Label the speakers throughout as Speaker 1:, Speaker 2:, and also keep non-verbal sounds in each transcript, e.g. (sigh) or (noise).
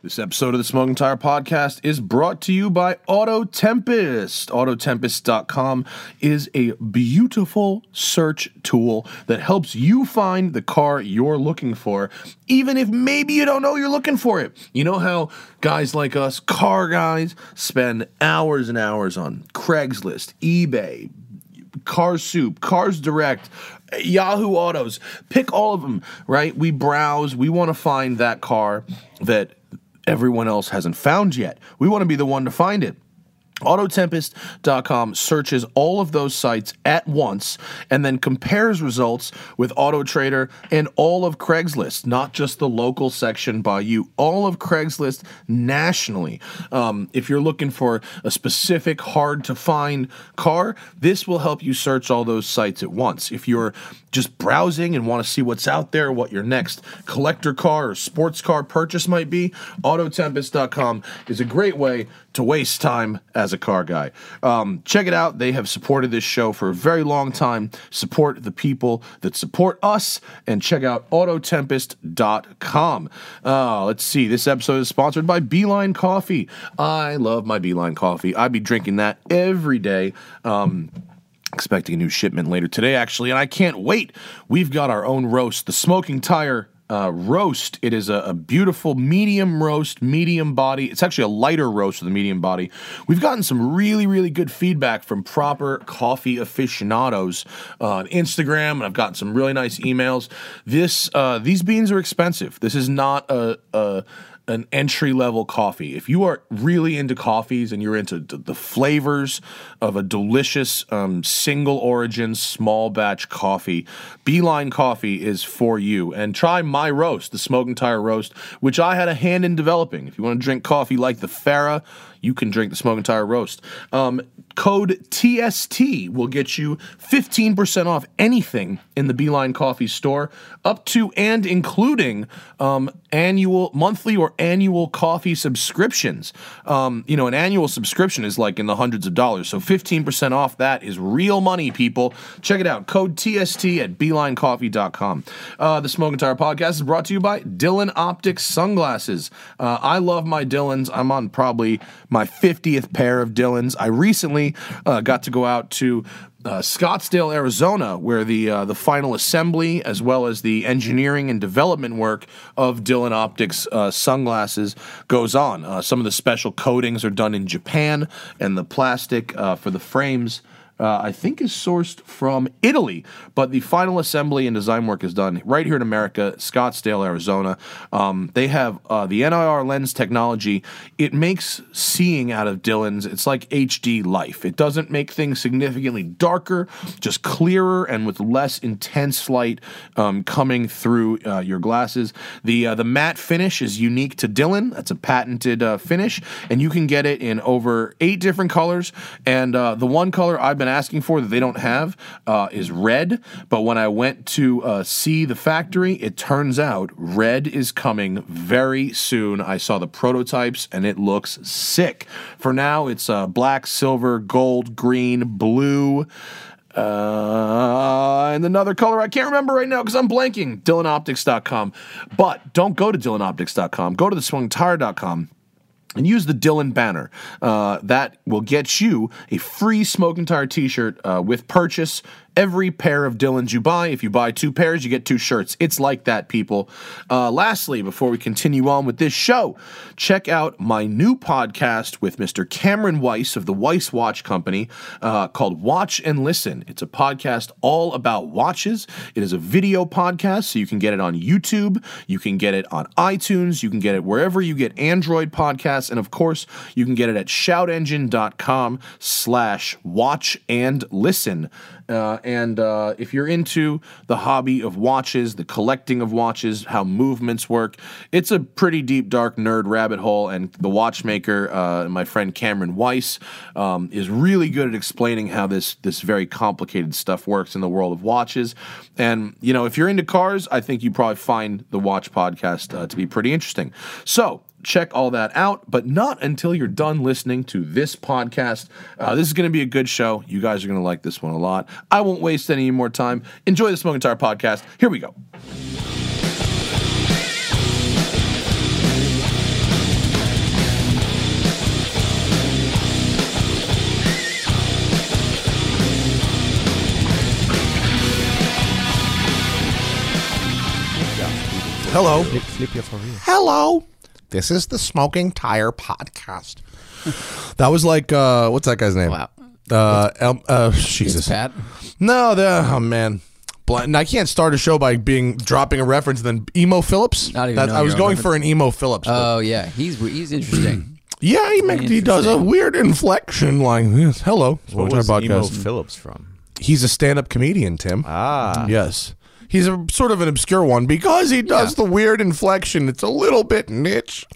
Speaker 1: This episode of the Smoking Tire Podcast is brought to you by Auto Tempest. Autotempest.com is a beautiful search tool that helps you find the car you're looking for, even if maybe you don't know you're looking for it. You know how guys like us, car guys, spend hours and hours on Craigslist, eBay, Cars Soup, Cars Direct, Yahoo Autos. Pick all of them, right? We browse. We want to find that car that everyone else hasn't found yet. We want to be the one to find it. Autotempest.com searches all of those sites at once and then compares results with AutoTrader and all of Craigslist, not just the local section by you, all of Craigslist nationally. Um, if you're looking for a specific hard to find car, this will help you search all those sites at once. If you're just browsing and want to see what's out there, what your next collector car or sports car purchase might be, Autotempest.com is a great way to waste time as a car guy. Um, check it out. They have supported this show for a very long time. Support the people that support us and check out autotempest.com. Uh, let's see. This episode is sponsored by Beeline Coffee. I love my Beeline Coffee. I'd be drinking that every day. Um, expecting a new shipment later today, actually, and I can't wait. We've got our own roast, the Smoking Tire uh, roast. It is a, a beautiful medium roast, medium body. It's actually a lighter roast with a medium body. We've gotten some really, really good feedback from proper coffee aficionados uh, on Instagram, and I've gotten some really nice emails. This uh, these beans are expensive. This is not a, a an entry level coffee. If you are really into coffees and you're into d- the flavors of a delicious um, single origin small batch coffee, Beeline Coffee is for you. And try my roast, the Smoke and Tire Roast, which I had a hand in developing. If you want to drink coffee like the Farah, you can drink the Smoke and Tire Roast. Um, code TST will get you 15% off anything in the Beeline Coffee store, up to and including um, annual, monthly, or annual coffee subscriptions. Um, you know, an annual subscription is like in the hundreds of dollars. So 15% off that is real money, people. Check it out. Code TST at beelinecoffee.com. Uh, the Smoke and Tire Podcast is brought to you by Dylan Optics Sunglasses. Uh, I love my Dylans. I'm on probably my 50th pair of Dylans. I recently uh, got to go out to uh, Scottsdale, Arizona, where the uh, the final assembly as well as the engineering and development work of Dylan Optics uh, sunglasses goes on. Uh, some of the special coatings are done in Japan, and the plastic uh, for the frames. Uh, I think is sourced from Italy, but the final assembly and design work is done right here in America, Scottsdale, Arizona. Um, they have uh, the NIR lens technology. It makes seeing out of Dylan's, it's like HD life. It doesn't make things significantly darker, just clearer and with less intense light um, coming through uh, your glasses. The, uh, the matte finish is unique to Dylan. That's a patented uh, finish, and you can get it in over eight different colors. And uh, the one color I've been asking for that they don't have uh, is red. But when I went to uh, see the factory, it turns out red is coming very soon. I saw the prototypes and it looks sick. For now, it's uh, black, silver, gold, green, blue. Uh, and another color I can't remember right now because I'm blanking. DylanOptics.com. But don't go to DylanOptics.com. Go to theswingtire.com and use the Dylan banner. Uh, that will get you a free Smoke and Tire t-shirt uh, with purchase. Every pair of Dylans you buy, if you buy two pairs, you get two shirts. It's like that, people. Uh, lastly, before we continue on with this show, check out my new podcast with Mr. Cameron Weiss of the Weiss Watch Company uh, called Watch and Listen. It's a podcast all about watches. It is a video podcast, so you can get it on YouTube, you can get it on iTunes, you can get it wherever you get Android podcasts, and of course, you can get it at shoutengine.com slash watch and listen. Uh, and uh, if you're into the hobby of watches, the collecting of watches, how movements work, it's a pretty deep, dark nerd rabbit hole. And the watchmaker, uh, my friend Cameron Weiss, um, is really good at explaining how this this very complicated stuff works in the world of watches. And you know, if you're into cars, I think you probably find the Watch Podcast uh, to be pretty interesting. So check all that out, but not until you're done listening to this podcast. Uh, this is going to be a good show. You guys are going to like this one a lot. I won't waste any more time. Enjoy the Smoking Tire podcast. Here we go. Hello.
Speaker 2: Flip, flip your career.
Speaker 1: Hello.
Speaker 3: This is the Smoking Tire Podcast. (laughs) that was like, uh, what's that guy's name?
Speaker 2: Wow.
Speaker 3: Uh, El- uh, Jesus.
Speaker 2: Pat.
Speaker 3: No, the, oh man. Blind. I can't start a show by being dropping a reference. Then emo Phillips.
Speaker 2: Not even know
Speaker 3: I was
Speaker 2: your own
Speaker 3: going for an emo Phillips. but-
Speaker 2: Oh yeah, he's
Speaker 3: (clears throat)
Speaker 2: he's interesting.
Speaker 3: yeah, he make, he does a weird inflection like this. Hello,
Speaker 4: What
Speaker 3: Smoking
Speaker 4: was
Speaker 3: Tire
Speaker 4: Emo
Speaker 3: Podcast.
Speaker 4: Phillips from?
Speaker 3: He's a stand-up comedian, Tim.
Speaker 4: Ah,
Speaker 3: Yes. He's a sort of an obscure one because he does the weird inflection. It's a little bit niche.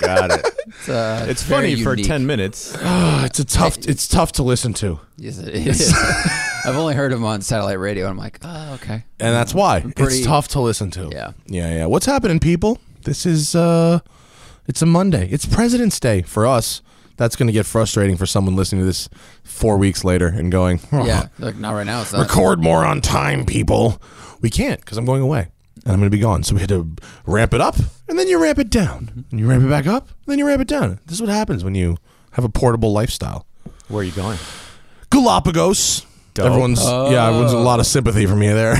Speaker 4: got it.
Speaker 2: It's, uh,
Speaker 4: (laughs) It's
Speaker 2: very
Speaker 4: funny for
Speaker 2: unique.
Speaker 4: ten minutes.
Speaker 3: Ah, it's a tough. It's tough to listen to,
Speaker 2: (laughs) Yes, it is. (laughs) I've only heard him on satellite radio. and I'm like, oh okay.
Speaker 3: and that's why
Speaker 2: Pretty-
Speaker 3: it's tough to listen to.
Speaker 2: Yeah.
Speaker 3: yeah, yeah. What's happening, people? This is. uh It's a Monday. It's President's Day for us. That's going to get frustrating for someone listening to this four weeks later and going,
Speaker 2: Yeah, like not right now. It's not.
Speaker 3: Uh-huh. record more on time, people. We can't because I'm going away and I'm going to be gone. So we had to ramp it up and then you ramp it down
Speaker 2: Mm-hmm.
Speaker 3: and you ramp it back up and then you ramp it down. This is what happens when you have a portable lifestyle.
Speaker 4: Where are you going?
Speaker 3: Galapagos.
Speaker 4: Dope.
Speaker 3: Everyone's yeah, everyone's
Speaker 2: Oh.
Speaker 3: a lot of sympathy for me there.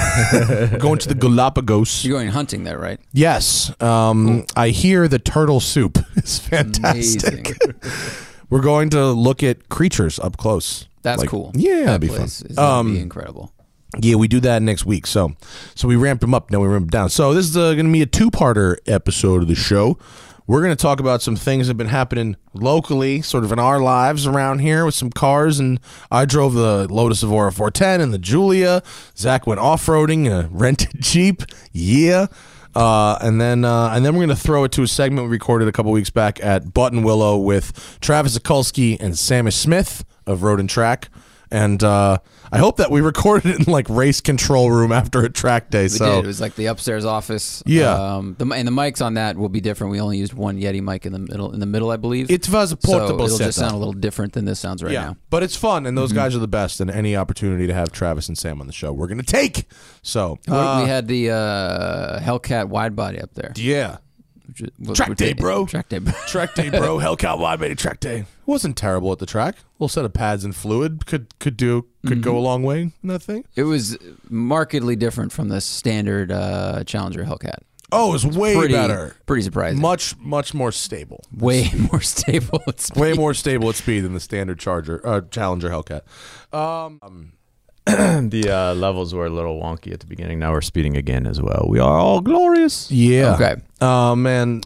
Speaker 3: going to the Galapagos.
Speaker 2: You're going hunting
Speaker 3: (laughs)
Speaker 2: there, right?
Speaker 3: Yes, um, I hear the turtle soup (laughs) is fantastic.
Speaker 2: Amazing.
Speaker 3: We're going to look at creatures up close.
Speaker 2: Mm. That's
Speaker 3: Like-
Speaker 2: cool.
Speaker 3: Yeah,
Speaker 2: that
Speaker 3: that'd be fun. Um,
Speaker 2: place Is gonna be incredible.
Speaker 3: Yeah, we do that next week. So, so we ramped them up, now we ramped them down. So this is uh, going to be a two-parter episode of the show. We're going to talk about some things that have been happening locally, sort of in our lives around here with some cars. And I drove the Lotus Evora 410 and the Julia. Zach went off-roading in a (laughs) rented Jeep. Yeah. Uh, and then uh, and then we're going to throw it to a segment we recorded a couple weeks back at Button Willow with Travis Okulski and Samish Smith of Road and Track and uh, I hope that we (laughs) recorded it in like race control room after a track day.
Speaker 2: We
Speaker 3: so
Speaker 2: did. It was like the upstairs office.
Speaker 3: Yeah.
Speaker 2: Um, the, mi- and the mics on that will be different. We only used one Yeti mic in the middle. In the middle, I believe.
Speaker 3: it was a
Speaker 2: so
Speaker 3: portable Mm-hmm.
Speaker 2: it'll
Speaker 3: setup.
Speaker 2: just sound a little different than this sounds right
Speaker 3: yeah,
Speaker 2: now.
Speaker 3: but it's fun, and those guys are the best. And any opportunity to have Travis and Sam on the show, we're gonna take. So
Speaker 2: What-
Speaker 3: uh,
Speaker 2: we had the uh, Hellcat wide body up there.
Speaker 3: yeah,
Speaker 2: Which, is- which-
Speaker 3: Track
Speaker 2: which-
Speaker 3: day, bro.
Speaker 2: Track day, bro.
Speaker 3: track day,
Speaker 2: (laughs)
Speaker 3: bro. Hellcat wide made track day. Wasn't terrible at the track. A little set of pads and fluid could could do could
Speaker 2: Mm-hmm.
Speaker 3: go a long way. in that thing.
Speaker 2: It was markedly different from the standard uh, Challenger Hellcat.
Speaker 3: Oh, it's way
Speaker 2: Pretty
Speaker 3: better.
Speaker 2: Pretty surprising.
Speaker 3: Much much more stable.
Speaker 2: Way (laughs) more stable. It's
Speaker 3: way more stable at speed than the standard Charger uh, Challenger Hellcat.
Speaker 4: The uh, levels were a little wonky at the beginning. Now we're speeding again as well. We are all glorious.
Speaker 3: Yeah.
Speaker 2: Okay.
Speaker 3: Oh man.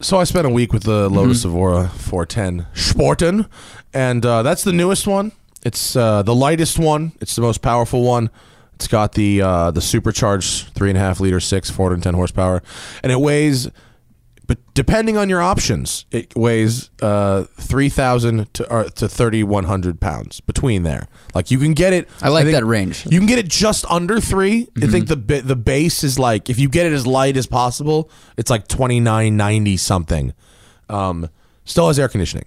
Speaker 3: So I spent a week with
Speaker 2: Mm-hmm.
Speaker 3: the Lotus Evora 410 Sporten, and uh, that's the newest one. It's uh, the lightest one. It's the most powerful one. It's got the uh, the supercharged three and a half liter six 410 horsepower, and it weighs. But depending on your options, it weighs uh, three thousand to or to thirty one hundred pounds between there. Like you can get it.
Speaker 2: I like
Speaker 3: think-
Speaker 2: that range.
Speaker 3: you can get it just under 3 I think the ba- the base is like if you get it as light as possible, it's like twenty nine ninety something. Um, still has air conditioning,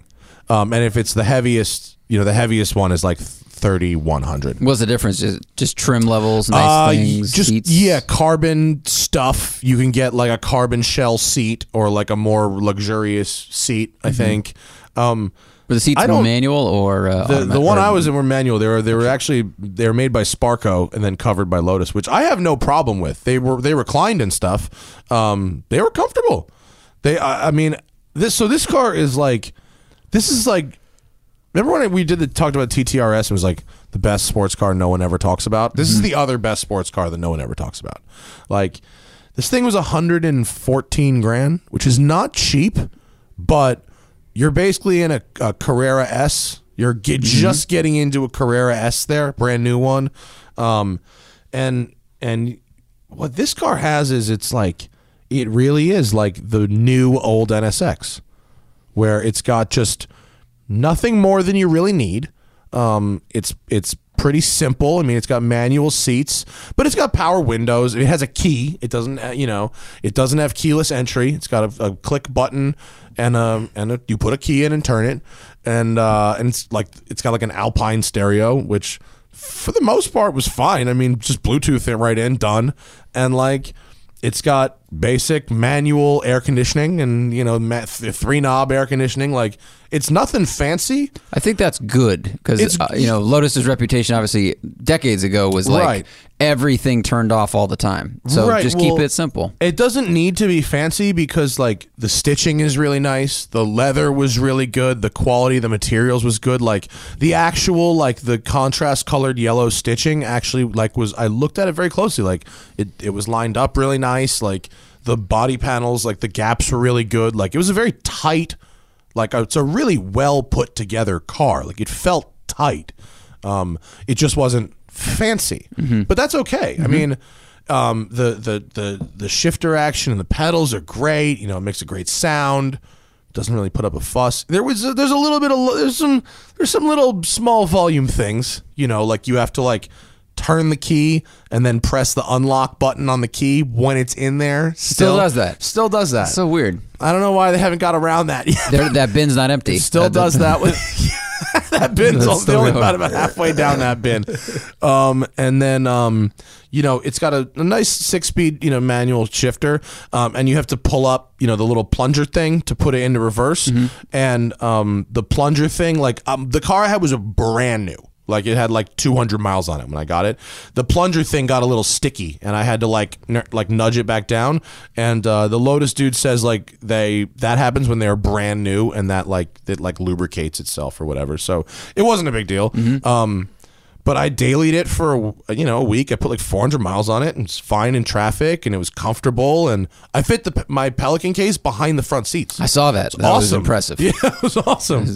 Speaker 3: um, and if it's the heaviest, you know, the heaviest one is like thirty one hundred.
Speaker 2: What's the difference? Just, just trim levels, nice
Speaker 3: Uh,
Speaker 2: things,
Speaker 3: just
Speaker 2: seats.
Speaker 3: yeah, carbon stuff. You can get like a carbon shell seat or like a more luxurious seat. I
Speaker 2: Mm-hmm.
Speaker 3: think. Um,
Speaker 2: Were the seats
Speaker 3: I
Speaker 2: more
Speaker 3: don't-
Speaker 2: manual or uh,
Speaker 3: the, the
Speaker 2: automatic-
Speaker 3: one
Speaker 2: or-
Speaker 3: I was in were manual. They were they were actually they were made by Sparco and then covered by Lotus, which I have no problem with. They were they reclined and stuff. Um, they were comfortable. They I, I mean this so this car is like this is like remember when we did the talked about TTRS and it was like the best sports car no one ever talks about. This is the other best sports car that no one ever talks about. Like this thing was 114 grand, which is not cheap, but you're basically in a, a Carrera S. You're ge- just getting into a Carrera S there, brand new one. Um, and and what this car has is it's like it really is like the new old NSX where it's got just nothing more than you really need. Um, it's it's pretty simple. I mean, it's got manual seats, but it's got power windows. It has a key. It doesn't, uh, you know, it doesn't have keyless entry. It's got a, a click button and um and a, you put a key in and turn it, and uh, and it's like it's got like an Alpine stereo, which for the most part was fine. I mean, just Bluetooth it right in, done, and like it's got basic manual air conditioning and you know ma- th- three knob air conditioning. Like it's nothing fancy.
Speaker 2: I think that's good because
Speaker 3: It's-
Speaker 2: uh, you know Lotus's reputation, obviously, decades ago was like
Speaker 3: Right.
Speaker 2: everything turned off all the time. So
Speaker 3: Right,
Speaker 2: just
Speaker 3: well-
Speaker 2: keep it simple.
Speaker 3: It doesn't need to be fancy because like the stitching is really nice, the leather was really good, the quality of the materials was good, like the actual like the contrast colored yellow stitching actually like was I looked at it very closely like it it was lined up really nice, like the body panels like the gaps were really good, like it was a very tight like it's a really well put together car. Like it felt tight. Um, it just wasn't fancy, but that's okay. I mean, um, the, the the the shifter action and the pedals are great. You know, it makes a great sound. Doesn't really put up a fuss. There was a, there's a little bit of there's some there's some little small volume things. You know, like you have to like turn the key and then press the unlock button on the key when it's in there. Still,
Speaker 2: does that.
Speaker 3: Still does that.
Speaker 2: So weird.
Speaker 3: I don't know why they haven't got around that (laughs) yet.
Speaker 2: There, that bin's not empty.
Speaker 3: Still does
Speaker 2: (laughs)
Speaker 3: that with (laughs) that bin's
Speaker 2: That's
Speaker 3: only,
Speaker 2: still
Speaker 3: only
Speaker 2: going.
Speaker 3: about about halfway down that bin, um, and then um, you know it's got a, a nice six-speed you know manual shifter, um, and you have to pull up you know the little plunger thing to put it into reverse,
Speaker 2: Mm-hmm.
Speaker 3: and um, the plunger thing like um, the car I had was (laughs) a brand new. Like it had like 200 miles on it when I got it. The plunger thing got a little sticky, and I had to like n- like nudge it back down. And uh, the Lotus dude says like they that happens when they're brand new, and that like it like lubricates itself or whatever. So it wasn't a big deal. Um, but I dailied it for you know a week. I put like 400 miles on it, and it's fine in traffic, and it was comfortable. And I fit the, my Pelican case behind the front seats.
Speaker 2: I saw that. That was
Speaker 3: awesome.
Speaker 2: impressive.
Speaker 3: Yeah, it was awesome.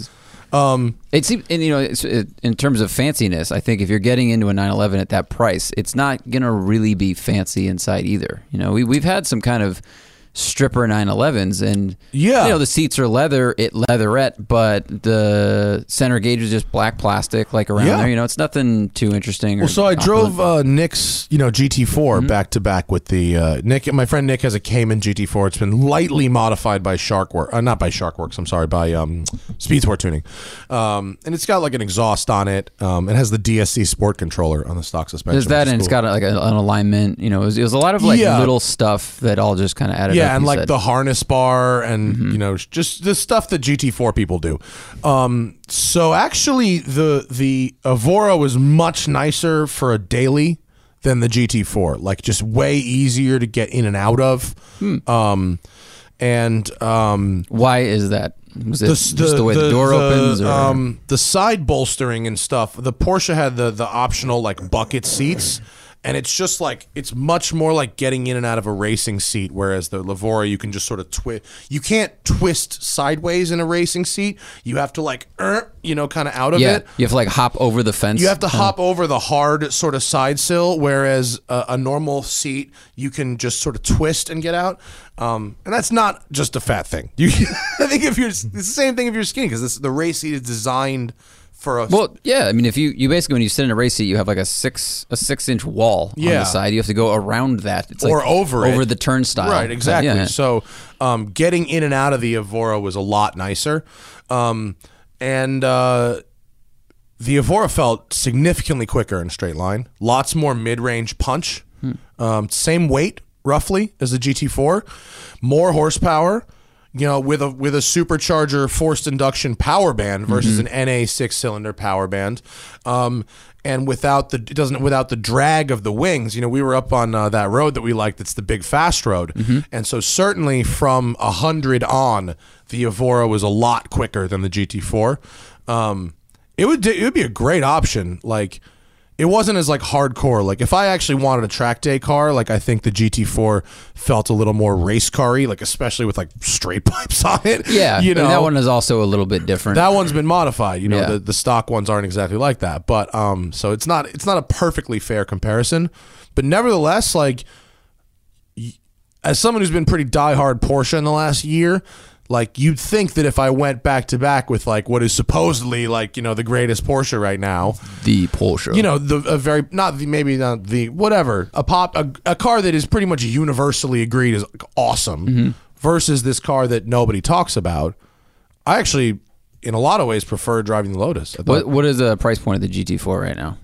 Speaker 2: It seems, and you know, it's, it, in terms of fanciness, I think if you're getting into a 911 at that price, it's not gonna really be fancy inside either. You know, we we've had some kind of stripper 911s, and
Speaker 3: Yeah.
Speaker 2: you know, the seats are leather, it leatherette, but the center gauge is just black plastic, like around
Speaker 3: Yeah.
Speaker 2: there. You know, it's nothing too interesting. Or
Speaker 3: Well, so I drove uh, Nick's, you know, GT4 back to back with the uh, Nick. My friend Nick has a Cayman GT4. It's been lightly modified by Sharkwork, uh, not by Sharkworks. I'm sorry, by um, Speed Sport Tuning, um, and it's got like an exhaust on it. Um, it has the DSC Sport controller on the stock suspension.
Speaker 2: there's that,
Speaker 3: which is
Speaker 2: and it's
Speaker 3: cool.
Speaker 2: got like a, an alignment. You know, it was, it was a lot of like
Speaker 3: Yeah.
Speaker 2: little stuff that all just kind of added up.
Speaker 3: yeah, and
Speaker 2: you
Speaker 3: like
Speaker 2: said.
Speaker 3: the harness bar, and you know, sh- just the stuff that GT4 people do. Um, so actually, the the Avora was much nicer for a daily than the GT4. Like, just way easier to get in and out of. Um, and um,
Speaker 2: why is that? Was it
Speaker 3: the,
Speaker 2: just the way the, door opens? Or?
Speaker 3: um, the side bolstering and stuff. The Porsche had the the optional like bucket seats, and it's just like it's much more like getting in and out of a racing seat. Whereas the Lavora, you can just sort of twist. You can't twist sideways in a racing seat. You have to like, er, you know, kind of out of
Speaker 2: yeah, Uh-huh.
Speaker 3: it.
Speaker 2: you have to like hop over the fence.
Speaker 3: You have to hop over the hard sort of side sill, whereas a, a normal seat you can just sort of twist and get out. Um, and that's not just a fat thing. You, (laughs) I think if you're it's the same thing if you're skinny because the race seat is designed for a
Speaker 2: Well, yeah. I mean, if you you basically when you sit in a race seat, you have like a six a six inch wall on
Speaker 3: Yeah.
Speaker 2: the side. You have to go around that. It's like
Speaker 3: Or over
Speaker 2: over
Speaker 3: it.
Speaker 2: the turnstile.
Speaker 3: Right, exactly.
Speaker 2: uh, Yeah.
Speaker 3: So um, getting in and out of the Avora was a lot nicer. Um, and uh, the Avora felt significantly quicker in straight line. Lots more mid range punch. Um, same weight, roughly, as the GT4. More horsepower. You know, with a with a supercharger forced induction power band versus an NA six cylinder power band, um, and without the it doesn't without the drag of the wings. You know, we were up on uh, that road that we liked. That's the big fast road, and so certainly from hundred on, the Avora was a lot quicker than the GT4. Um, it would it would be a great option. Like it wasn't as like hardcore. Like if I actually wanted a track day car, like I think the GT4 felt a little more race car-y, like especially with like straight (laughs) pipes on it.
Speaker 2: yeah,
Speaker 3: you know
Speaker 2: and that one is also a little bit different.
Speaker 3: that one's been modified. You know,
Speaker 2: Yeah.
Speaker 3: the, the stock ones aren't exactly like that. But um, so it's not it's not a perfectly fair comparison. But nevertheless, like y- as someone who's been pretty diehard Porsche in the last year, like you'd think that if I went back to back with like what is supposedly like you know the greatest Porsche right now,
Speaker 2: the Porsche.
Speaker 3: you know the a very not the maybe not the whatever a pop a, a car that is pretty much universally agreed is awesome
Speaker 2: Mm-hmm.
Speaker 3: versus this car that nobody talks about i actually in a lot of ways prefer driving the lotus I thought
Speaker 2: what what is the price point of the GT4 right now?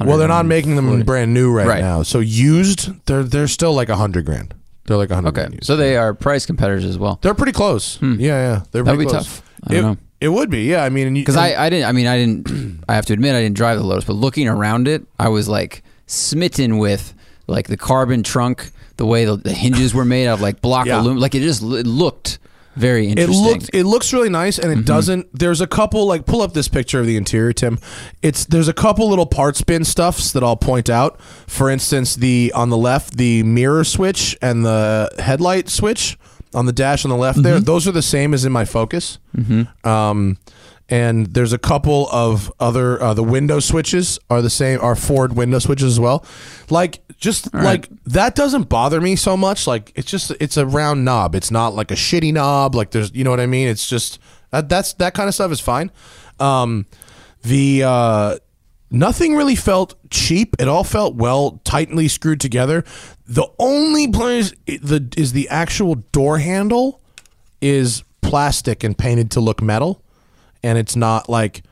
Speaker 3: Well, they're not making them brand new right,
Speaker 2: Right.
Speaker 3: now. So used, they're they're still like a hundred grand. They're like a hundred.
Speaker 2: Okay,
Speaker 3: grand used.
Speaker 2: so they are price competitors as well.
Speaker 3: they're pretty close. Yeah, yeah, they're
Speaker 2: That'd
Speaker 3: pretty
Speaker 2: be
Speaker 3: close.
Speaker 2: tough. I don't
Speaker 3: it,
Speaker 2: know.
Speaker 3: It would be, yeah. I mean, and you-
Speaker 2: Because
Speaker 3: and-
Speaker 2: I, I didn't. I mean, I didn't. (clears throat) I have to admit, I didn't drive the Lotus, but looking around it, I was like smitten with like the carbon trunk, the way the, the hinges were made out of like block
Speaker 3: Yeah.
Speaker 2: aluminum. Like it just it looked very
Speaker 3: It
Speaker 2: interesting.
Speaker 3: looks it looks really nice, and it doesn't. There's a couple like pull up this picture of the interior, Tim. It's there's a couple little part spin stuffs that I'll point out. For instance, the on the left, the mirror switch and the headlight switch on the dash on the left. There, those are the same as in my Focus. Um, and there's a couple of other uh, the window switches are the same are Ford window switches as well. Like just like that doesn't bother me so much. Like it's just it's a round knob. It's not like a shitty knob. Like there's you know what I mean. It's just that that's that kind of stuff is fine. Um, the uh, nothing really felt cheap. It all felt well tightly screwed together. The only place it- the is the actual door handle is plastic and painted to look metal, and it's not like,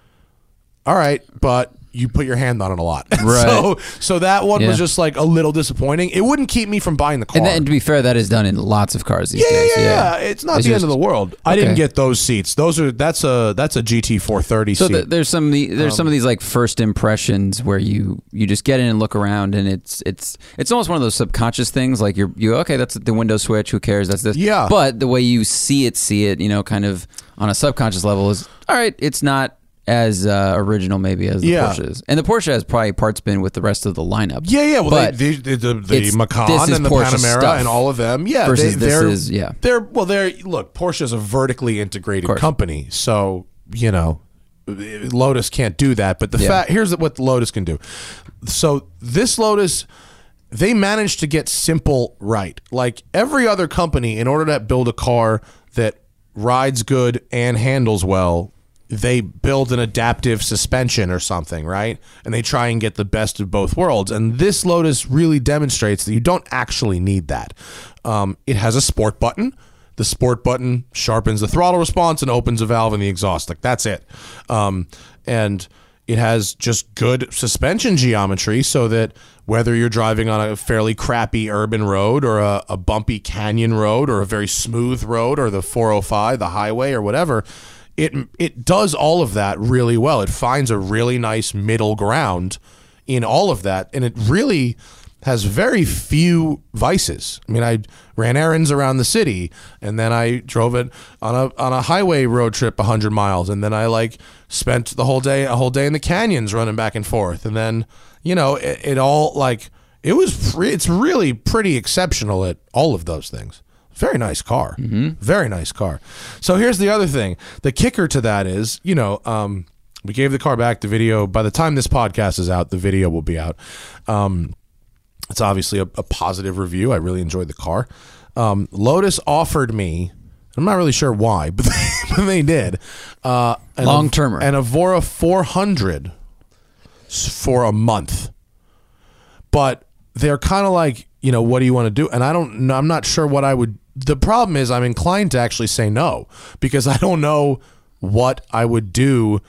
Speaker 3: all right, but you put your hand on it a lot. (laughs)
Speaker 2: Right.
Speaker 3: so, so that one
Speaker 2: Yeah.
Speaker 3: was just like a little disappointing. It wouldn't keep me from buying the car.
Speaker 2: and, that, and to be fair, that is done in lots of cars these
Speaker 3: yeah, yeah,
Speaker 2: days.
Speaker 3: yeah, yeah. It's not
Speaker 2: It's
Speaker 3: the
Speaker 2: just-
Speaker 3: end of the world. I didn't
Speaker 2: Okay.
Speaker 3: get those seats. Those are that's a that's a GT 430
Speaker 2: So
Speaker 3: seat.
Speaker 2: th- there's some of the, there's
Speaker 3: Um,
Speaker 2: some of these like first impressions where you you just get in and look around and it's it's it's almost one of those subconscious things like you're you okay that's the window switch who cares that's this
Speaker 3: Yeah.
Speaker 2: but the way you see it see it you know kind of on a subconscious level is all right it's not as uh, original maybe as the
Speaker 3: Yeah.
Speaker 2: Porsche is and the Porsche has probably parts been with the rest of the lineup
Speaker 3: yeah, yeah. Well,
Speaker 2: but
Speaker 3: they, they, the the,
Speaker 2: it's-
Speaker 3: the
Speaker 2: this
Speaker 3: Macan
Speaker 2: is
Speaker 3: and the
Speaker 2: Porsche
Speaker 3: Panamera
Speaker 2: stuff
Speaker 3: and all of them. Yeah,
Speaker 2: versus
Speaker 3: they,
Speaker 2: this
Speaker 3: they're,
Speaker 2: is- yeah.
Speaker 3: They're well, they're look. Porsche is a vertically integrated
Speaker 2: course.
Speaker 3: company, so you know, Lotus can't do that. But the
Speaker 2: Yeah.
Speaker 3: fact here's what Lotus can do. So this Lotus. They managed to get simple right. Like every other company, in order to build a car that rides good and handles well, they build an adaptive suspension or something, right? And they try and get the best of both worlds. And this Lotus really demonstrates that you don't actually need that. Um, it has a sport button. The sport button sharpens the throttle response and opens a valve in the exhaust. Like that's it. Um, and it has just good suspension geometry so that whether you're driving on a fairly crappy urban road or a, a bumpy canyon road or a very smooth road or the 405, the highway or whatever, it it does all of that really well. It finds a really nice middle ground in all of that, and it really has very few vices. I mean, I ran errands around the city, and then I drove it on a on a highway road trip 100 miles, and then I like spent the whole day a whole day in the canyons running back and forth, and then you know it, it all like it was pre- it's really pretty exceptional at all of those things. Very nice car. Very nice car. So here's the other thing. The kicker to that is, you know, um, we gave the car back. The video, by the time this podcast is out, the video will be out. Um, it's obviously a, a positive review. I really enjoyed the car. Um, Lotus offered me, I'm not really sure why, (laughs) but they, but they did. Uh, an
Speaker 2: Long-termer.
Speaker 3: An Avora 400 s- for a month but they're kind of like, you know, what do you want to do? And I don't know. I'm not sure what I would. The problem is, I'm inclined to actually say no because (laughs) I don't know what I would do.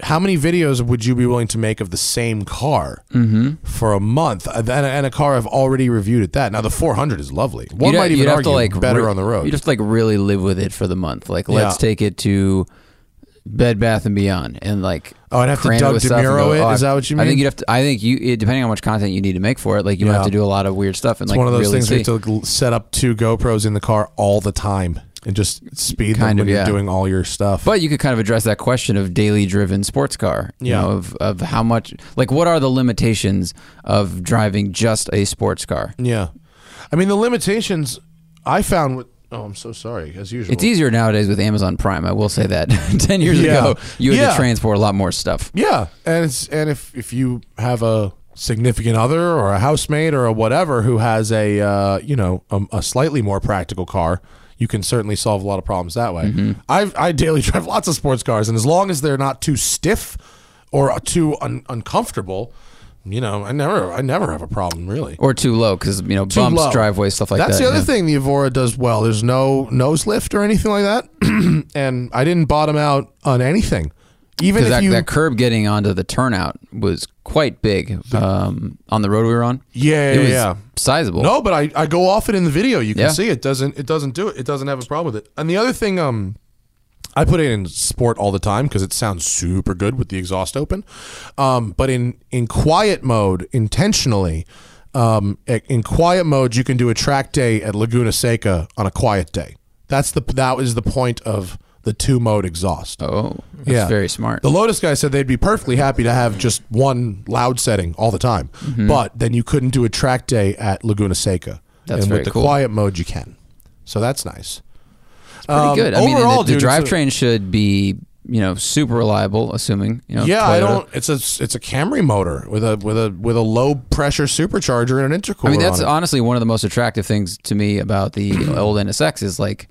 Speaker 3: How many videos would you be willing to make of the same car
Speaker 2: Mm-hmm.
Speaker 3: for a month Uh, and, and a car I've already reviewed at that? Now the 400 is lovely. One
Speaker 2: You'd ha-
Speaker 3: might even
Speaker 2: you'd have
Speaker 3: argue better on the road.
Speaker 2: You'd have to like really live with it for the month. Like let's
Speaker 3: Yeah.
Speaker 2: take it to Bed Bath and Beyond, and like
Speaker 3: Oh, I'd have to
Speaker 2: cram
Speaker 3: Doug
Speaker 2: with stuff and
Speaker 3: DeMuro
Speaker 2: go,
Speaker 3: it?
Speaker 2: oh,
Speaker 3: Is that what you
Speaker 2: I
Speaker 3: mean?
Speaker 2: think you'd have to. I think you it, depending on how much content you need to make for it, like you would
Speaker 3: Yeah.
Speaker 2: have to do a lot of weird stuff and
Speaker 3: it's
Speaker 2: like
Speaker 3: one of those
Speaker 2: really
Speaker 3: things
Speaker 2: see.
Speaker 3: where you have to like, l- set up two GoPros in the car all the time and just speed them
Speaker 2: Kind
Speaker 3: when
Speaker 2: of,
Speaker 3: you're
Speaker 2: yeah.
Speaker 3: doing all your stuff.
Speaker 2: But you could kind of address that question of daily driven sports car. You
Speaker 3: Yeah.
Speaker 2: know, of, of how much, like, what are the limitations of driving just a sports car?
Speaker 3: Yeah. I mean, the limitations I found with. Oh, I'm so sorry, as usual.
Speaker 2: It's easier nowadays with Amazon Prime. I will say that. (laughs) 10 years
Speaker 3: Yeah.
Speaker 2: ago, you had
Speaker 3: Yeah.
Speaker 2: to transport a lot more stuff.
Speaker 3: yeah. And it's and if, if you have a significant other or a housemate or a whatever who has a, uh, you know, a, a slightly more practical car, you can certainly solve a lot of problems that way. I've, I daily (laughs) drive lots of sports cars, and as long as they're not too stiff or too un- uncomfortable, you know, I never, I never have a problem really.
Speaker 2: Or too low because, you know,
Speaker 3: too
Speaker 2: bumps,
Speaker 3: low.
Speaker 2: driveways, stuff like
Speaker 3: That's
Speaker 2: that.
Speaker 3: the other
Speaker 2: yeah.
Speaker 3: thing the Evora does well. There's (clears throat) no nose lift or anything like that, and I didn't bottom out on anything. Even if
Speaker 2: that,
Speaker 3: you,
Speaker 2: that curb getting onto the turnout was quite big um, on the road we were on.
Speaker 3: yeah,
Speaker 2: it
Speaker 3: yeah,
Speaker 2: was
Speaker 3: yeah.
Speaker 2: sizable.
Speaker 3: No, but I, I go off it in the video. You can
Speaker 2: Yeah.
Speaker 3: see it doesn't it doesn't do it. It doesn't have a problem with it. And the other thing, um, I put it in sport all the time because it sounds super good with the exhaust open. Um, but in in quiet mode, intentionally, um, i- in quiet mode, you can do a track day at Laguna Seca on a quiet day. That's the that is the point of the two mode exhaust.
Speaker 2: oh, that's
Speaker 3: Yeah.
Speaker 2: very smart.
Speaker 3: The Lotus guy said they'd be perfectly happy to have just one loud setting all the time,
Speaker 2: Mm-hmm.
Speaker 3: but then you couldn't do a track day at Laguna Seca.
Speaker 2: That's
Speaker 3: and
Speaker 2: very
Speaker 3: with the
Speaker 2: cool.
Speaker 3: quiet mode, you can. So that's nice.
Speaker 2: Pretty
Speaker 3: Um,
Speaker 2: good. I mean, and
Speaker 3: overall,
Speaker 2: the, the
Speaker 3: dude, it's a-
Speaker 2: drivetrain should be you know super reliable, assuming you know.
Speaker 3: yeah,
Speaker 2: Toyota.
Speaker 3: I don't. It's a it's a Camry motor with a with a with a low pressure supercharger and an intercooler.
Speaker 2: I mean, that's
Speaker 3: on it.
Speaker 2: honestly one of the most attractive things to me about
Speaker 3: (clears throat)
Speaker 2: the old NSX is like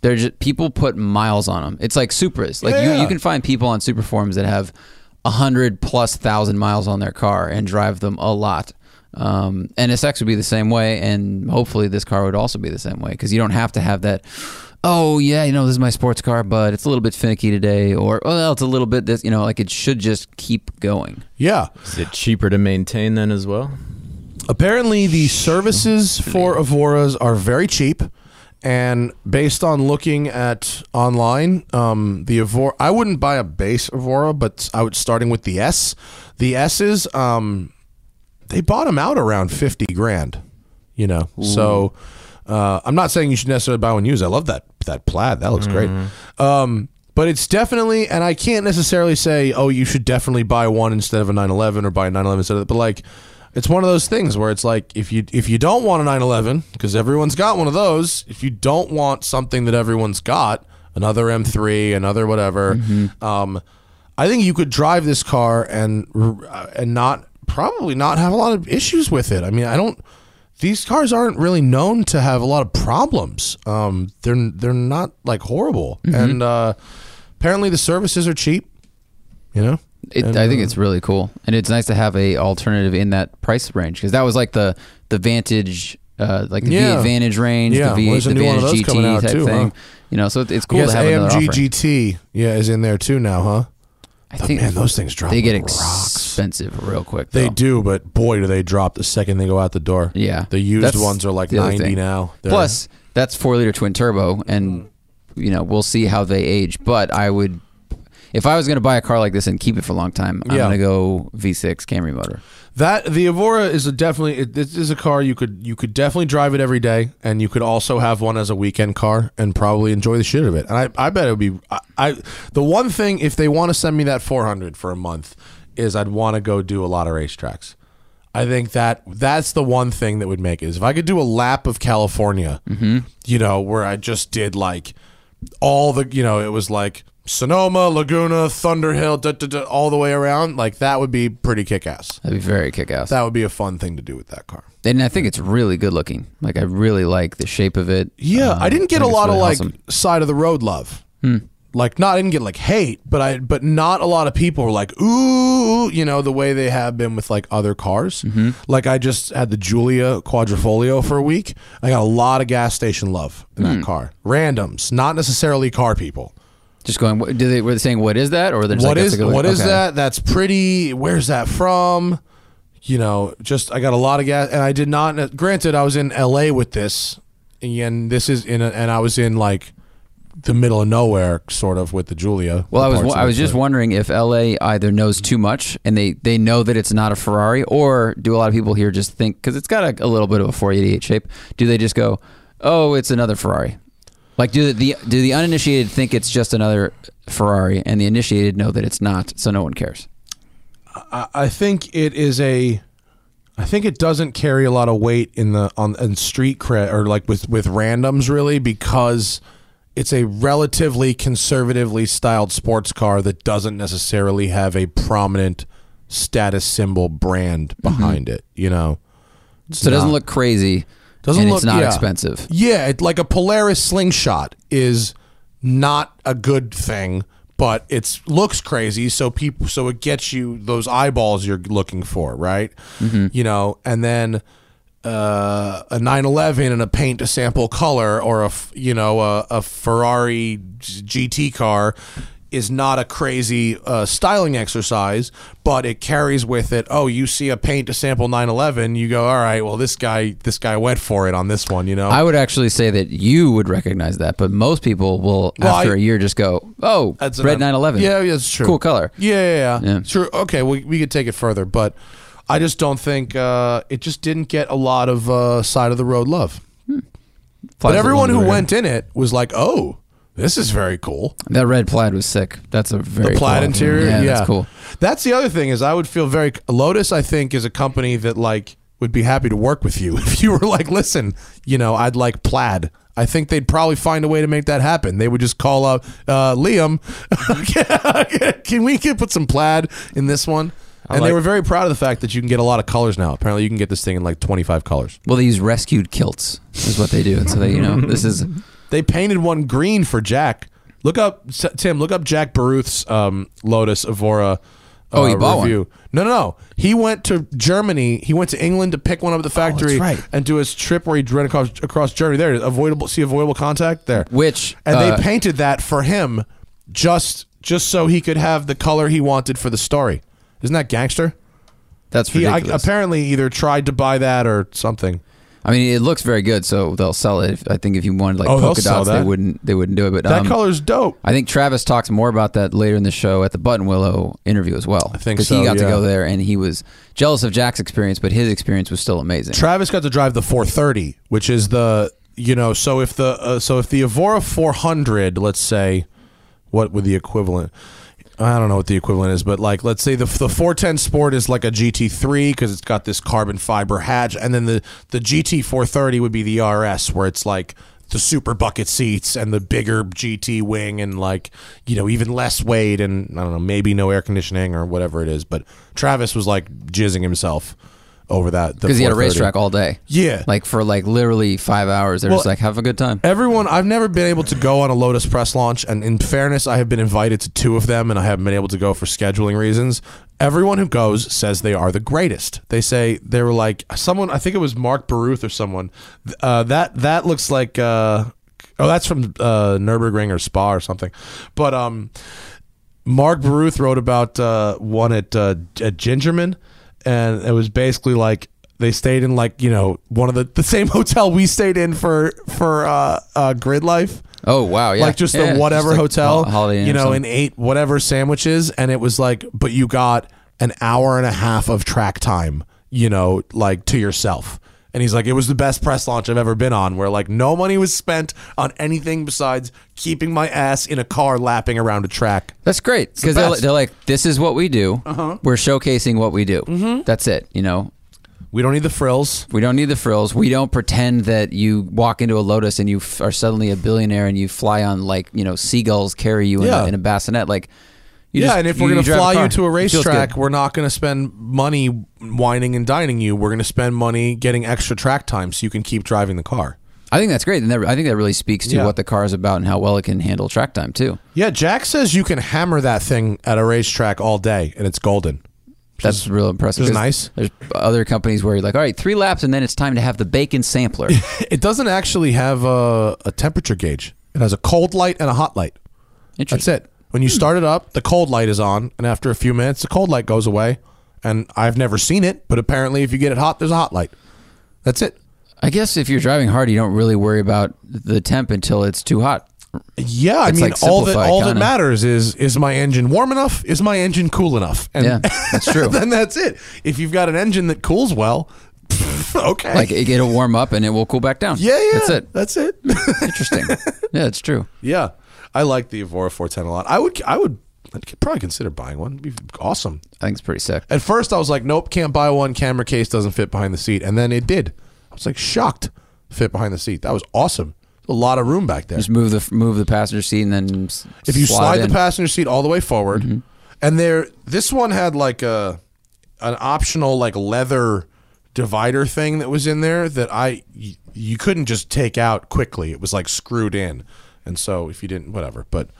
Speaker 2: they're just people put miles on them. It's like Supras. Like you,
Speaker 3: Yeah.
Speaker 2: you can find people on Super forums that have a hundred plus thousand miles on their car and drive them a lot. Um, NSX would be the same way, and hopefully this car would also be the same way because you don't have to have that. Oh yeah, you know this is my sports car, but it's a little bit finicky today, or oh, well, it's a little bit this. You know, like it should just keep going.
Speaker 3: yeah.
Speaker 4: Is it cheaper to maintain then as well?
Speaker 3: Apparently, the services for Avoras are very cheap, and based on looking at online, um, the Avora I wouldn't buy a base Avora, but I would starting with the S. The S's, um, they bought them out around fifty grand. You know, so uh, I'm not saying you should necessarily buy one used. I love that that plaid. That looks great. Um, but it's definitely, and I can't necessarily say, oh, you should definitely buy one instead of a 911 or buy a 911 instead of. But like, it's one of those things where it's like, if you if you don't want a 911, because everyone's got one of those. If you don't want something that everyone's got, another M3, another whatever. Um, I think you could drive this car and r- and not probably not have a lot of issues with it. I mean, I don't. These cars aren't really known to have a lot of problems. Um, they're they're not like horrible,
Speaker 2: Mm-hmm.
Speaker 3: and uh, apparently the services are cheap. You know,
Speaker 2: It, I think
Speaker 3: uh,
Speaker 2: it's really cool, and it's nice to have a alternative in that price range because that was like the the Vantage, uh, like the
Speaker 3: Yeah.
Speaker 2: V Advantage range,
Speaker 3: Yeah,
Speaker 2: the V8,
Speaker 3: well, there's a
Speaker 2: the
Speaker 3: new one of
Speaker 2: Vantage
Speaker 3: those coming
Speaker 2: GT
Speaker 3: out
Speaker 2: type
Speaker 3: too,
Speaker 2: thing.
Speaker 3: huh?
Speaker 2: You know, so it- it's cool
Speaker 3: yes,
Speaker 2: to have another
Speaker 3: AMG
Speaker 2: offering.
Speaker 3: GT, yeah, is in there too now, huh?
Speaker 2: I think
Speaker 3: Man, those things drop.
Speaker 2: they get
Speaker 3: like rocks.
Speaker 2: expensive real quick.
Speaker 3: They
Speaker 2: though.
Speaker 3: do, but boy, do they drop the second they go out the door.
Speaker 2: Yeah,
Speaker 3: the used
Speaker 2: That's
Speaker 3: ones are like
Speaker 2: the other
Speaker 3: ninety
Speaker 2: thing.
Speaker 3: now. They're-
Speaker 2: Plus, that's four liter twin turbo, and you know we'll see how they age. But I would, if I was going to buy a car like this and keep it for a long time, I'm
Speaker 3: Yeah.
Speaker 2: going to go V6 Camry motor.
Speaker 3: That the Avora is a definitely it, this is a car you could you could definitely drive it every day, and you could also have one as a weekend car and probably enjoy the shit of it. And I, I bet it would be I, I the one thing if they want to send me that 400 for a month is I'd want to go do a lot of racetracks. I think that that's the one thing that would make it is if I could do a lap of California, you know, where I just did like all the you know it was like Sonoma, Laguna, Thunder Hill, da, da, da, all the way around. Like that would be pretty kick ass
Speaker 2: That'd be very kick ass.
Speaker 3: that would be a fun thing to do with that car.
Speaker 2: and I think it's really good looking. Like I really like the shape of it.
Speaker 3: Yeah,
Speaker 2: Um,
Speaker 3: I didn't get
Speaker 2: think
Speaker 3: a
Speaker 2: it's
Speaker 3: lot
Speaker 2: really
Speaker 3: of like
Speaker 2: awesome.
Speaker 3: side of the road love. Like not I didn't get like hate, but I but not a lot of people were like ooh, you know the way they have been with like other cars. Like I just had the Julia Quadrifoglio for a week. I got a lot of gas station love in that car. Randoms, not necessarily car people.
Speaker 2: just going. What, do they were they saying what is that or they're just
Speaker 3: What
Speaker 2: like,
Speaker 3: is
Speaker 2: that's a good-
Speaker 3: what is
Speaker 2: okay.
Speaker 3: that? That's pretty. Where's that from? You know, just I got a lot of gas, and I did not. Granted, I was in L.A. with this, and this is in, a, and I was in like the middle of nowhere, sort of, with the Julia.
Speaker 2: Well,
Speaker 3: the
Speaker 2: I was
Speaker 3: parts of
Speaker 2: I
Speaker 3: it,
Speaker 2: was just
Speaker 3: so-
Speaker 2: wondering if LA either knows too much and they they know that it's not a Ferrari, or do a lot of people here just think because it's got a, a little bit of a 488 shape? Do they just go, oh, it's another Ferrari? Like do the, the do the uninitiated think it's just another Ferrari, and the initiated know that it's not, so no one cares.
Speaker 3: I, I think it is a. I think it doesn't carry a lot of weight in the on in street cred or like with with randoms really because it's a relatively conservatively styled sports car that doesn't necessarily have a prominent status symbol brand behind it. You know,
Speaker 2: Mm-hmm. So it doesn't look crazy.
Speaker 3: Doesn't
Speaker 2: and
Speaker 3: look-
Speaker 2: it's not
Speaker 3: yeah.
Speaker 2: expensive.
Speaker 3: Yeah, it, like a Polaris slingshot is not a good thing, but it's looks crazy, so people so it gets you those eyeballs you're looking for, right? You know, and then uh, a 911 and a paint to sample color or a f- you know a, a Ferrari G- GT car is not a crazy uh, styling exercise, but it carries with it. Oh, you see a paint to sample 911, you go, all right, well this guy this guy went for it on this one, you know.
Speaker 2: I would actually say that you would recognize that, but most people will
Speaker 3: Well,
Speaker 2: after
Speaker 3: I-
Speaker 2: a year just go, "Oh,
Speaker 3: That's
Speaker 2: red
Speaker 3: another-
Speaker 2: 911."
Speaker 3: Yeah, yeah, that's true.
Speaker 2: Cool color.
Speaker 3: Yeah, yeah, yeah.
Speaker 2: Yeah.
Speaker 3: Sure. Okay, we we could take it further, but I just don't think uh, it just didn't get a lot of uh, side of the road love.
Speaker 2: Plaid
Speaker 3: but
Speaker 2: was
Speaker 3: everyone
Speaker 2: one
Speaker 3: who
Speaker 2: of the-
Speaker 3: went in it was like, "Oh, this is very cool."
Speaker 2: that red plaid was sick. That's a very
Speaker 3: The plaid
Speaker 2: cool-
Speaker 3: interior, yeah,
Speaker 2: Yeah, that's cool.
Speaker 3: That's the other thing is I would feel very Lotus. I think is a company that like would be happy to work with you (laughs) if you were like, "Listen, you know, I'd like plaid." I think they'd probably find a way to make that happen. They would just call up uh, Liam. (laughs) can we get put some plaid in this one? and they
Speaker 4: like-
Speaker 3: were very proud of the fact that you can get a lot of colors now. Apparently, you can get this thing in like twenty five colors.
Speaker 2: Well, they use rescued kilts is what they do, and so they, you know, this is
Speaker 3: They painted one green for Jack. Look up S- Tim. Look up Jack Baruth's um, Lotus Evora. Uh,
Speaker 2: Oh, he bought
Speaker 3: review. No, no, no. He went to Germany. He went to England to pick one up at the factory
Speaker 2: Oh, right.
Speaker 3: and do his trip where he ran across, across Germany. There, it is. avoidable. See avoidable contact there.
Speaker 2: which
Speaker 3: and
Speaker 2: uh,
Speaker 3: they painted that for him, just just so he could have the color he wanted for the story. Isn't that gangster?
Speaker 2: that's
Speaker 3: He I,
Speaker 2: ridiculous.
Speaker 3: apparently either tried to buy that or something.
Speaker 2: I mean, it looks very good, so they'll sell it. If, I think if you wanted like
Speaker 3: Oh, they'll
Speaker 2: polka
Speaker 3: sell
Speaker 2: dots,
Speaker 3: that.
Speaker 2: they wouldn't. They wouldn't do it. But
Speaker 3: That
Speaker 2: um,
Speaker 3: color's dope.
Speaker 2: I think Travis talks more about that later in the show at the Button Willow interview as well. I
Speaker 3: think so,
Speaker 2: he got
Speaker 3: yeah.
Speaker 2: to go there and he was jealous of Jack's experience, but his experience was still amazing.
Speaker 3: Travis got to drive the 430, which is the you know so if the uh, so if the Evora 400, let's say, what would the equivalent? I don't know what the equivalent is, but like let's say the the 410 Sport is like a GT3 because it's got this carbon fiber hatch, and then the the GT 430 would be the RS where it's like the super bucket seats and the bigger GT wing and like you know even less weight and I don't know maybe no air conditioning or whatever it is, but Travis was like jizzing himself over that
Speaker 2: because
Speaker 3: because
Speaker 2: he had a racetrack all day.
Speaker 3: Yeah.
Speaker 2: like for like literally five hours. They're
Speaker 3: Well-
Speaker 2: just like, have a good time.
Speaker 3: Everyone, I've never been able to go on a Lotus press launch, and in fairness, I have been invited to two of them, and I haven't been able to go for scheduling reasons. Everyone who goes says they are the greatest. They say they were like someone. I think it was Mark Baruth or someone. th- Uh, that that looks like. Uh, oh, that's from uh, Nurburgring or Spa or something. But um, Mark Baruth wrote about uh, one at uh, at Gingerman, and it was basically like they stayed in like you know one of the the same (laughs) hotel we stayed in for for uh, uh, Grid Life.
Speaker 2: Oh wow, yeah,
Speaker 3: Like just
Speaker 2: Yeah,
Speaker 3: the whatever
Speaker 2: like
Speaker 3: hotel,
Speaker 2: Hol- Holiday Inn
Speaker 3: you
Speaker 2: or
Speaker 3: know,
Speaker 2: something.
Speaker 3: and ate whatever sandwiches, and it was like, but you got an hour and a half of track time, you know, like to yourself. And he's like, it was the best press launch I've ever been on, where like no money was spent on anything besides keeping my ass in a car lapping around a track.
Speaker 2: That's great because
Speaker 3: the
Speaker 2: they're,
Speaker 3: best. Uh-huh.
Speaker 2: they're like, this is what we do. We're showcasing what we do.
Speaker 3: Mm-hmm.
Speaker 2: That's it. You know,
Speaker 3: We don't need the frills.
Speaker 2: we don't need the frills. We don't pretend that you walk into a Lotus and you f- are suddenly a billionaire and you fly on like you know seagulls carry you
Speaker 3: Yeah.
Speaker 2: in, a, in a bassinet. Like, you
Speaker 3: yeah,
Speaker 2: just-
Speaker 3: and if
Speaker 2: you-
Speaker 3: we're
Speaker 2: you
Speaker 3: going to
Speaker 2: drive
Speaker 3: fly
Speaker 2: car.
Speaker 3: you to a
Speaker 2: It feels good.
Speaker 3: racetrack, we're not going to spend money whining and dining you. We're going to spend money getting extra track time so you can keep driving the car.
Speaker 2: I think that's great, and that, I think that really speaks to
Speaker 3: Yeah.
Speaker 2: what the car is about and how well it can handle track time too.
Speaker 3: Yeah, Jack says you can hammer that thing at a racetrack all day and it's golden.
Speaker 2: That's real impressive.
Speaker 3: which is
Speaker 2: 'cause
Speaker 3: nice.
Speaker 2: There's other companies where you're like, all right, three laps, and then it's time to have the
Speaker 3: (laughs)
Speaker 2: bacon sampler.
Speaker 3: It doesn't actually have a, a temperature gauge. It has a cold light and a hot light. That's
Speaker 2: Interesting.
Speaker 3: it. When you start it up, the cold light is on, and after a few minutes, the cold light goes away. And I've never seen it, but apparently, if you get it hot, there's a hot light. That's it.
Speaker 2: I guess if you're driving hard, you don't really worry about the temp until it's
Speaker 3: (laughs)
Speaker 2: too hot.
Speaker 3: Yeah, I
Speaker 2: It's,
Speaker 3: mean,
Speaker 2: like,
Speaker 3: all that
Speaker 2: simplified,
Speaker 3: all that
Speaker 2: kinda.
Speaker 3: matters is is my engine warm enough? Is my engine cool enough? And
Speaker 2: Yeah, that's
Speaker 3: (laughs)
Speaker 2: true.
Speaker 3: then that's it. If you've got an engine that cools well, (laughs) okay.
Speaker 2: Like it, it'll warm up and it will cool back down.
Speaker 3: yeah, yeah,
Speaker 2: That's it.
Speaker 3: That's it. (laughs)
Speaker 2: Interesting. yeah, it's true.
Speaker 3: yeah, I like the Evora 410 a lot. I would, I would, I'd probably consider buying one. It'd be awesome.
Speaker 2: I think it's pretty sick.
Speaker 3: At first, I was like, nope, can't buy one. Camera case doesn't fit behind the seat, and then it did. I was like shocked, fit behind the seat. That was awesome. A lot of room back there.
Speaker 2: Just move the move the passenger seat and then s-
Speaker 3: if you slide,
Speaker 2: it
Speaker 3: the
Speaker 2: in. Mm-hmm.
Speaker 3: passenger seat all the way forward and there this one had like a an optional like leather divider thing that was in there that i y- you couldn't just take out quickly it was like screwed in and so if you didn't whatever but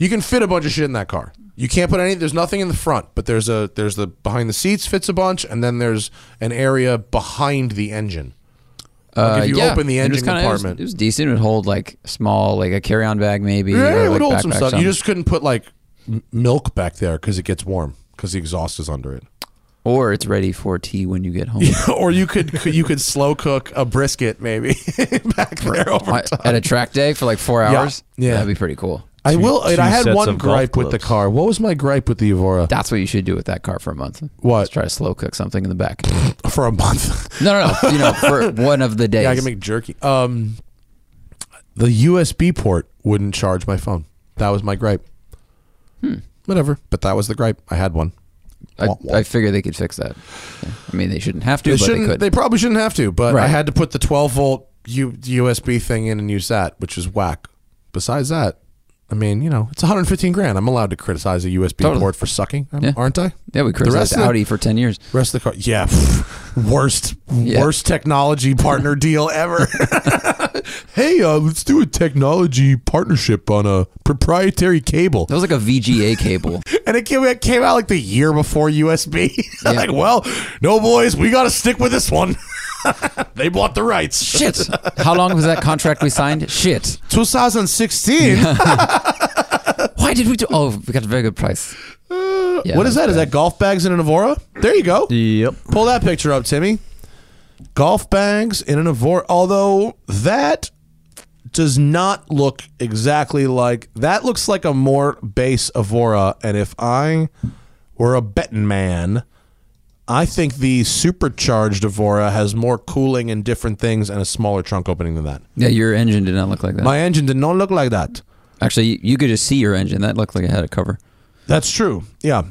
Speaker 3: you can fit a bunch of shit in that car you can't put any there's nothing in the front but there's a there's the behind the seats fits a bunch and then there's an area behind the engine
Speaker 2: Uh,
Speaker 3: if you
Speaker 2: yeah,
Speaker 3: open the
Speaker 2: it was
Speaker 3: engine
Speaker 2: kinda- it was-
Speaker 3: compartment.
Speaker 2: It was, decent. It would hold like small, like a carry on bag maybe.
Speaker 3: yeah,
Speaker 2: or,
Speaker 3: it
Speaker 2: like,
Speaker 3: would hold some
Speaker 2: backpack,
Speaker 3: stuff you
Speaker 2: something.
Speaker 3: just couldn't put like m- milk back there because it gets warm because the exhaust is under it.
Speaker 2: Or it's ready for tea when you get home.
Speaker 3: (laughs) or you could you could slow cook a brisket maybe (laughs) back there over
Speaker 2: I- At a track day for like four hours?
Speaker 3: Yeah.
Speaker 2: That'd be pretty cool.
Speaker 3: I will. and I
Speaker 4: two
Speaker 3: had
Speaker 4: sets
Speaker 3: one
Speaker 4: of golf
Speaker 3: gripe with the
Speaker 4: clubs.
Speaker 3: car. What was my gripe with the Evora
Speaker 2: That's what you should do with that car for a month.
Speaker 3: What?
Speaker 2: Just try to slow cook something in the back.
Speaker 3: for a month? (laughs)
Speaker 2: No, no, no. You know, for one of the days.
Speaker 3: yeah, I can make jerky. Um, the USB port wouldn't charge my phone. That was my gripe. Hmm. Whatever, but that was the gripe. I had one.
Speaker 2: I,
Speaker 3: Wah, wah.
Speaker 2: I figure they could fix that. Yeah. I mean, they shouldn't have to,
Speaker 3: they
Speaker 2: but they
Speaker 3: shouldn't. They,
Speaker 2: could.
Speaker 3: probably shouldn't have to. But I
Speaker 2: Right.
Speaker 3: had to put the 12 volt U- USB thing in and use that, which is whack. Besides that, I mean, you know, it's 115 grand. I'm allowed to criticize a USB
Speaker 2: Totally.
Speaker 3: port for sucking, I'm-
Speaker 2: Yeah.
Speaker 3: aren't I?
Speaker 2: yeah, we
Speaker 3: rest
Speaker 2: criticized
Speaker 3: of the-
Speaker 2: Audi for 10 years.
Speaker 3: Rest of the car, yeah, (laughs) pff, worst,
Speaker 2: Yeah.
Speaker 3: worst technology partner deal ever. (laughs) hey, uh, let's do a technology partnership on a proprietary cable,
Speaker 2: That was like a VGA cable.
Speaker 3: (laughs) and it came, it came out like the year before USB. (laughs) like, well, no, boys, we got to stick with this one. (laughs) they bought the rights.
Speaker 2: Shit. How long was that contract we signed? Shit.
Speaker 3: 2016.
Speaker 2: Why did we do? Oh, we got a very good price. Yeah,
Speaker 3: Uh, what is that? Is that golf bags in an Evora? There you go.
Speaker 4: Yep.
Speaker 3: Pull that picture up, Timmy. Golf bags in an Evora. Although that does not look exactly like that. Looks like a more base Evora. And if I were a betting man, I think the supercharged Evora has more cooling and different things and a smaller trunk opening than that.
Speaker 2: Yeah, your engine did not look like that.
Speaker 3: My engine did not look like that.
Speaker 2: Actually, you, you could just see your engine. That looked like it had a cover.
Speaker 3: That's true. Yeah.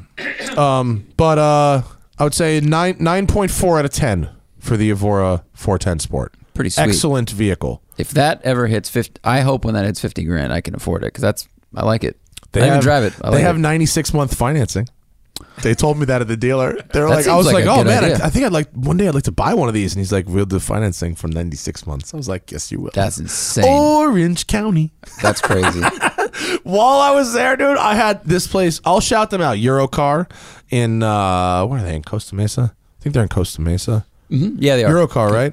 Speaker 3: Um, but uh, I would say nine nine point four out of ten for the Evora four ten Sport.
Speaker 2: Pretty sweet.
Speaker 3: Excellent vehicle.
Speaker 2: If that ever hits 50, I hope when that hits 50 grand, I can afford it because that's, I like it.
Speaker 3: They
Speaker 2: I
Speaker 3: have,
Speaker 2: even drive it. I
Speaker 3: they
Speaker 2: like
Speaker 3: have
Speaker 2: it.
Speaker 3: ninety six month financing. They told me that at the dealer. They're
Speaker 2: That
Speaker 3: like, I
Speaker 2: seems
Speaker 3: was
Speaker 2: like
Speaker 3: like,
Speaker 2: a
Speaker 3: oh
Speaker 2: good
Speaker 3: man,
Speaker 2: idea."
Speaker 3: I, I think I'd like one day I'd like to buy one of these. And he's like, we'll do financing for ninety six months. I was like, yes, you will.
Speaker 2: That's insane.
Speaker 3: Oh. Orange County. (laughs)
Speaker 2: That's crazy. Mm-hmm.
Speaker 3: While I was there, dude, I had this place. I'll shout them out. Eurocar in uh, where are they in Costa Mesa? I think they're in Costa Mesa.
Speaker 2: Mhm. Yeah, they are.
Speaker 3: Eurocar, right?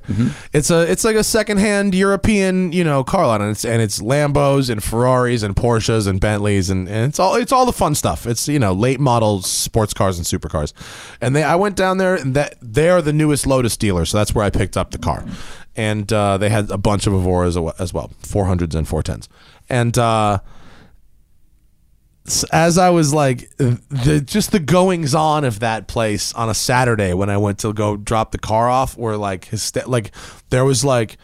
Speaker 3: It's a it's like a secondhand European, you know, car lot, and it's and it's Lambos and Ferraris and Porsches and Bentleys and, and it's all it's all the fun stuff. It's you know late model sports cars and supercars, and they I went down there and that they are the newest Lotus dealer, so that's where I picked up the car, and uh, they had a bunch of Avoras as well, four hundreds and four tens, and. uh s- as I was like the just the goings on of that place on a Saturday when I went to go drop the car off were like his like there was like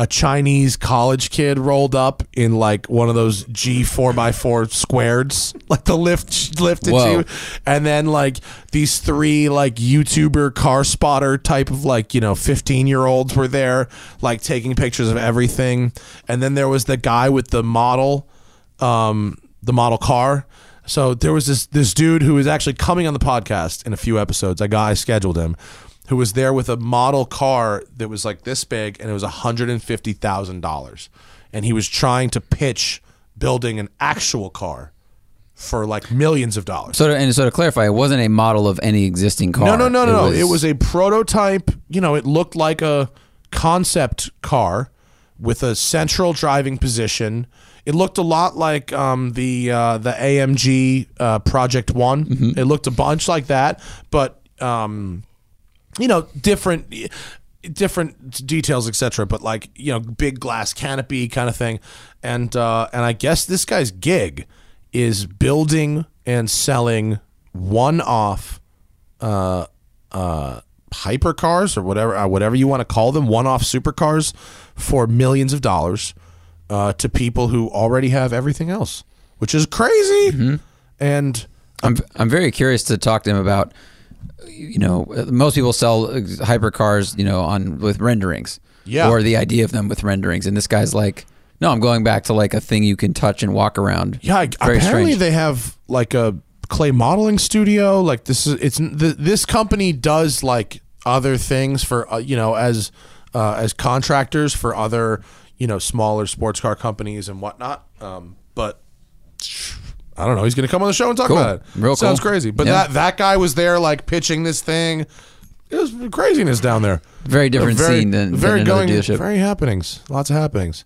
Speaker 3: a Chinese college kid rolled up in like one of those G four x four squareds, (laughs) like the lift lifted
Speaker 2: Whoa.
Speaker 3: you, and then like these three like YouTuber car spotter type of like you know fifteen year olds were there, like taking pictures of everything, and then there was the guy with the model, um, the model car. So there was this this dude who is actually coming on the podcast in a few episodes. I got I scheduled him who was there with a model car that was like this big and it was $150,000. And he was trying to pitch building an actual car for like millions of dollars.
Speaker 2: So to, and so to clarify, it wasn't a model of any existing car.
Speaker 3: No, no, no, no, no. it was a prototype. You know, it looked like a concept car with a central driving position. It looked a lot like um, the uh, the AMG uh, Project One. Mm-hmm. It looked a bunch like that, but um, you know different different details etc but like you know big glass canopy kind of thing and uh and i guess this guy's gig is building and selling one off uh uh hypercars or whatever uh, whatever you want to call them one off supercars for millions of dollars uh to people who already have everything else which is crazy and
Speaker 2: I'm I'm very curious to talk to him about. You know, most people sell ex- hypercars, you know, on with renderings,
Speaker 3: Yeah.
Speaker 2: or the idea of them with renderings. And this guy's like, no, I'm going back to like a thing you can touch and walk around.
Speaker 3: Yeah, I,
Speaker 2: very
Speaker 3: apparently
Speaker 2: strange.
Speaker 3: they have like a clay modeling studio. Like this is it's th- this company does like other things for uh, you know as uh, as contractors for other you know smaller sports car companies and whatnot. Um, but I don't know. He's gonna come on the show and talk
Speaker 2: Cool.
Speaker 3: about it.
Speaker 2: Real
Speaker 3: Sounds
Speaker 2: cool.
Speaker 3: crazy. But
Speaker 2: Yeah.
Speaker 3: that that guy was there like pitching this thing. It was craziness down there.
Speaker 2: Very different
Speaker 3: Very-
Speaker 2: scene than,
Speaker 3: very
Speaker 2: than another
Speaker 3: going
Speaker 2: dealership.
Speaker 3: very happenings. Lots of happenings.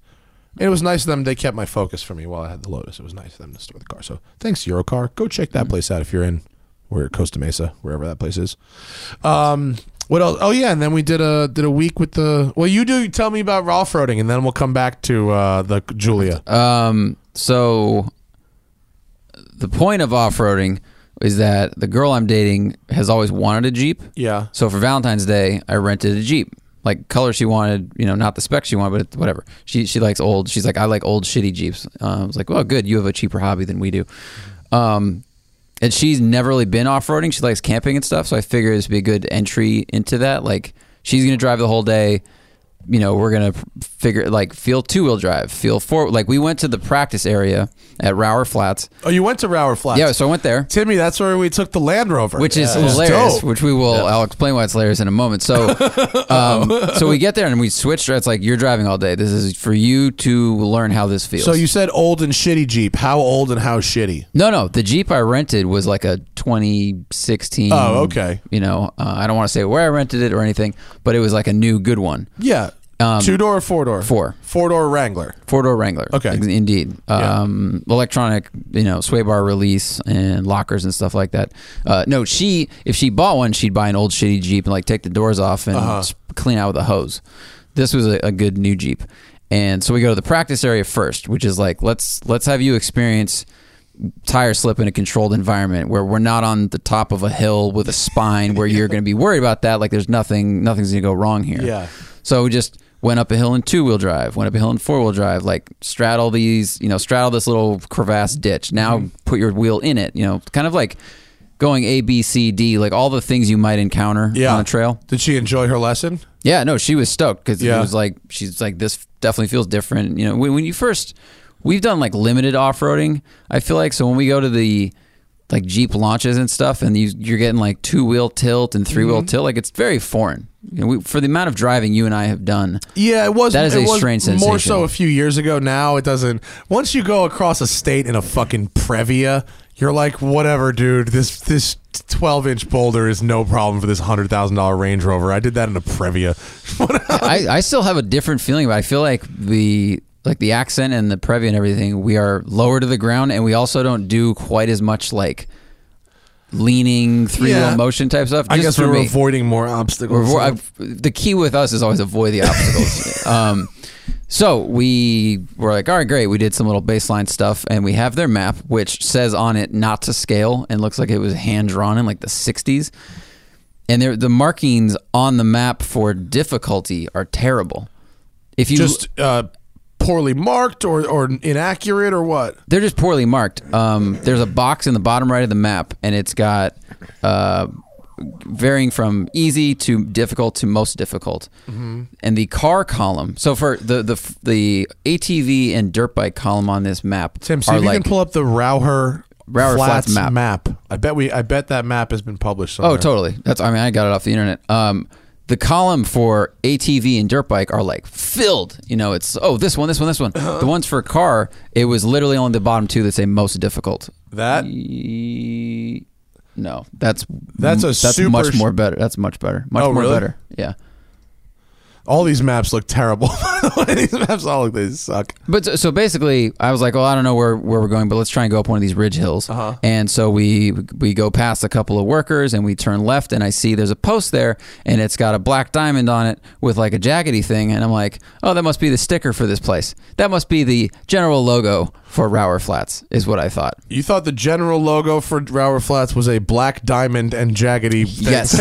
Speaker 3: And it was nice of them. They kept my focus for me while I had the Lotus. It was nice of them to store the car. So thanks, Eurocar. Go check
Speaker 2: Mm.
Speaker 3: that place out if you're in where Costa Mesa, wherever that place is. Um, what else? Oh yeah, and then we did a did a week with the. Well, you do tell me about off roading, and then we'll come back to uh, the Julia.
Speaker 2: Um, so the point of off roading is that the girl I'm dating has always wanted a Jeep.
Speaker 3: Yeah.
Speaker 2: So for Valentine's Day, I rented a Jeep. Like color she wanted, you know, not the spec she wanted, but whatever. She she likes old. She's like, I like old shitty Jeeps. Um, I was like, well, good. You have a cheaper hobby than we do. Um, and she's never really been off roading. She likes camping and stuff. So I figured this would be a good entry into that. Like she's gonna drive the whole day. You know, we're gonna figure like feel two wheel drive, feel four. Like we went to the practice area at Rower Flats.
Speaker 3: Oh, you went to Rower Flats.
Speaker 2: Yeah, so I went there.
Speaker 3: Timmy, that's where we took the Land Rover,
Speaker 2: Which is
Speaker 3: It was
Speaker 2: hilarious.
Speaker 3: dope.
Speaker 2: Which we will. I'll explain why it's hilarious in a
Speaker 3: (laughs)
Speaker 2: moment. So, um, so we get there and we switched. It's like you're driving all day. This is for you to learn how this feels.
Speaker 3: So you said old and shitty Jeep. How old and how shitty?
Speaker 2: No, no. The Jeep I rented was like a 2016.
Speaker 3: Oh, okay.
Speaker 2: You know, uh, I don't want to say where I rented it or anything, but it was like a new good one.
Speaker 3: Yeah. Two door or four door?
Speaker 2: Um, four.
Speaker 3: Four door Wrangler.
Speaker 2: Four door Wrangler.
Speaker 3: Okay.
Speaker 2: Ex- Indeed. Um, Electronic, you know, sway bar release and lockers and stuff like that. Uh, no, she, if she bought one, she'd buy an old shitty Jeep and like take the doors off and s- clean out with a hose. This was a, a good new Jeep. And so we go to the practice area first, which is like, let's, let's have you experience tire slip in a controlled environment where we're not on the top of a hill with a spine where you're going to be worried about that. Like there's nothing, nothing's going to go wrong here.
Speaker 3: Yeah.
Speaker 2: So we just went up a hill in two wheel drive, went up a hill in four wheel drive, like straddle these, you know, straddle this little crevasse ditch. Now
Speaker 3: Mm-hmm.
Speaker 2: put your wheel in it, you know, kind of like going A, B, C, D, like all the things you might encounter
Speaker 3: Yeah.
Speaker 2: on a trail.
Speaker 3: Did she enjoy her lesson?
Speaker 2: Yeah, no, she was stoked because
Speaker 3: Yeah.
Speaker 2: it was like she's like this definitely feels different. You know, when, when you first we've done like limited off roading, I feel like so when we go to the like Jeep launches and stuff, and you, you're getting like two wheel tilt and three wheel
Speaker 3: Mm-hmm.
Speaker 2: tilt, like it's very foreign. You know, we, for the amount of driving you and I have done,
Speaker 3: Yeah, it was.
Speaker 2: That is
Speaker 3: it
Speaker 2: a
Speaker 3: was
Speaker 2: strange
Speaker 3: More
Speaker 2: sensation.
Speaker 3: so a few years ago. Now it doesn't. Once you go across a state in a fucking Previa, you're like, whatever, dude. This this 12 inch Boulder is no problem for this hundred thousand dollar Range Rover. I did that in a Previa. (laughs)
Speaker 2: I, I still have a different feeling about. It. I feel like the like the accent and the previa and everything. We are lower to the ground, and we also don't do quite as much like leaning three wheel
Speaker 3: Yeah.
Speaker 2: motion type stuff.
Speaker 3: I
Speaker 2: Just
Speaker 3: guess
Speaker 2: for
Speaker 3: we were
Speaker 2: me.
Speaker 3: avoiding more obstacles.
Speaker 2: We're- we're- I've- the key with us is always avoid the obstacles. um, so we were like, all right, great. We did some little baseline stuff, and we have their map, which says on it not to scale, and looks like it was hand drawn in like the '60s. And there, the markings on the map for difficulty are terrible. If you
Speaker 3: just uh, poorly marked or or inaccurate or what?
Speaker 2: They're just poorly marked. Um, there's a box in the bottom right of the map, and it's got uh, varying from easy to difficult to most difficult.
Speaker 3: Mm-hmm.
Speaker 2: And the car column. So for the the the ATV and dirt bike column on this map
Speaker 3: Tim, see
Speaker 2: are
Speaker 3: if you
Speaker 2: like
Speaker 3: can pull up the Rauher,
Speaker 2: Rauher Flats map.
Speaker 3: I bet we. I bet that map has been published. Somewhere.
Speaker 2: oh totally. That's I mean I got it off the internet. Um, the column for ATV and dirt bike are like filled. You know, it's oh this one, this one,
Speaker 3: (clears throat)
Speaker 2: this one. The ones for car, it was literally only the bottom two that say most difficult.
Speaker 3: That
Speaker 2: E- No, that's
Speaker 3: That's a
Speaker 2: that's
Speaker 3: super
Speaker 2: much
Speaker 3: sh-
Speaker 2: more better. That's much better. Much
Speaker 3: Oh,
Speaker 2: more
Speaker 3: really?
Speaker 2: better. Yeah.
Speaker 3: all these maps look terrible. (laughs) these maps all look they suck.
Speaker 2: But so, so basically, I was like, well, I don't know where, where we're going, but let's try and go up one of these ridge hills. Uh-huh. And so we we go past a couple of workers and we turn left, and I see there's a post there, and it's got a black diamond on it with like a jackety thing, and I'm like, oh, that must be the sticker for this place. That must be the general logo for Rower Flats, is what I thought.
Speaker 3: You thought the general logo for Rower Flats was a black diamond and jaggedy. thing.
Speaker 2: Yes.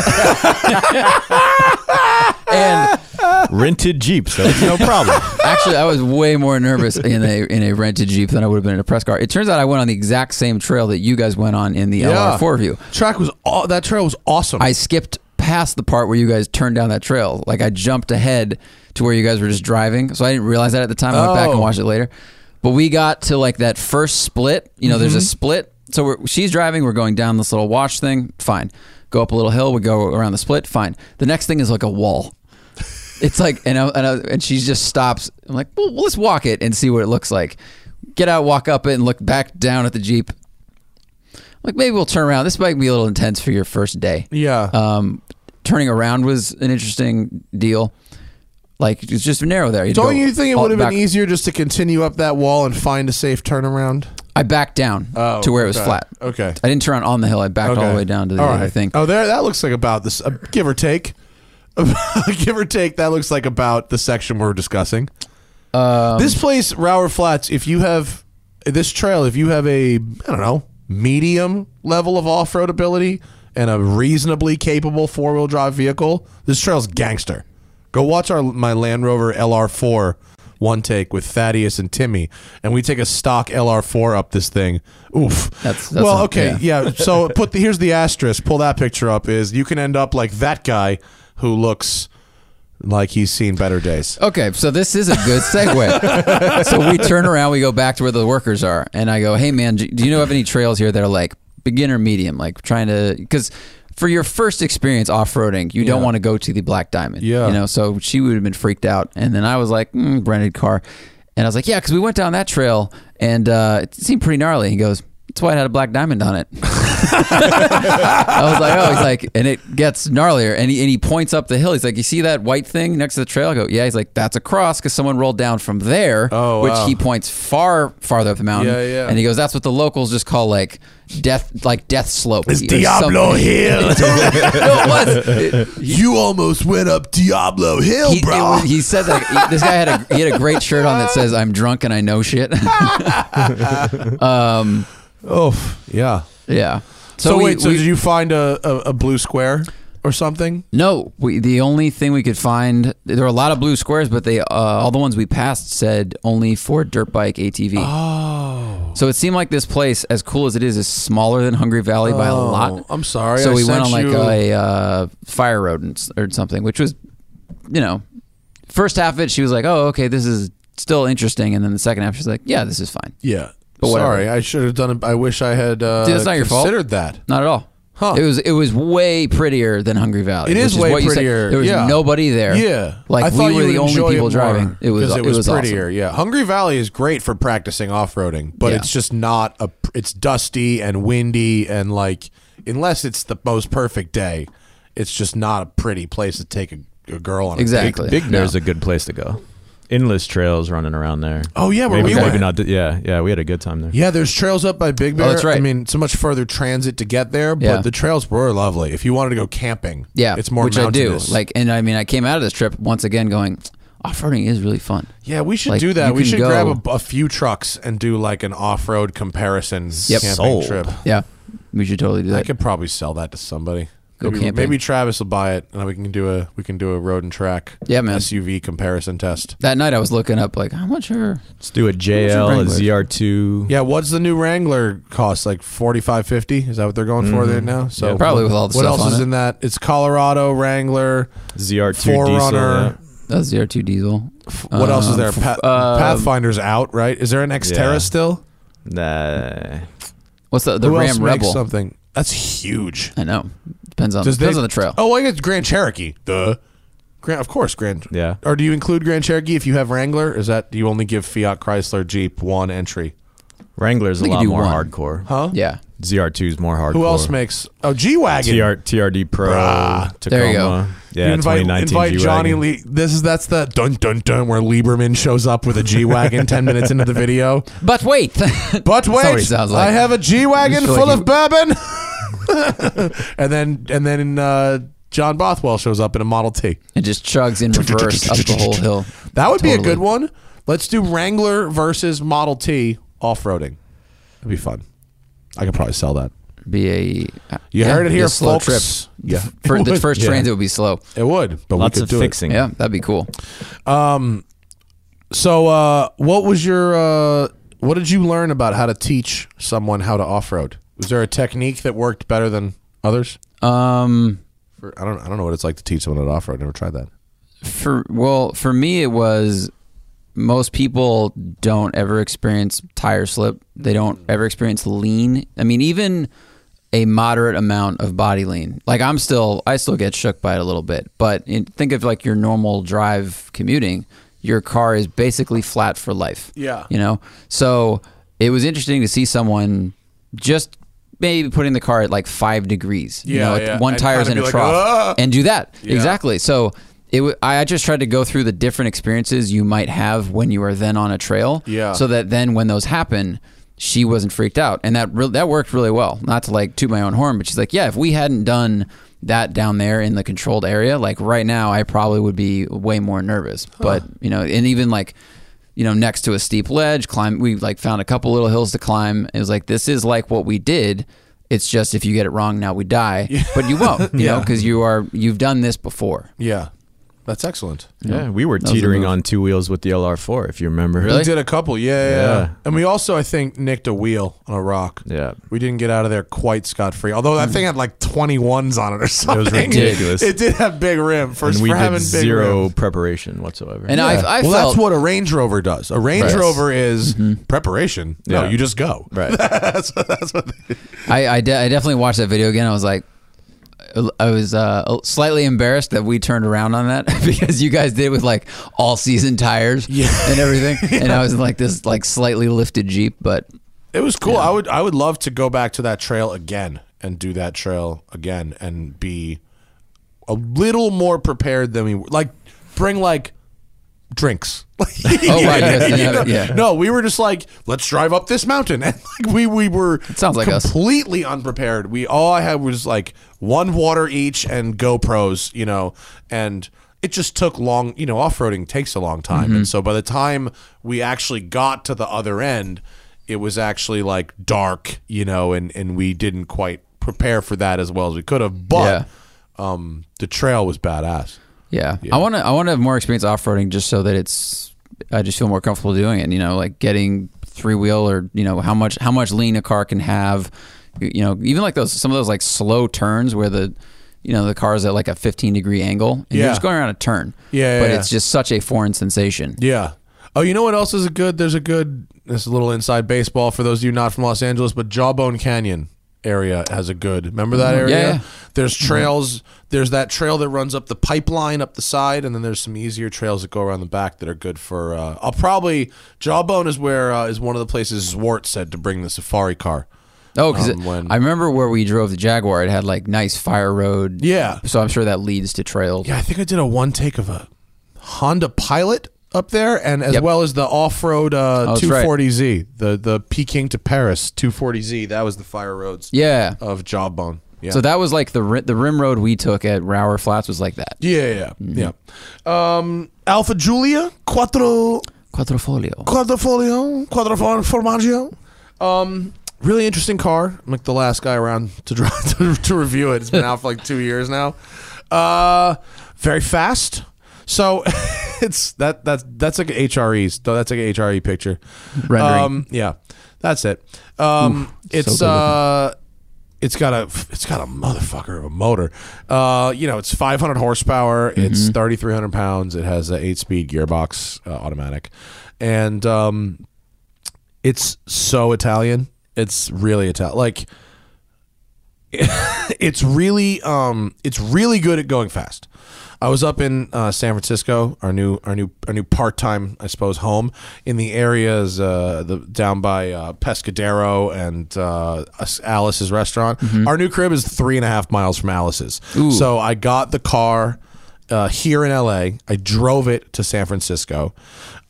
Speaker 2: (laughs) and
Speaker 4: Rented Jeeps. That's (laughs) no problem.
Speaker 2: Actually, I was way more nervous in a in a rented Jeep than I would have been in a press car. It turns out I went on the exact same trail that you guys went on in the
Speaker 3: Yeah.
Speaker 2: LR4 view.
Speaker 3: Track was all that trail was awesome.
Speaker 2: I skipped past the part where you guys turned down that trail. Like I jumped ahead to where you guys were just driving. So I didn't realize that at the time. I went back
Speaker 3: Oh.
Speaker 2: and watched it later. But we got to like that first split. You know, there's
Speaker 3: Mm-hmm.
Speaker 2: a split. So we're, she's driving. We're going down this little wash thing. Fine. Go up a little hill. We go around the split. Fine. The next thing is like a wall. It's like, and I, and, I, and she just stops. I'm like, well, let's walk it and see what it looks like. Get out, walk up it, and look back down at the Jeep. like, maybe we'll turn around. This might be a little intense for your first day.
Speaker 3: yeah.
Speaker 2: Um, turning around was an interesting deal. Like it's just narrow there. You'd
Speaker 3: Don't
Speaker 2: go
Speaker 3: you think it
Speaker 2: all
Speaker 3: would have been
Speaker 2: back-
Speaker 3: easier just to continue up that wall and find a safe turnaround?
Speaker 2: I backed down
Speaker 3: Oh,
Speaker 2: to where it was
Speaker 3: okay.
Speaker 2: flat.
Speaker 3: Okay.
Speaker 2: I didn't turn on the hill. I backed all the way down to the
Speaker 3: All
Speaker 2: other
Speaker 3: right.
Speaker 2: thing.
Speaker 3: Oh, there. That looks like about this, uh, give or take. (laughs) give or take, that looks like about the section we're discussing. this place, Rower Flats. If you have this trail, if you have a, I don't know, medium level of off-road ability and a reasonably capable four-wheel drive vehicle, this trail's gangster. Go watch our my Land Rover LR4 one take with Thaddeus and Timmy, and we take a stock LR4 up this thing. Oof.
Speaker 2: That's- that's
Speaker 3: well,
Speaker 2: not-
Speaker 3: okay,
Speaker 2: yeah.
Speaker 3: yeah.
Speaker 2: (laughs)
Speaker 3: So put the here's the asterisk. Pull that picture up. Is you can end up like that guy who looks like he's seen better days.
Speaker 2: Okay, so this is a good segue. so we turn around, we go back to where the workers are, and I go, "Hey man, do you know of any trails here that are like beginner, medium, like trying to?" Because for your first experience off roading, you don't want to go to the Black Diamond.
Speaker 3: Yeah.
Speaker 2: you know. So she would have been freaked out, and then I was like, mm, "Branded car," and I was like, "Yeah," because we went down that trail, and uh, it seemed pretty gnarly. He goes. That's why it had a black diamond on it. I was like, oh, he's like, and it gets gnarlier. And he, and he points up the hill. He's like, you see that white thing next to the trail? I go, yeah. He's like, that's a cross because someone rolled down from there,
Speaker 3: Oh,
Speaker 2: which
Speaker 3: wow.
Speaker 2: he points far farther up the mountain.
Speaker 3: Yeah, yeah.
Speaker 2: And he goes, that's what the locals just call like death, like death slope. It's (laughs)
Speaker 3: Hill.
Speaker 2: no, it was. It-
Speaker 3: (laughs) you almost went up Diablo Hill,
Speaker 2: he, it was- he said that he- this guy had a he had a great shirt on that says "I'm drunk and I know shit." (laughs)
Speaker 3: oh, yeah.
Speaker 2: yeah.
Speaker 3: So,
Speaker 2: we-
Speaker 3: wait, so
Speaker 2: we-
Speaker 3: did you find a, a, a blue square or something?
Speaker 2: No, we, the only thing we could find there were a lot of blue squares, but they uh, all the ones we passed said only for dirt bike ATV. Oh, so it seemed like this place, as cool as it is, is smaller than Hungry Valley by a lot.
Speaker 3: Oh, I'm sorry,
Speaker 2: So
Speaker 3: I
Speaker 2: we
Speaker 3: sent
Speaker 2: went on like
Speaker 3: you-
Speaker 2: a uh, fire road and, s- or something, which was, you know, first half of it she was like, "Oh, okay, this is still interesting," and then the second half she's like, "Yeah, this is fine."
Speaker 3: Yeah.
Speaker 2: But whatever.
Speaker 3: sorry, I should have done. it. I wish I had uh,
Speaker 2: Dude, it's not your fault.
Speaker 3: considered that.
Speaker 2: Not at all.
Speaker 3: Huh.
Speaker 2: It was it was way prettier than Hungry Valley.
Speaker 3: It
Speaker 2: which
Speaker 3: is way
Speaker 2: what you said.
Speaker 3: prettier,
Speaker 2: There was
Speaker 3: yeah.
Speaker 2: nobody there.
Speaker 3: Yeah,
Speaker 2: like
Speaker 3: I
Speaker 2: we
Speaker 3: thought you
Speaker 2: were
Speaker 3: would
Speaker 2: the only
Speaker 3: enjoy
Speaker 2: people
Speaker 3: it more,
Speaker 2: driving. It was
Speaker 3: 'cause
Speaker 2: it was,
Speaker 3: prettier.
Speaker 2: awesome.
Speaker 3: Yeah, Hungry Valley is great for practicing off roading, but
Speaker 2: Yeah.
Speaker 3: it's just not a. It's dusty and windy and like unless it's the most perfect day, it's just not a pretty place to take a, a girl on. a date.
Speaker 2: Exactly.
Speaker 4: Big
Speaker 2: No.
Speaker 4: Bear's a good place to go. Endless trails running around there.
Speaker 3: Oh yeah, where
Speaker 4: maybe,
Speaker 3: we
Speaker 4: maybe
Speaker 3: went.
Speaker 4: not. Yeah, yeah, we had a good time there.
Speaker 3: Yeah, there's trails up by Big Bear.
Speaker 2: Oh, that's right.
Speaker 3: I mean, it's a much further transit to get there, but
Speaker 2: Yeah.
Speaker 3: the trails were lovely. If you wanted to go camping,
Speaker 2: Yeah,
Speaker 3: it's more
Speaker 2: which
Speaker 3: mountainous.
Speaker 2: I do. Like, and I mean, I came out of this trip once again going, off roading is really fun.
Speaker 3: Yeah, we should
Speaker 2: Like,
Speaker 3: do
Speaker 2: you
Speaker 3: that. We
Speaker 2: can
Speaker 3: should
Speaker 2: go-
Speaker 3: grab a, a few trucks and do like an off-road comparison
Speaker 2: Yep.
Speaker 3: camping
Speaker 4: Sold.
Speaker 3: trip.
Speaker 2: Yeah, we should totally do
Speaker 3: I
Speaker 2: that.
Speaker 3: could probably sell that to somebody.
Speaker 2: Go
Speaker 3: Maybe,
Speaker 2: camping.
Speaker 3: maybe Travis will buy it, and we can do a we can do a road and track
Speaker 2: Yeah, man.
Speaker 3: SUV comparison test.
Speaker 2: that night I was looking up like how much are
Speaker 4: Let's do a
Speaker 2: What's
Speaker 4: JL,
Speaker 2: your
Speaker 4: a ZR2.
Speaker 3: Yeah, what's the new Wrangler cost? Like forty five fifty? Is that what they're going for there now? So
Speaker 4: Yeah,
Speaker 2: Mm-hmm. probably with all the
Speaker 3: what
Speaker 2: stuff
Speaker 3: else
Speaker 2: on
Speaker 3: is
Speaker 2: it.
Speaker 3: in that? It's Colorado Wrangler
Speaker 4: ZR2
Speaker 3: Forerunner.
Speaker 4: diesel.
Speaker 2: that's zero two diesel.
Speaker 3: What else is
Speaker 2: Um,
Speaker 3: there? Pa-
Speaker 2: uh,
Speaker 3: Pathfinder's out, right? Is there an Xterra
Speaker 4: Yeah.
Speaker 3: still?
Speaker 4: Yeah. Nah.
Speaker 2: What's the the
Speaker 3: Who else
Speaker 2: Ram
Speaker 3: makes
Speaker 2: Rebel?
Speaker 3: something? That's huge.
Speaker 2: I know. Depends on
Speaker 3: Does
Speaker 2: depends
Speaker 3: they-
Speaker 2: on the trail.
Speaker 3: Oh, I guess Grand Cherokee. The Grand, of course, Grand.
Speaker 4: Yeah.
Speaker 3: Or do you include Grand Cherokee if you have Wrangler? Is that do you only give Fiat, Chrysler, Jeep one entry?
Speaker 4: Wrangler's a
Speaker 2: We could
Speaker 4: lot
Speaker 2: do
Speaker 4: more
Speaker 2: one.
Speaker 4: hardcore.
Speaker 3: Huh?
Speaker 2: Yeah,
Speaker 4: ZR2's more hardcore.
Speaker 3: Who else makes? Oh, G wagon.
Speaker 4: TR, TRD Pro,
Speaker 3: Bruh.
Speaker 4: Tacoma.
Speaker 2: There you go.
Speaker 4: Yeah,
Speaker 3: you invite,
Speaker 4: 2019
Speaker 3: invite
Speaker 4: G-Wagon.
Speaker 3: Johnny Lee. This is that's the dun dun dun where Lieberman shows up with a G
Speaker 2: (laughs)
Speaker 3: wagon ten minutes into the video.
Speaker 2: but wait, (laughs)
Speaker 3: But
Speaker 2: what
Speaker 3: wait,
Speaker 2: it sounds like.
Speaker 3: I have a G wagon
Speaker 2: I feel
Speaker 3: full
Speaker 2: like
Speaker 3: of bourbon. (laughs) and then and then uh, John Bothwell shows up in a Model T.
Speaker 2: it just
Speaker 3: (laughs)
Speaker 2: chugs in reverse up the whole hill.
Speaker 3: That would be a
Speaker 2: Totally.
Speaker 3: good one. Let's do Wrangler versus Model T off roading. It'd be fun. I could probably sell that.
Speaker 2: Be a
Speaker 3: You
Speaker 2: yeah,
Speaker 3: heard it
Speaker 2: be a
Speaker 3: here,
Speaker 2: slow
Speaker 3: folks.
Speaker 2: trip.
Speaker 3: Yeah,
Speaker 2: (laughs) For
Speaker 3: it (laughs)
Speaker 2: the
Speaker 3: would.
Speaker 2: first
Speaker 3: Yeah.
Speaker 2: transit would be slow.
Speaker 3: It would, but
Speaker 4: Lots
Speaker 3: we could
Speaker 4: of
Speaker 3: do
Speaker 4: fixing.
Speaker 2: Yeah, that'd be cool.
Speaker 3: It. So, uh, what was your? Uh, what did you learn about how to teach someone how to off road? Was there a technique that worked better than others?
Speaker 2: Um,
Speaker 3: For, I don't. I don't know what it's like to teach someone how to off road. Never tried that.
Speaker 2: for well, for me, it was most people don't ever experience tire slip. They don't
Speaker 3: Mm.
Speaker 2: ever experience lean. I mean, even a moderate amount of body lean. Like I'm still, I still get shook by it a little bit. But in, think of like your normal drive commuting. Your car is basically flat for life.
Speaker 3: Yeah.
Speaker 2: you know. So it was interesting to see someone just maybe putting the car at like five degrees. you
Speaker 3: Yeah,
Speaker 2: know,
Speaker 3: yeah.
Speaker 2: one
Speaker 3: And
Speaker 2: tire's
Speaker 3: kinda
Speaker 2: in
Speaker 3: be
Speaker 2: a
Speaker 3: like,
Speaker 2: trough
Speaker 3: "Ah!"
Speaker 2: and do that exactly. So it w- I just tried to go through the different experiences you might have when you are then on a trail.
Speaker 3: Yeah.
Speaker 2: So that then when those happen, she wasn't freaked out, and that re- that worked really well. Not to like toot my own horn, but she's like, yeah, if we hadn't done that down there in the controlled area, like right now, I probably would be way more nervous. But you know, and even like. You know, next to a steep ledge, climb. We like found a couple little hills to climb. It was like this is like what we did. It's just if you get it wrong, now we die. But
Speaker 3: (laughs)
Speaker 2: you won't, you know, because you are you've done this before.
Speaker 3: Yeah, that's excellent.
Speaker 4: Yeah, we were
Speaker 2: a
Speaker 4: teetering
Speaker 2: move.
Speaker 4: on two wheels with the LR4, if you remember.
Speaker 2: Really?
Speaker 3: We did a couple, yeah, yeah,
Speaker 4: Yeah.
Speaker 3: yeah. And we also, I think, nicked a wheel on a rock.
Speaker 4: Yeah. Hmm.
Speaker 3: We didn't get out of there quite scot free. Although that thing had like twenty ones on it or something. (laughs)
Speaker 4: ridiculous.
Speaker 3: It did have big rim for,
Speaker 4: And
Speaker 3: for
Speaker 4: we
Speaker 3: having
Speaker 4: did
Speaker 3: big
Speaker 4: zero
Speaker 3: rims.
Speaker 4: preparation whatsoever.
Speaker 2: And I, I
Speaker 3: well,
Speaker 2: felt
Speaker 3: that's what a Range Rover does. A Range
Speaker 4: Right. Mm-hmm.
Speaker 3: Rover is preparation. No,
Speaker 4: Yeah.
Speaker 3: you just go.
Speaker 4: Right.
Speaker 3: (laughs) that's, that's what they
Speaker 2: I, I, de- I definitely watched that video again. I was like, I was uh, slightly embarrassed that we turned around on that (laughs) because you guys did with like all season tires and everything, and I was in like this like slightly lifted Jeep, but
Speaker 3: It was cool. I would I would love to go back to that trail again and do that trail again and be a little more prepared than we were. Like bring like drinks. (laughs) oh
Speaker 2: right, yes, they have it, yeah.
Speaker 3: No, we were just like, let's drive up this mountain, (laughs) and like we we were
Speaker 2: sounds like us.
Speaker 3: completely unprepared. We all I had was like one water each and GoPros, you know, and it just took long. You know, off roading takes a long time, and so by the time we actually got to the other end, it was actually like dark, you know, and and we didn't quite prepare for that as well as we could have. But um, the trail was badass.
Speaker 2: yeah, I want to I want to have more experience off roading just so that it's I just feel more comfortable doing it. You know, like getting three wheel or you know how much how much lean a car can have. You you know, even like those some of those like slow turns where the you know the car's at like a 15 degree angle and you're
Speaker 3: Yeah.
Speaker 2: just going around a turn.
Speaker 3: Yeah,
Speaker 2: but
Speaker 3: yeah,
Speaker 2: it's
Speaker 3: yeah.
Speaker 2: just such a foreign sensation.
Speaker 3: Yeah. Oh, you know what else is a good? There's a good. This is a little inside baseball for those of you not from Los Angeles, but Jawbone Canyon area has a good. Remember that area?
Speaker 2: Mm-hmm. yeah. Mm-hmm.
Speaker 3: There's trails. There's that trail that runs up the pipeline up the side, and then there's some easier trails that go around the back that are good for. Uh, I'll probably Jawbone is where uh, is one of the places Zwart said to bring the safari car.
Speaker 2: Oh, because
Speaker 3: um, when-
Speaker 2: I remember where we drove the Jaguar. It had like nice fire road.
Speaker 3: Yeah.
Speaker 2: So I'm sure that leads to trails.
Speaker 3: Yeah, I think I did a one take of a Honda Pilot up there, and as
Speaker 2: Yep.
Speaker 3: well as the off-road uh,
Speaker 2: Oh, that's right.
Speaker 3: 240Z, the the Peking to Paris 240Z. That was the fire roads
Speaker 2: Yeah.
Speaker 3: of Jawbone. Oh, Yeah.
Speaker 2: So that was like the ri- the rim road we took at Rower Flats was like that.
Speaker 3: yeah, yeah, yeah.
Speaker 2: Mm-hmm.
Speaker 3: yeah. Um, Alpha Julia Quattro
Speaker 2: Quattrofolio.
Speaker 3: Quadrifolio, Quadrifolio Formaggio. Um, really interesting car. I'm like the last guy around to drive (laughs) to, to review it. It's been out for like two years now. Uh, very fast. So (laughs) it's that that's that's like an HRE's. though That's like an HRE E picture.
Speaker 2: Rendering.
Speaker 3: Um, yeah, that's it. Um, it's
Speaker 2: so good
Speaker 3: uh, it's got a it's got a motherfucker of a motor. Uh, you know, it's 500 horsepower. It's 3,300 pounds. It has a eight speed gearbox, uh, automatic, and um, it's so Italian. It's really Italian. Like, (laughs) it's really um, it's really good at going fast. I was up in uh, San Francisco, our new our new our new part time, I suppose, home in the areas uh, the down by uh, Pescadero and uh, Alice's restaurant. Our new crib is three and a half miles from Alice's, so I got the car uh, here in LA. I drove it to San Francisco,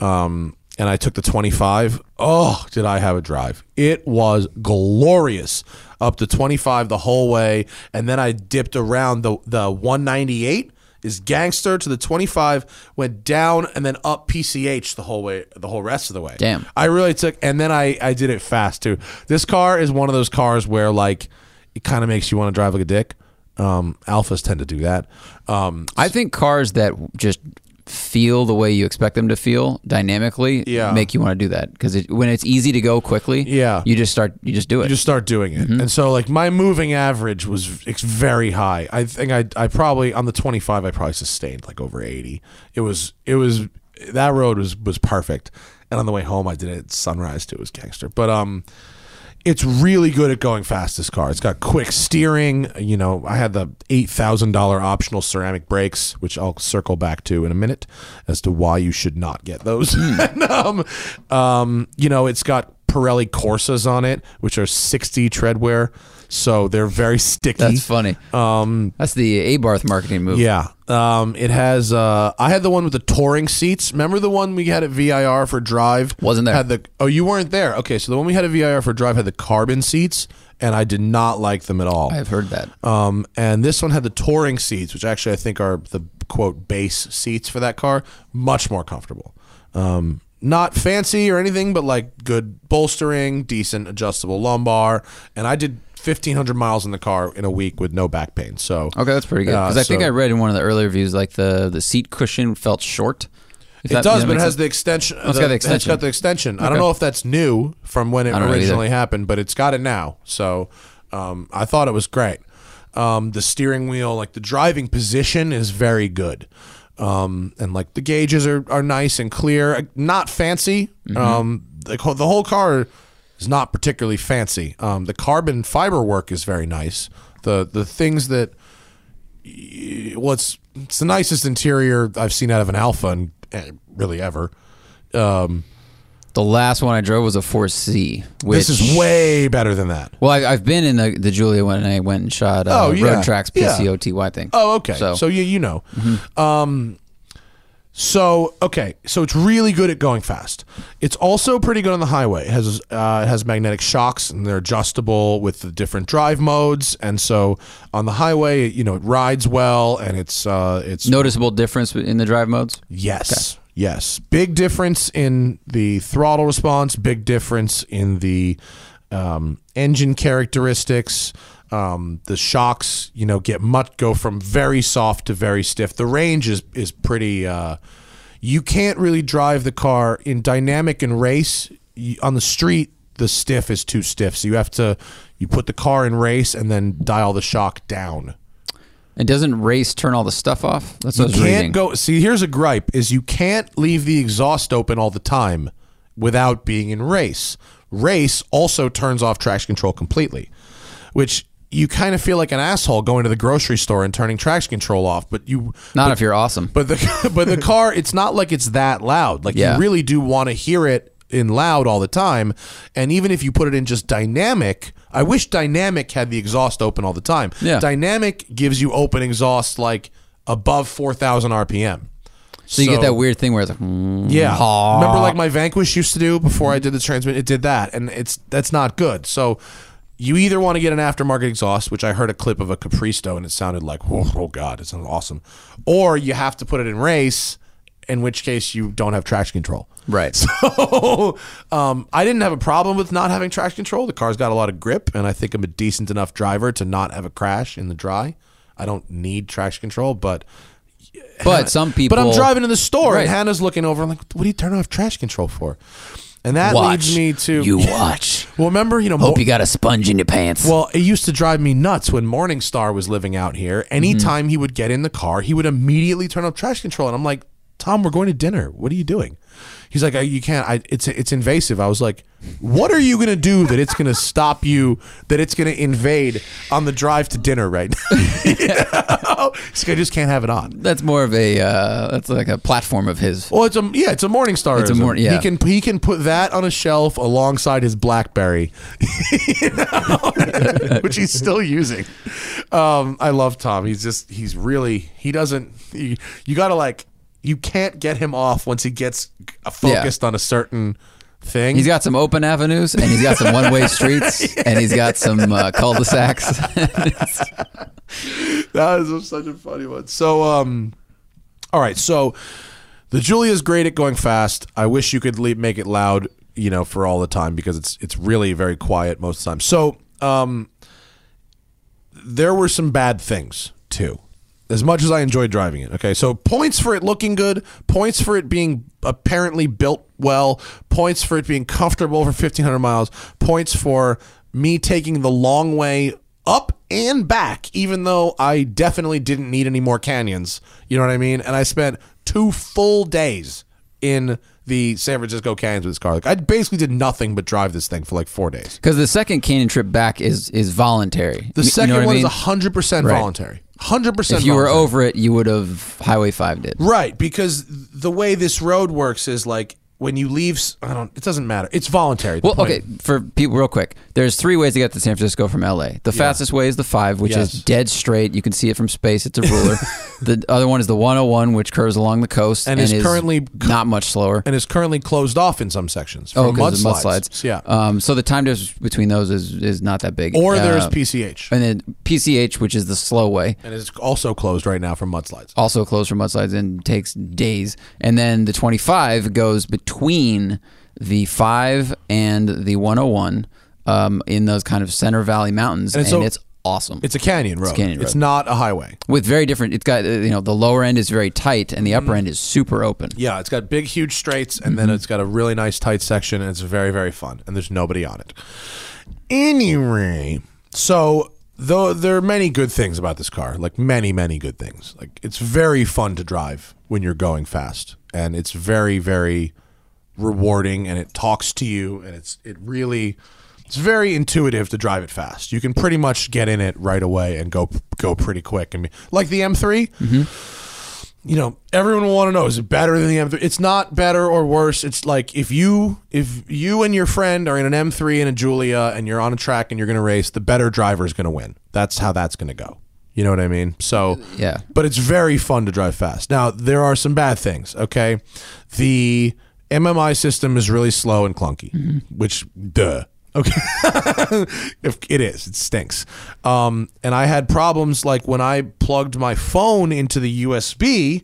Speaker 3: um, and I took the 25. Oh, did I have a drive? It was glorious up the 25 the whole way, and then I dipped around the the 198 is gangster to the 25 went down and then up PCH the whole way the whole rest of the way.
Speaker 2: Damn.
Speaker 3: I really took and then I I did it fast too. This car is one of those cars where like it kind of makes you want to drive like a dick. Um alphas tend to do that. Um
Speaker 2: I think cars that just feel the way you expect them to feel dynamically
Speaker 3: Yeah.
Speaker 2: make you want to do that because it, when it's easy to go quickly
Speaker 3: Yeah.
Speaker 2: you just start you just do it Mm-hmm.
Speaker 3: you just start doing it. And so like my moving average was v- it's very high. I think I I probably on the 25 I probably sustained like over 80. It was it was that road was was perfect. And on the way home I did it at sunrise too. It was gangster. But um it's really good at going fast this car it's got quick steering you know i had the $8000 optional ceramic brakes which i'll circle back to in a (laughs) minute as to why you should not get those And, um, um, you know it's got Pirelli Corsas on it, which are 60 treadwear, so they're very sticky.
Speaker 2: (laughs) That's funny. Um, That's the Abarth marketing move.
Speaker 3: Yeah. Um, it has. Uh, I had the one with the touring seats. Remember the one we had at VIR for Drive?
Speaker 2: Wasn't there.
Speaker 3: Had the. Oh, you weren't there. Okay, so the one we had at VIR for Drive had the carbon seats, and I did not like them at all.
Speaker 2: I've heard that.
Speaker 3: Um, and this one had the touring seats, which actually I think are the quote base seats for that car. Much more comfortable. Um, not fancy or anything, but like good bolstering, decent adjustable lumbar, and I did. 1500 miles in the car in a week with no back pain so
Speaker 2: Okay, that's pretty good. Because
Speaker 3: Uh,
Speaker 2: I think
Speaker 3: so-
Speaker 2: I read in one of the earlier reviews like the the seat cushion felt short. If
Speaker 3: It
Speaker 2: that-
Speaker 3: does,
Speaker 2: that
Speaker 3: but it
Speaker 2: makes
Speaker 3: has
Speaker 2: sense.
Speaker 3: the extension.
Speaker 2: it's got the
Speaker 3: It's got the extension. I don't know if that's new from when it
Speaker 2: don't know
Speaker 3: originally happened, but it's got it now. So um, I thought it was great. Um, the steering wheel, like the driving position, is very good. Um, and like the gauges are, are nice and clear, Uh, not fancy.
Speaker 2: Mm-hmm.
Speaker 3: Um, the, co- the whole car is not particularly fancy. Um, the carbon fiber work is very nice. The the things that well, it's it's the nicest interior I've seen out of an Alpha, and, and really ever.
Speaker 2: the last one I drove was a 4C. Which,
Speaker 3: This is way better than that.
Speaker 2: well. I, I've been in the, the Julia when I went and shot uh,
Speaker 3: Oh, yeah.
Speaker 2: Road Tracks
Speaker 3: Yeah.
Speaker 2: PCOTY thing.
Speaker 3: Oh, okay. So,
Speaker 2: So-
Speaker 3: you you know, um, so okay, so it's really good at going fast. It's also pretty good on the highway. It has uh, it has magnetic shocks and they're adjustable with the different drive modes, and so on the highway, you know, it rides well and it's uh, it's
Speaker 2: Noticeable difference in the drive modes.
Speaker 3: Yes. Yes. Big difference in the throttle response, big difference in the um, engine characteristics. Um, the shocks, you know, get much go from very soft to very stiff. The range is is pretty. Uh, you can't really drive the car in dynamic and race you, on the street. The stiff is too stiff, so you have to you put the car in race and then dial the shock down.
Speaker 2: And doesn't race turn all the stuff off? That's what I was
Speaker 3: You can't
Speaker 2: reading.
Speaker 3: go. See, here's a gripe: is you can't leave the exhaust open all the time without being in race. Race also turns off traction control completely, which you kind of feel like an asshole going to the grocery store and turning traction control off. But you,
Speaker 2: Not if you're awesome.
Speaker 3: but the (laughs)
Speaker 2: (laughs)
Speaker 3: but the car, it's not like it's that loud. Like
Speaker 2: Yeah.
Speaker 3: you really do want to hear it in loud all the time. And even if you put it in just dynamic, I wish dynamic had the exhaust open all the time.
Speaker 2: Yeah.
Speaker 3: Dynamic gives you open exhaust like above four thousand RPM.
Speaker 2: so you get that weird thing where it's
Speaker 3: (laughs)
Speaker 2: like, mm,
Speaker 3: Yeah. Remember like my Vanquish used to do before I did the transmit it did that and it's that's not good. So you either want to get an aftermarket exhaust, which I heard a clip of a Capristo and it sounded like oh, oh god, it sounded awesome. Or you have to put it in race, in which case you don't have traction control. (laughs)
Speaker 2: right.
Speaker 3: So um, I didn't have a problem with not having traction control. The car's got a lot of grip, and I think I'm a decent enough driver to not have a crash in the dry. I don't need traction control, but
Speaker 2: But some people.
Speaker 3: but I'm driving to the store
Speaker 2: Right.
Speaker 3: and Hannah's looking over. I'm like, what do you turn off trash control for? And that
Speaker 2: Watch.
Speaker 3: leads me to (laughs)
Speaker 2: You watch.
Speaker 3: Well, remember, you know,
Speaker 2: Hope
Speaker 3: mor-
Speaker 2: you got a sponge in your pants.
Speaker 3: well, it used to drive me nuts when Morningstar was living out here.
Speaker 2: Mm-hmm.
Speaker 3: Anytime he would get in the car, he would immediately turn off trash control, and I'm like, Tom, we're going to dinner. What are you doing? He's like, I, you can't. I, it's it's invasive. I was like, what are you gonna do that it's gonna stop you? That it's gonna invade on the drive to dinner right now? (laughs)
Speaker 2: (laughs)
Speaker 3: You know? He's like, I just can't have it on.
Speaker 2: that's more of a. Uh, that's like a platform of his.
Speaker 3: Well, Oh, it's a yeah, it's a morning star.
Speaker 2: It's a morn- yeah.
Speaker 3: He can he can put that on a shelf alongside his BlackBerry, (laughs) You know? which he's still using. Um, I love Tom. He's just he's really he doesn't he, you got to like you can't get him off once he gets focused on a certain thing.
Speaker 2: He's got some open avenues, and he's got some
Speaker 3: (laughs)
Speaker 2: one-way streets, and he's got some uh, cul-de-sacs.
Speaker 3: (laughs) that is such a funny one. So, um, all right. So, the Julia is great at going fast. I wish you could le make it loud, you know, for all the time because it's it's really very quiet most of the time. So, um, there were some bad things too. As much as I enjoyed driving it, okay. So points for it looking good, points for it being apparently built well, points for it being comfortable for 1500 miles, points for me taking the long way up and back, even though I definitely didn't need any more canyons. You know what I mean? And I spent two full days in the San Francisco canyons with this car. Like I basically did nothing but drive this thing for like four days.
Speaker 2: Because the second Canyon trip back is is voluntary.
Speaker 3: The
Speaker 2: You know
Speaker 3: second
Speaker 2: what I
Speaker 3: one
Speaker 2: mean?
Speaker 3: is 100% voluntary. 100%
Speaker 2: If you were
Speaker 3: voluntary.
Speaker 2: over it, you would have Highway Five did.
Speaker 3: Right, because the way this road works is like when you leave, s- I don't. It doesn't matter. It's voluntary. at the
Speaker 2: Well,
Speaker 3: point.
Speaker 2: okay, for people, real quick, there's three ways to get to San Francisco from LA. The fastest way is the five, which
Speaker 3: Yes.
Speaker 2: is dead straight. You can see it from space. It's
Speaker 3: (laughs)
Speaker 2: a ruler. the other one is the 101, which curves along the coast
Speaker 3: And is currently-
Speaker 2: not much slower. Oh,
Speaker 3: and is currently closed off in some sections from
Speaker 2: 'cause of
Speaker 3: mudslides. Yeah,
Speaker 2: Um, so the time difference between those is, is not that big.
Speaker 3: or there's
Speaker 2: Uh,
Speaker 3: PCH,
Speaker 2: And then PCH, which is the slow way,
Speaker 3: and it's also closed right now from mudslides.
Speaker 2: also closed for mudslides and takes days. And then the 25 goes between the 5 and the 101 um, in those kind of center valley mountains.
Speaker 3: And
Speaker 2: And,
Speaker 3: so-
Speaker 2: it's awesome.
Speaker 3: It's a canyon road. It's,
Speaker 2: canyon road.
Speaker 3: not a highway.
Speaker 2: with very different, it's got, uh, you know, the lower end is very tight and the
Speaker 3: Mm-hmm.
Speaker 2: upper end is super open.
Speaker 3: Yeah, it's got big, huge straights, and then it's got a really nice tight section, and it's very, very fun. And there's nobody on it. Anyway, so though there are many good things about this car, like many, many good things. Like it's very fun to drive when you're going fast, and it's very, very rewarding, and it talks to you, and it's it really. It's very intuitive to drive it fast. You can pretty much get in it right away and go go pretty quick. I mean, like the M3, you know, everyone will want to know is it better than the M3? It's not better or worse. It's like if you if you and your friend are in an M3 and a Julia and you're on a track and you're going to race, the better driver is going to win. That's how that's going to go. You know what I mean? So
Speaker 2: Yeah.
Speaker 3: but it's very fun to drive fast. Now there are some bad things. Okay, the MMI system is really slow and clunky, which duh. Okay, if it is, it stinks. Um, and I had problems like when I plugged my phone into the USB,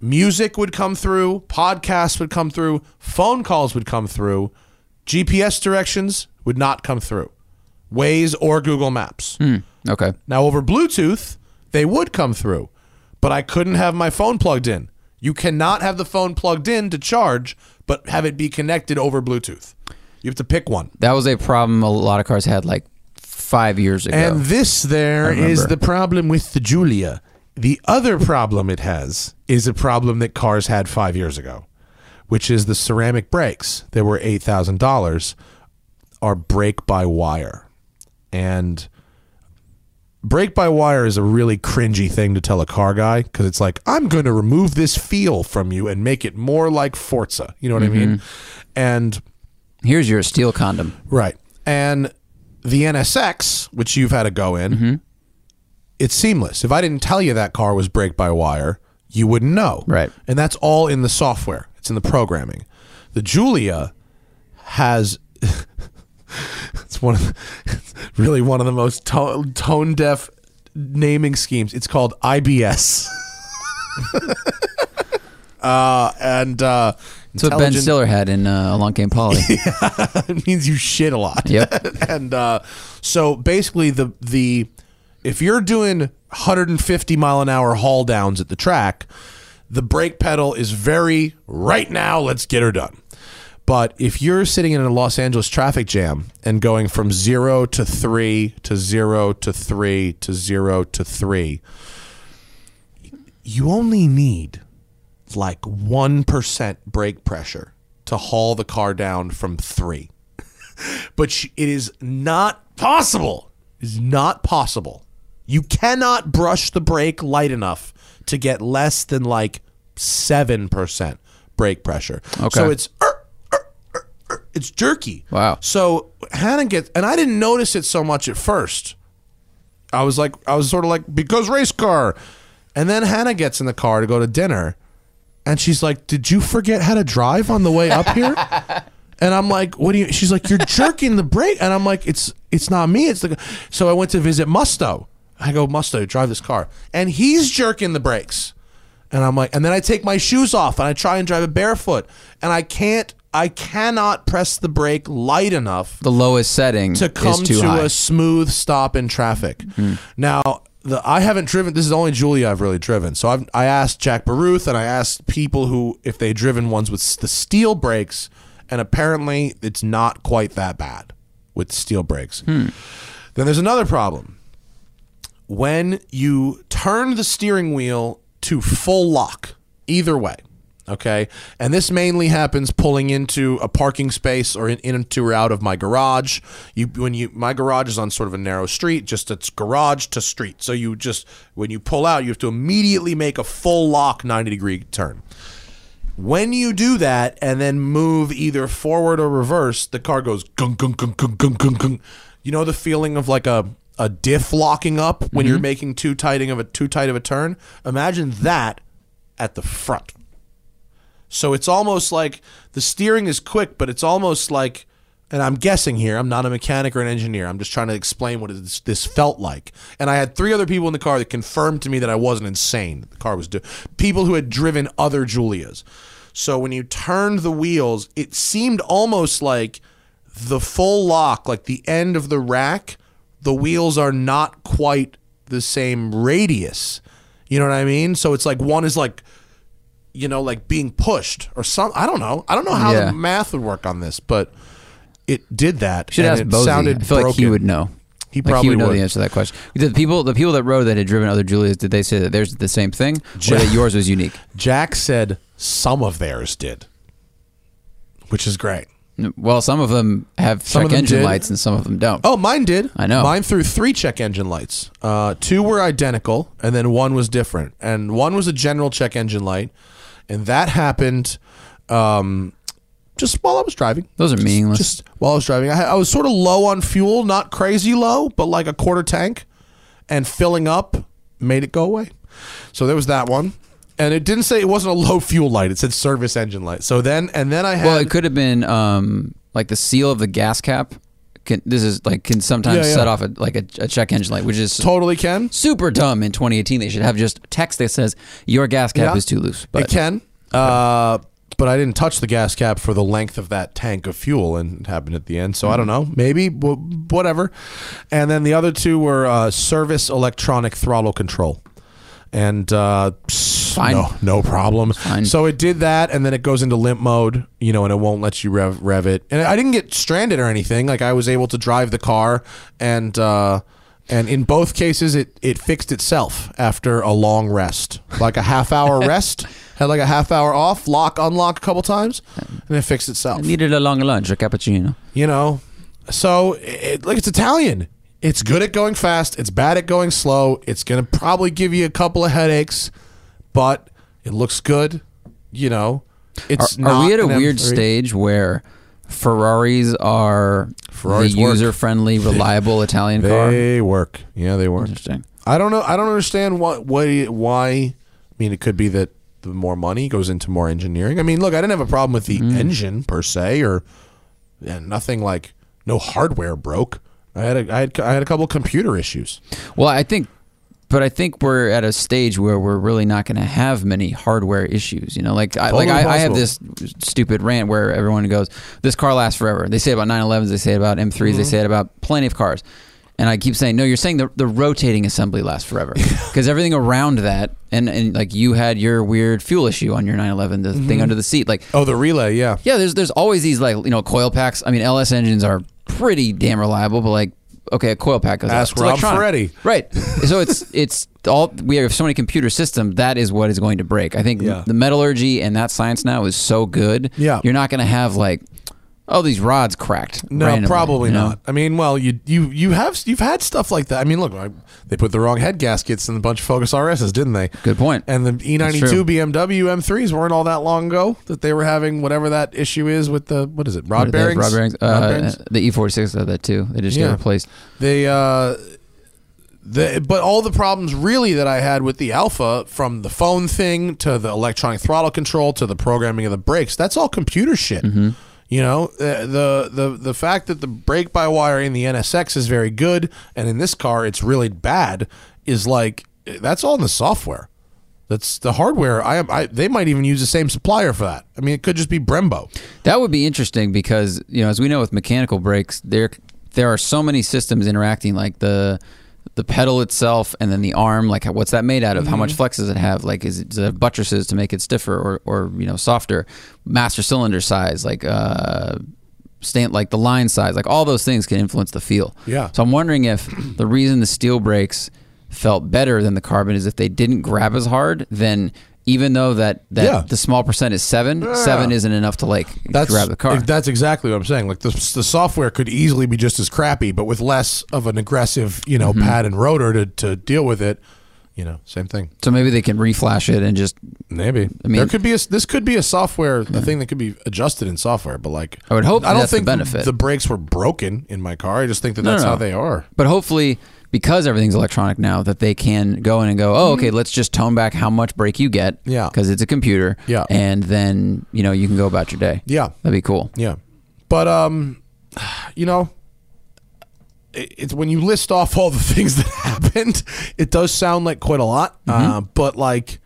Speaker 3: music would come through, podcasts would come through, phone calls would come through, GPS directions would not come through, Waze or Google Maps.
Speaker 2: Mm, Okay.
Speaker 3: Now over Bluetooth, they would come through, but I couldn't have my phone plugged in. You cannot have the phone plugged in to charge, but have it be connected over Bluetooth. You have to pick one.
Speaker 2: That was a problem a lot of cars had like five years ago.
Speaker 3: And this there is the problem with the Julia. The other problem it has is a problem that cars had five years ago, which is the ceramic brakes that were eight thousand dollars are brake by wire. And brake by wire is a really cringy thing to tell a car guy because it's like i'm going to remove this feel from you and make it more like forza you know what i mean and
Speaker 2: Here's your steel condom.
Speaker 3: Right. And the NSX, which you've had a go in,
Speaker 2: Mm-hmm.
Speaker 3: it's seamless. If I didn't tell you that car was brake by wire, you wouldn't know.
Speaker 2: Right.
Speaker 3: And that's all in the software, it's in the programming. The Julia has. (laughs) it's one of the, (laughs) it's really one of the most tone, tone deaf naming schemes. It's called IBS. (laughs) uh, and uh,
Speaker 2: That's what Ben
Speaker 3: intelligent-
Speaker 2: Stiller had in uh, Along
Speaker 3: (laughs)
Speaker 2: Came Polly.
Speaker 3: it (laughs) means you shit a lot.
Speaker 2: Yep.
Speaker 3: (laughs) and uh, so basically, the the if you're doing 150 mile an hour haul downs at the track, the brake pedal is very right now. Let's get her done. But if you're sitting in a Los Angeles traffic jam and going from zero to three to zero to three to zero to three, you only need like 1% brake pressure to haul the car down from three. but sh- it is not possible. It's not possible. You cannot brush the brake light enough to get less than like 7% brake pressure.
Speaker 2: Okay.
Speaker 3: So it's. "Er, er, er, er," It's jerky.
Speaker 2: Wow.
Speaker 3: So Hannah gets, and I didn't notice it so much at first. I was like, I was sort of like, because race car. And then Hannah gets in the car to go to dinner, and she's like, "Did you forget how to drive on the way up
Speaker 2: (laughs)
Speaker 3: here?" and I'm like, "What do you?" She's like, "You're jerking the brake," and I'm like, "It's it's not me. It's the." g-" So I went to visit Musto. I go, "Musto, drive this car," and he's jerking the brakes, and I'm like, and then I take my shoes off and I try and drive it barefoot, and I can't. I cannot press the brake light enough
Speaker 2: the lowest setting
Speaker 3: to come
Speaker 2: is too
Speaker 3: to
Speaker 2: high. Hmm.
Speaker 3: a smooth stop in traffic. Now, the, I haven't driven. This is the only Julia I've really driven. So I've, I asked Jack Baruth and I asked people who if they driven ones with s- the steel brakes, and apparently it's not quite that bad with steel brakes.
Speaker 2: Hmm.
Speaker 3: Then there's another problem when you turn the steering wheel to full lock either way okay and this mainly happens pulling into a parking space or in, into or out of my garage you when you my garage is on sort of a narrow street just it's garage to street so you just when you pull out you have to immediately make a full lock 90 degree turn When you do that and then move either forward or reverse, the car goes gung gung gung gung gung gung gung. You know the feeling of like a a diff locking up when you're making too tighting of a too tight of a turn. Imagine that at the front. So it's almost like the steering is quick, but it's almost like, and I'm guessing here, I'm not a mechanic or an engineer. I'm just trying to explain what this, this felt like. And I had three other people in the car that confirmed to me that I wasn't insane. that The car was do- people who had driven other Julias. So when you turned the wheels, it seemed almost like the full lock, like the end of the rack, the wheels are not quite the same radius. You know what I mean? So it's like one is like you know, like being pushed or some. I don't know. I don't know how
Speaker 2: Yeah.
Speaker 3: the math would work on this, but it did that.
Speaker 2: Should
Speaker 3: and
Speaker 2: ask
Speaker 3: it
Speaker 2: Bozy.
Speaker 3: sounded
Speaker 2: I feel like he
Speaker 3: broken.
Speaker 2: would know.
Speaker 3: He
Speaker 2: Like, he
Speaker 3: probably
Speaker 2: would know
Speaker 3: would.
Speaker 2: the answer to that question. Did the people, the people that rode that had driven other Julias, did they say that theirs did the same thing, or that yours was unique?
Speaker 3: Jack said some of theirs did, which is great.
Speaker 2: Well, some of them have
Speaker 3: Some of
Speaker 2: check
Speaker 3: them
Speaker 2: engine
Speaker 3: did.
Speaker 2: lights, and some of them don't.
Speaker 3: Oh, mine did.
Speaker 2: I know.
Speaker 3: Mine threw three check engine lights. Uh, two were identical, and then one was different. And one was a general check engine light, and that happened um, just while I was driving.
Speaker 2: those are meaningless.
Speaker 3: just while I was driving. I, had- I was sort of low on fuel, not crazy low, but like a quarter tank, and filling up made it go away. So there was that one, and it didn't say it wasn't a low fuel light. It said service engine light. So then, and then I had.
Speaker 2: well, it could have been um, like the seal of the gas cap. Can, this is like can sometimes
Speaker 3: Yeah, yeah.
Speaker 2: set off a, like a, a check engine light, which is
Speaker 3: Totally can.
Speaker 2: super dumb. In 2018, they should have just text that says your gas cap
Speaker 3: Yeah.
Speaker 2: is too loose. But
Speaker 3: it can. Uh, but I didn't touch the gas cap for the length of that tank of fuel, and it happened at the end. So I don't know. Maybe w- whatever. And then the other two were uh, service electronic throttle control, and uh, pss,
Speaker 2: Fine.
Speaker 3: no no problem. So it did that, and then it goes into limp mode, you know, and it won't let you rev rev it. And I didn't get stranded or anything. Like I was able to drive the car, and uh, and in both cases, it it fixed itself after a long rest, like a half hour rest. Had like a half hour off, lock unlock a couple times, and it fixed itself.
Speaker 2: needed a long lunch, a cappuccino.
Speaker 3: You know, so it, like it's Italian. It's good at going fast. It's bad at going slow. It's gonna probably give you a couple of headaches, but it looks good. You know, it's
Speaker 2: Are, are we
Speaker 3: not
Speaker 2: at a
Speaker 3: an
Speaker 2: weird
Speaker 3: M3.
Speaker 2: stage where Ferraris are
Speaker 3: Ferraris
Speaker 2: the
Speaker 3: work. (laughs)
Speaker 2: user-friendly, reliable Italian car?
Speaker 3: They work. Yeah, they work.
Speaker 2: Interesting.
Speaker 3: I don't know. I don't understand what what why. I mean, it could be that the more money goes into more engineering. I mean, look, I didn't have a problem with the engine per se, or and nothing like no hardware broke. I had a, I had I had a couple of computer issues.
Speaker 2: Well, I think, but I think we're at a stage where we're really not going to have many hardware issues. You know, like I, like
Speaker 3: Totally
Speaker 2: I, I have
Speaker 3: possible.
Speaker 2: this stupid rant where everyone goes, "This car lasts forever." They say it about 911s, they say it about M3s, they
Speaker 3: Mm-hmm.
Speaker 2: say it about plenty of cars, and I keep saying, "No, you're saying the the rotating assembly lasts
Speaker 3: (laughs)
Speaker 2: forever because everything around that." And, and like you had your weird fuel issue on your 911, the thing under the seat. Like
Speaker 3: Oh, the relay, yeah.
Speaker 2: yeah, there's there's always these like you know coil packs. I mean, LS engines are pretty damn reliable, but like okay, a coil pack goes out.
Speaker 3: Ask
Speaker 2: It's
Speaker 3: Rob
Speaker 2: electronic.
Speaker 3: Ferretti.
Speaker 2: Right. so it's
Speaker 3: (laughs)
Speaker 2: it's all we have so many computer systems that is what is going to break. I think
Speaker 3: Yeah.
Speaker 2: the metallurgy and that science now is so good.
Speaker 3: Yeah.
Speaker 2: You're not going to have like oh these rods cracked.
Speaker 3: No,
Speaker 2: randomly,
Speaker 3: probably
Speaker 2: you know?
Speaker 3: not. I mean, well, you you you have you've had stuff like that. I mean, look, I, they put the wrong head gaskets in a bunch of Focus RSs, didn't they?
Speaker 2: Good point.
Speaker 3: And the E E92
Speaker 2: true.
Speaker 3: BMW M3s weren't all that long ago that they were having whatever that issue is with the what is it rod
Speaker 2: They have
Speaker 3: bearings?
Speaker 2: Rod bearings.
Speaker 3: Rod
Speaker 2: Uh,
Speaker 3: bearings?
Speaker 2: The E46 had that too. They just
Speaker 3: Yeah.
Speaker 2: got replaced.
Speaker 3: They uh, the but all the problems really that I had with the Alpha, from the phone thing to the electronic throttle control to the programming of the brakes, that's all computer shit. You know, uh, the the the fact that the brake by wire in the NSX is very good, and in this car it's really bad, is like that's all in the software. That's the hardware. I am. I, they might even use the same supplier for that. I mean, it could just be Brembo.
Speaker 2: That would be interesting because you know, as we know with mechanical brakes, there there are so many systems interacting, like the the pedal itself and then the arm. Like, what's that made out of? How much
Speaker 3: Mm-hmm.
Speaker 2: flex does it have? Like, is it, does it have buttresses to make it stiffer or or you know softer? Master cylinder size, like uh, stand like the line size, like all those things can influence the feel.
Speaker 3: Yeah.
Speaker 2: So I'm wondering if the reason the steel brakes felt better than the carbon is if they didn't grab as hard, then even though that, that
Speaker 3: Yeah.
Speaker 2: the small percent is seven, seven isn't enough to like
Speaker 3: That's
Speaker 2: grab the car.
Speaker 3: That's exactly what I'm saying. Like the, the software could easily be
Speaker 2: Mm-hmm.
Speaker 3: just as crappy, but with less of an aggressive, you know, pad and rotor to, to deal with it. You know, same thing.
Speaker 2: So maybe they can reflash it and just.
Speaker 3: Maybe
Speaker 2: I mean-
Speaker 3: there could be a, this could be a software a thing that could be adjusted in software, but like
Speaker 2: I would hope
Speaker 3: I don't
Speaker 2: that's the
Speaker 3: think
Speaker 2: benefit.
Speaker 3: the brakes were broken in my car. I just think that
Speaker 2: No,
Speaker 3: that's
Speaker 2: no,
Speaker 3: how
Speaker 2: no.
Speaker 3: they are.
Speaker 2: But hopefully, because everything's electronic now, that they can go in and go, oh, okay, let's just tone back how much break you get.
Speaker 3: Mm-hmm. Yeah.
Speaker 2: Because it's a computer.
Speaker 3: Yeah.
Speaker 2: And then you know you can go about your day.
Speaker 3: Yeah,
Speaker 2: That'd be cool.
Speaker 3: yeah. But um, (sighs) you know, it, it's when you list off all the (laughs) things that happened, it does sound like quite a lot.
Speaker 2: Mm-hmm.
Speaker 3: Uh, but like,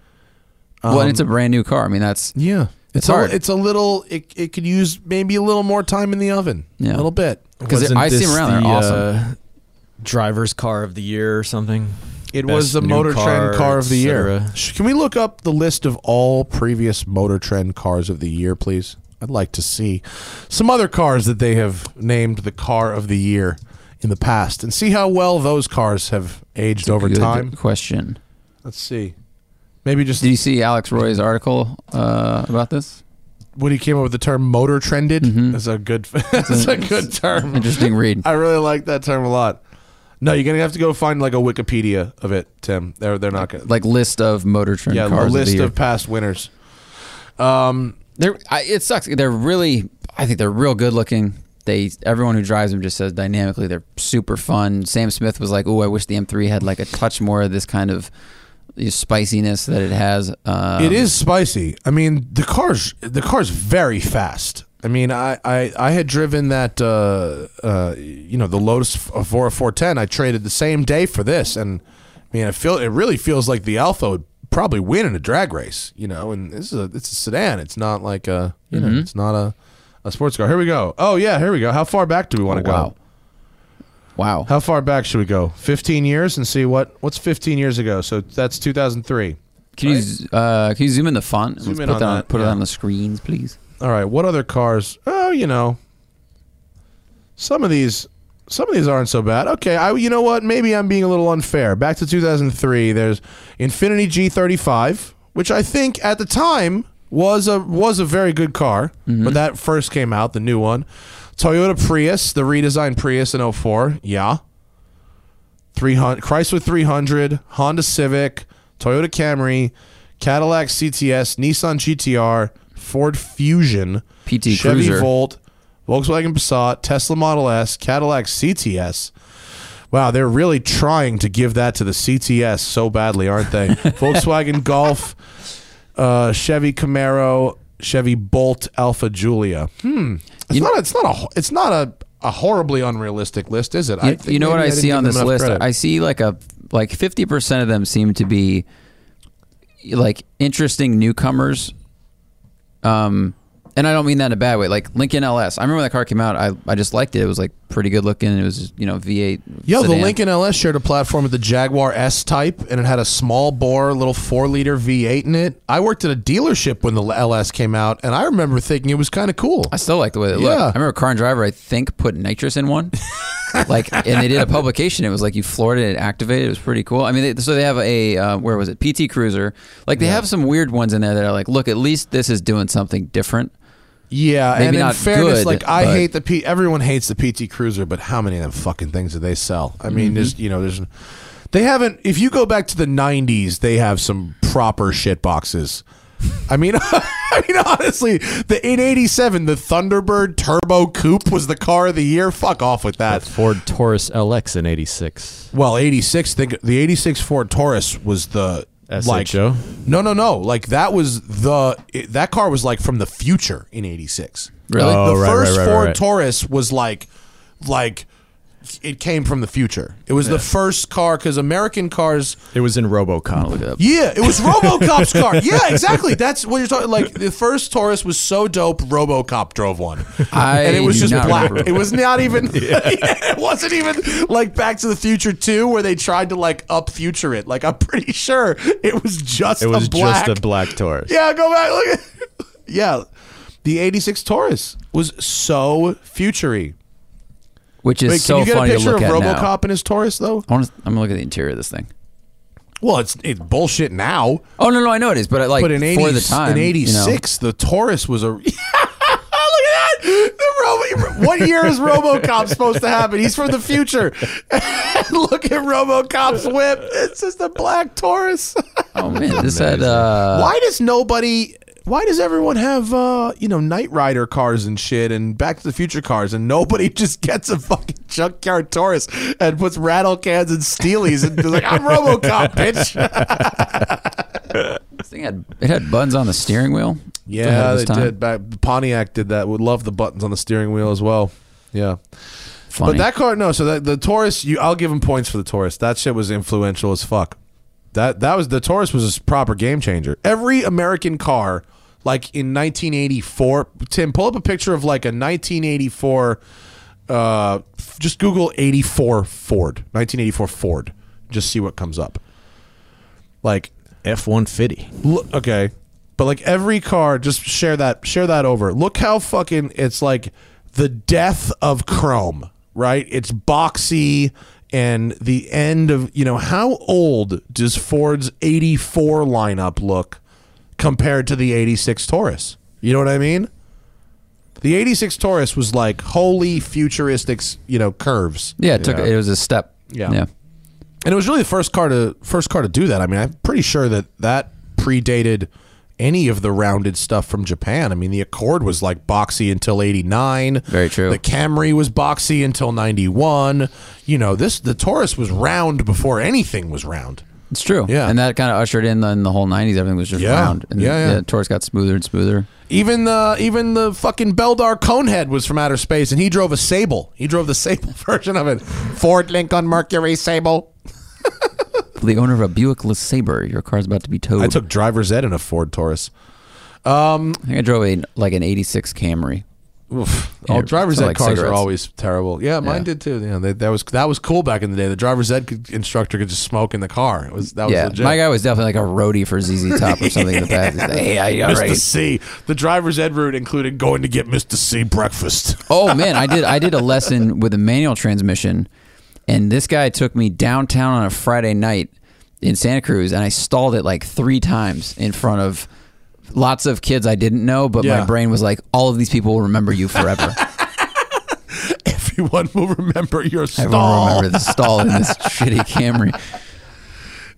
Speaker 2: well, and it's
Speaker 3: Um,
Speaker 2: a brand new car. I mean, that's
Speaker 3: yeah, it's
Speaker 2: It's
Speaker 3: a,
Speaker 2: hard.
Speaker 3: It's a little. It it could use maybe a little more time in the oven.
Speaker 2: Yeah.
Speaker 3: a little bit.
Speaker 2: because
Speaker 4: Wasn't
Speaker 2: I see them
Speaker 4: this
Speaker 2: around. They're
Speaker 4: the,
Speaker 2: awesome.
Speaker 4: uh, driver's car of the year or something.
Speaker 3: It
Speaker 4: Best
Speaker 3: was the
Speaker 4: new
Speaker 3: Motor Trend Car of the
Speaker 4: et
Speaker 3: Year.
Speaker 4: cetera.
Speaker 3: Sh- Can we look up the list of all previous Motor Trend Cars of the Year, please? I'd like to see some other cars that they have named the Car of the Year in the past and see how well those cars have aged over
Speaker 2: Good
Speaker 3: time.
Speaker 2: question.
Speaker 3: Let's see. Maybe just
Speaker 2: Did you see Alex Roy's article uh, about this?
Speaker 3: when he came up with the term motor trended. That's a good (laughs) that's a good term.
Speaker 2: Interesting read.
Speaker 3: (laughs) I really like that term a lot. No, you're going to have to go find like a Wikipedia of it, Tim. They're they're not going to
Speaker 2: like list of motor trend
Speaker 3: Yeah, a
Speaker 2: cars.
Speaker 3: list
Speaker 2: of, the year.
Speaker 3: of past winners. Um
Speaker 2: They're I, it sucks. They're really I think they're real good looking. They everyone who drives them just says dynamically they're super fun. Sam Smith was like, "Oh, I wish the M3 had like a touch more of this kind of spiciness that it has." Um,
Speaker 3: It is spicy. I mean, the car's the car's very fast. I mean, I I, I had driven that uh, uh, you know the Lotus four four ten. I traded the same day for this, and I mean, I feel it really feels like the Alpha would probably win in a drag race. You know, and this is a it's a sedan. It's not like a you
Speaker 2: Mm-hmm.
Speaker 3: know it's not a a sports car. Here we go. Oh yeah, here we go. How far back do we want to
Speaker 2: Oh, wow.
Speaker 3: go?
Speaker 2: Wow.
Speaker 3: How far back should we go? Fifteen years and see what what's fifteen years ago. So that's two thousand three.
Speaker 2: Can you z- uh, can you zoom in the font? and
Speaker 3: Zoom in
Speaker 2: put
Speaker 3: on
Speaker 2: that on,
Speaker 3: that,
Speaker 2: put
Speaker 3: yeah.
Speaker 2: it on the screens, please.
Speaker 3: All right, what other cars? Oh, you know, some of these, some of these aren't so bad. Okay, I, you know what? Maybe I'm being a little unfair. Back to 2003, there's Infiniti G35, which I think at the time was a was a very good car, but that first came out, the new one. Toyota Prius, the redesigned Prius in 04, yeah. 300 Chrysler 300, Honda Civic, Toyota Camry, Cadillac CTS, Nissan GTR, Ford Fusion,
Speaker 2: PT
Speaker 3: Chevy
Speaker 2: Cruiser.
Speaker 3: Volt, Volkswagen Passat, Tesla Model S, Cadillac CTS. Wow, they're really trying to give that to the CTS so badly, aren't
Speaker 2: (laughs)
Speaker 3: they? Volkswagen Golf, uh, Chevy Camaro, Chevy Bolt, Alpha Julia. Hmm. It's not. A, it's not a. It's not a. A horribly unrealistic list, is it?
Speaker 2: You, you know what I see on this list?
Speaker 3: I.
Speaker 2: I see like a like fifty percent of them seem to be like interesting newcomers. Um, and I don't mean that in a bad way. Like Lincoln LS, I remember when that car came out. I I just liked it. It was like pretty good looking. It was you know V eight.
Speaker 3: Yo, the Lincoln LS shared a platform with the Jaguar S type, and it had a small bore, little four liter V8 in it. I worked at a dealership when the LS came out, and I remember thinking it was kind of cool.
Speaker 2: I still like the way they
Speaker 3: Yeah.
Speaker 2: look. I remember Car and Driver. I think put nitrous in
Speaker 3: (laughs)
Speaker 2: one. like and they did a publication. It was like you floored it, it activated. It was pretty cool. I mean, they, so they have a uh, where was it? PT Cruiser. Like they have some weird ones in there that are like, look, at least this is doing something different.
Speaker 3: Yeah,
Speaker 2: Maybe
Speaker 3: and in
Speaker 2: not
Speaker 3: fairness,
Speaker 2: good,
Speaker 3: like I
Speaker 2: but-
Speaker 3: hate the P. Everyone hates the PT Cruiser, but how many of them fucking things do they sell? I mean, there's
Speaker 2: Mm-hmm.
Speaker 3: you know, there's they haven't. If you go back to the '90s, they have some proper shit boxes. I mean, (laughs) I mean, honestly, the 887, the Thunderbird Turbo Coupe was the car of the year. Fuck off with that.
Speaker 4: Ford Taurus LX in '86.
Speaker 3: Well, 86, think the 86 Ford Taurus was the
Speaker 4: SHO?
Speaker 3: like No, no, no. Like that was the it- that car was like from the future in 86.
Speaker 2: Really?
Speaker 3: Like,
Speaker 4: Oh,
Speaker 3: the
Speaker 4: right, right,
Speaker 3: first
Speaker 4: right, right,
Speaker 3: Ford
Speaker 4: right.
Speaker 3: Taurus was like like it came from the future. It was the first car cuz American cars
Speaker 4: It was in RoboCop.
Speaker 3: yeah, it was RoboCop's car. Yeah, exactly. That's what you're talking. Like the first Taurus was so dope, RoboCop drove one,
Speaker 2: I
Speaker 3: and it was
Speaker 2: do
Speaker 3: just
Speaker 2: not
Speaker 3: black.
Speaker 2: remember.
Speaker 3: It was not even. (laughs) it wasn't even like Back to the Future Two, where they tried to like up future it. Like I'm pretty sure it was just
Speaker 4: It was
Speaker 3: a black.
Speaker 4: just a black Taurus.
Speaker 3: Yeah, go back. Look at. Yeah, the '86 Taurus was so futury.
Speaker 2: which is
Speaker 3: Wait,
Speaker 2: so
Speaker 3: can you get a
Speaker 2: funny to
Speaker 3: picture of
Speaker 2: look at now.
Speaker 3: RoboCop in his Taurus though?
Speaker 2: I want to, I'm gonna look at the interior of this thing.
Speaker 3: Well, it's it's bullshit now.
Speaker 2: Oh no, no, I know it is, but I like
Speaker 3: But in 80,
Speaker 2: for the time
Speaker 3: in
Speaker 2: you know.
Speaker 3: (laughs) '86, the Taurus was a. Look at that! The Robo, what year is RoboCop supposed to happen? He's from the future. (laughs) Look at RoboCop's whip. It's just a black Taurus. (laughs)
Speaker 2: Oh man, this had uh,
Speaker 3: why does nobody? Why does everyone have uh, you know Night Rider cars and shit and Back to the Future cars and nobody (laughs) just gets a fucking junkyard Taurus and puts rattle cans and steelies and be like I'm RoboCop, bitch.
Speaker 2: this thing had it had buttons on the steering wheel. Ahead
Speaker 3: Yeah,
Speaker 2: of
Speaker 3: they
Speaker 2: its time.
Speaker 3: did. Back, Pontiac did that. Would love the buttons on the steering wheel as well. Yeah.
Speaker 2: Funny.
Speaker 3: But that car, no. So that, the Taurus, you, I'll give him points for the Taurus. That shit was influential as fuck. That that was the Taurus was a proper game changer. Every American car, like in 1984, Tim, pull up a picture of like a 1984. Uh, f- just Google 84 Ford, 1984 Ford. Just see what comes up. Like
Speaker 4: F one fifty.
Speaker 3: Look, okay, but like every car, just share that, share that over. Look how fucking it's like the death of chrome, right? It's boxy and the end of you know how old does Ford's '84 lineup look compared to the '86 Taurus? You know what I mean? The '86 Taurus was like holy futuristic, you know, curves.
Speaker 2: yeah, it took it was a step.
Speaker 3: Yeah.
Speaker 2: yeah.
Speaker 3: And it was really the first car to first car to do that. I mean, I'm pretty sure that that predated any of the rounded stuff from Japan. I mean, the Accord was like boxy until 89.
Speaker 2: Very true.
Speaker 3: The Camry was boxy until 91. You know, this the Taurus was round before anything was round.
Speaker 2: It's true.
Speaker 3: Yeah.
Speaker 2: And that kind of ushered in then the whole 90s. Everything was just
Speaker 3: Yeah.
Speaker 2: round. And
Speaker 3: Yeah, yeah.
Speaker 2: the Taurus got smoother and smoother.
Speaker 3: Even the even the fucking Beldar Conehead was from outer space and he drove a Sable. He drove the Sable (laughs) version of it. Ford Lincoln Mercury Sable.
Speaker 2: The owner of a Buick LeSabre, your car's about to be towed.
Speaker 3: I
Speaker 2: I,
Speaker 3: took driver's ed in a Ford Taurus.
Speaker 2: think I drove a, like an 86 Camry.
Speaker 3: Oof. All
Speaker 2: Yeah,
Speaker 3: driver's ed
Speaker 2: smell like
Speaker 3: cars are
Speaker 2: cigarettes.
Speaker 3: always terrible. Yeah, mine
Speaker 2: Yeah.
Speaker 3: did too. Yeah, they, that was that was cool back in the day. The driver's ed could, instructor could just smoke in the car. It was that was
Speaker 2: Yeah.
Speaker 3: legit.
Speaker 2: My guy was definitely like a roadie for ZZ Top or
Speaker 3: (laughs)
Speaker 2: something in the past. He's like, hey, I, all
Speaker 3: Mr.
Speaker 2: right.
Speaker 3: C. The driver's ed route included going to get Mr. C breakfast. (laughs)
Speaker 2: Oh man, I did I did a lesson with a manual transmission, and this guy took me downtown on a Friday night in Santa Cruz, and I stalled it like three times in front of lots of kids I didn't know, but
Speaker 3: Yeah.
Speaker 2: my brain was like, all of these people will remember you
Speaker 3: (laughs)
Speaker 2: forever.
Speaker 3: Everyone will remember your
Speaker 2: Everyone
Speaker 3: stall.
Speaker 2: remember the stall
Speaker 3: (laughs)
Speaker 2: in this shitty Camry.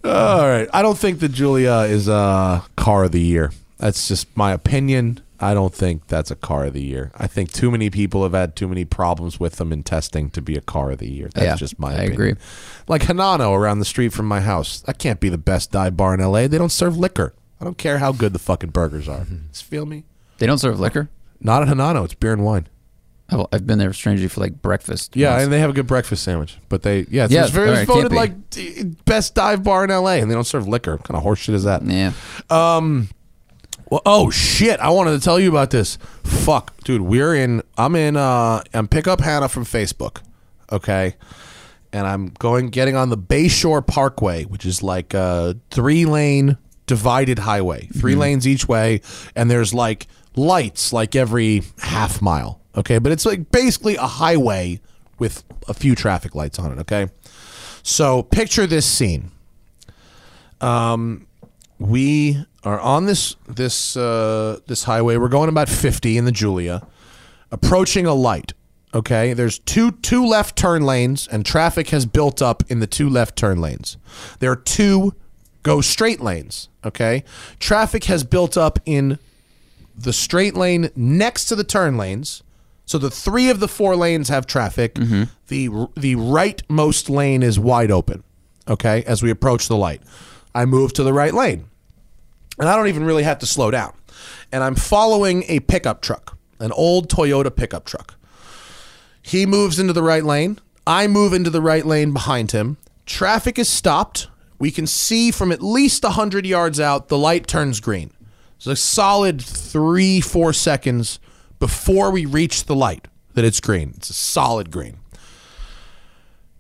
Speaker 3: All right. I don't think the Julia is a car of the year. That's just my opinion. I don't think that's a car of the year. I think too many people have had too many problems with them in testing to be a car of the year. That's
Speaker 2: Yeah,
Speaker 3: just my
Speaker 2: I
Speaker 3: opinion.
Speaker 2: agree.
Speaker 3: Like Hanano around the street from my house. That can't be the best dive bar in LA. They don't serve liquor. I don't care how good the fucking burgers are.
Speaker 2: Mm-hmm.
Speaker 3: Just feel me?
Speaker 2: They don't serve liquor.
Speaker 3: Not at Hanano. It's beer and wine.
Speaker 2: I've- I've been there strangely for like breakfast.
Speaker 3: Yeah,
Speaker 2: once.
Speaker 3: and they have a good breakfast sandwich. But they, yeah, it's,
Speaker 2: Yeah,
Speaker 3: it's very,
Speaker 2: all
Speaker 3: it's
Speaker 2: right,
Speaker 3: voted
Speaker 2: can't be.
Speaker 3: like d- best dive bar in LA, and they don't serve liquor. What kind of horseshit is that?
Speaker 2: yeah.
Speaker 3: Well, oh shit! I wanted to tell you about this. Fuck, dude, we're in. I'm in. Uh, I'm pick up Hannah from Facebook. Okay, and I'm going getting on the Bayshore Parkway, which is like a three lane divided highway, 3 lanes each way, and there's like lights like every half mile. Okay, but it's like basically a highway with a few traffic lights on it. Okay, so picture this scene we are on this this uh, this highway. We're going about 50 in the Julia, approaching a light. Okay, there's two two left turn lanes, and traffic has built up in the two left turn lanes. There are two go straight lanes. Okay, traffic has built up in the straight lane next to the turn lanes. So the three of the four lanes have traffic. The the rightmost lane is wide open. Okay, as we approach the light, I move to the right lane, and I don't even really have to slow down. And I'm following a pickup truck, an old Toyota pickup truck. He moves into the right lane. I move into the right lane behind him. Traffic is stopped. We can see from at least 100 yards out, the light turns green. It's a solid three, four seconds before we reach the light that it's green. It's a solid green.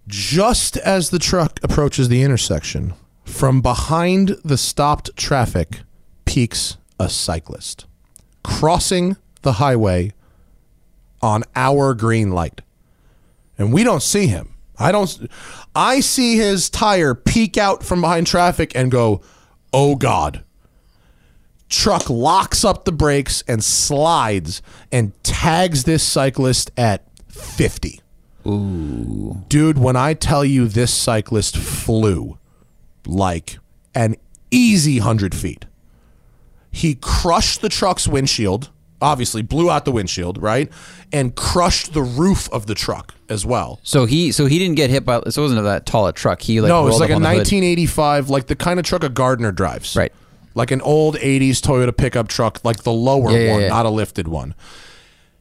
Speaker 3: Just as the truck approaches the intersection, from behind the stopped traffic peeks a cyclist crossing the highway on our green light. And we don't see him. I don't I see his tire peek out from behind traffic and go, "Oh god." Truck locks up the brakes and slides and tags this cyclist at 50. Ooh. Dude, when I tell you this cyclist flew like an easy 100 feet. He crushed the truck's windshield, obviously blew out the windshield, right? And crushed the roof of the truck as well.
Speaker 2: So he so he didn't get hit by. So it wasn't that tall a truck. He like
Speaker 3: no, it's
Speaker 2: rolled
Speaker 3: like
Speaker 2: up
Speaker 3: a
Speaker 2: on the hood.
Speaker 3: 1985, like the kind of truck a gardener drives.
Speaker 2: Right.
Speaker 3: Like an old 80s Toyota pickup truck, like the lower
Speaker 2: yeah,
Speaker 3: one,
Speaker 2: yeah.
Speaker 3: not a lifted one.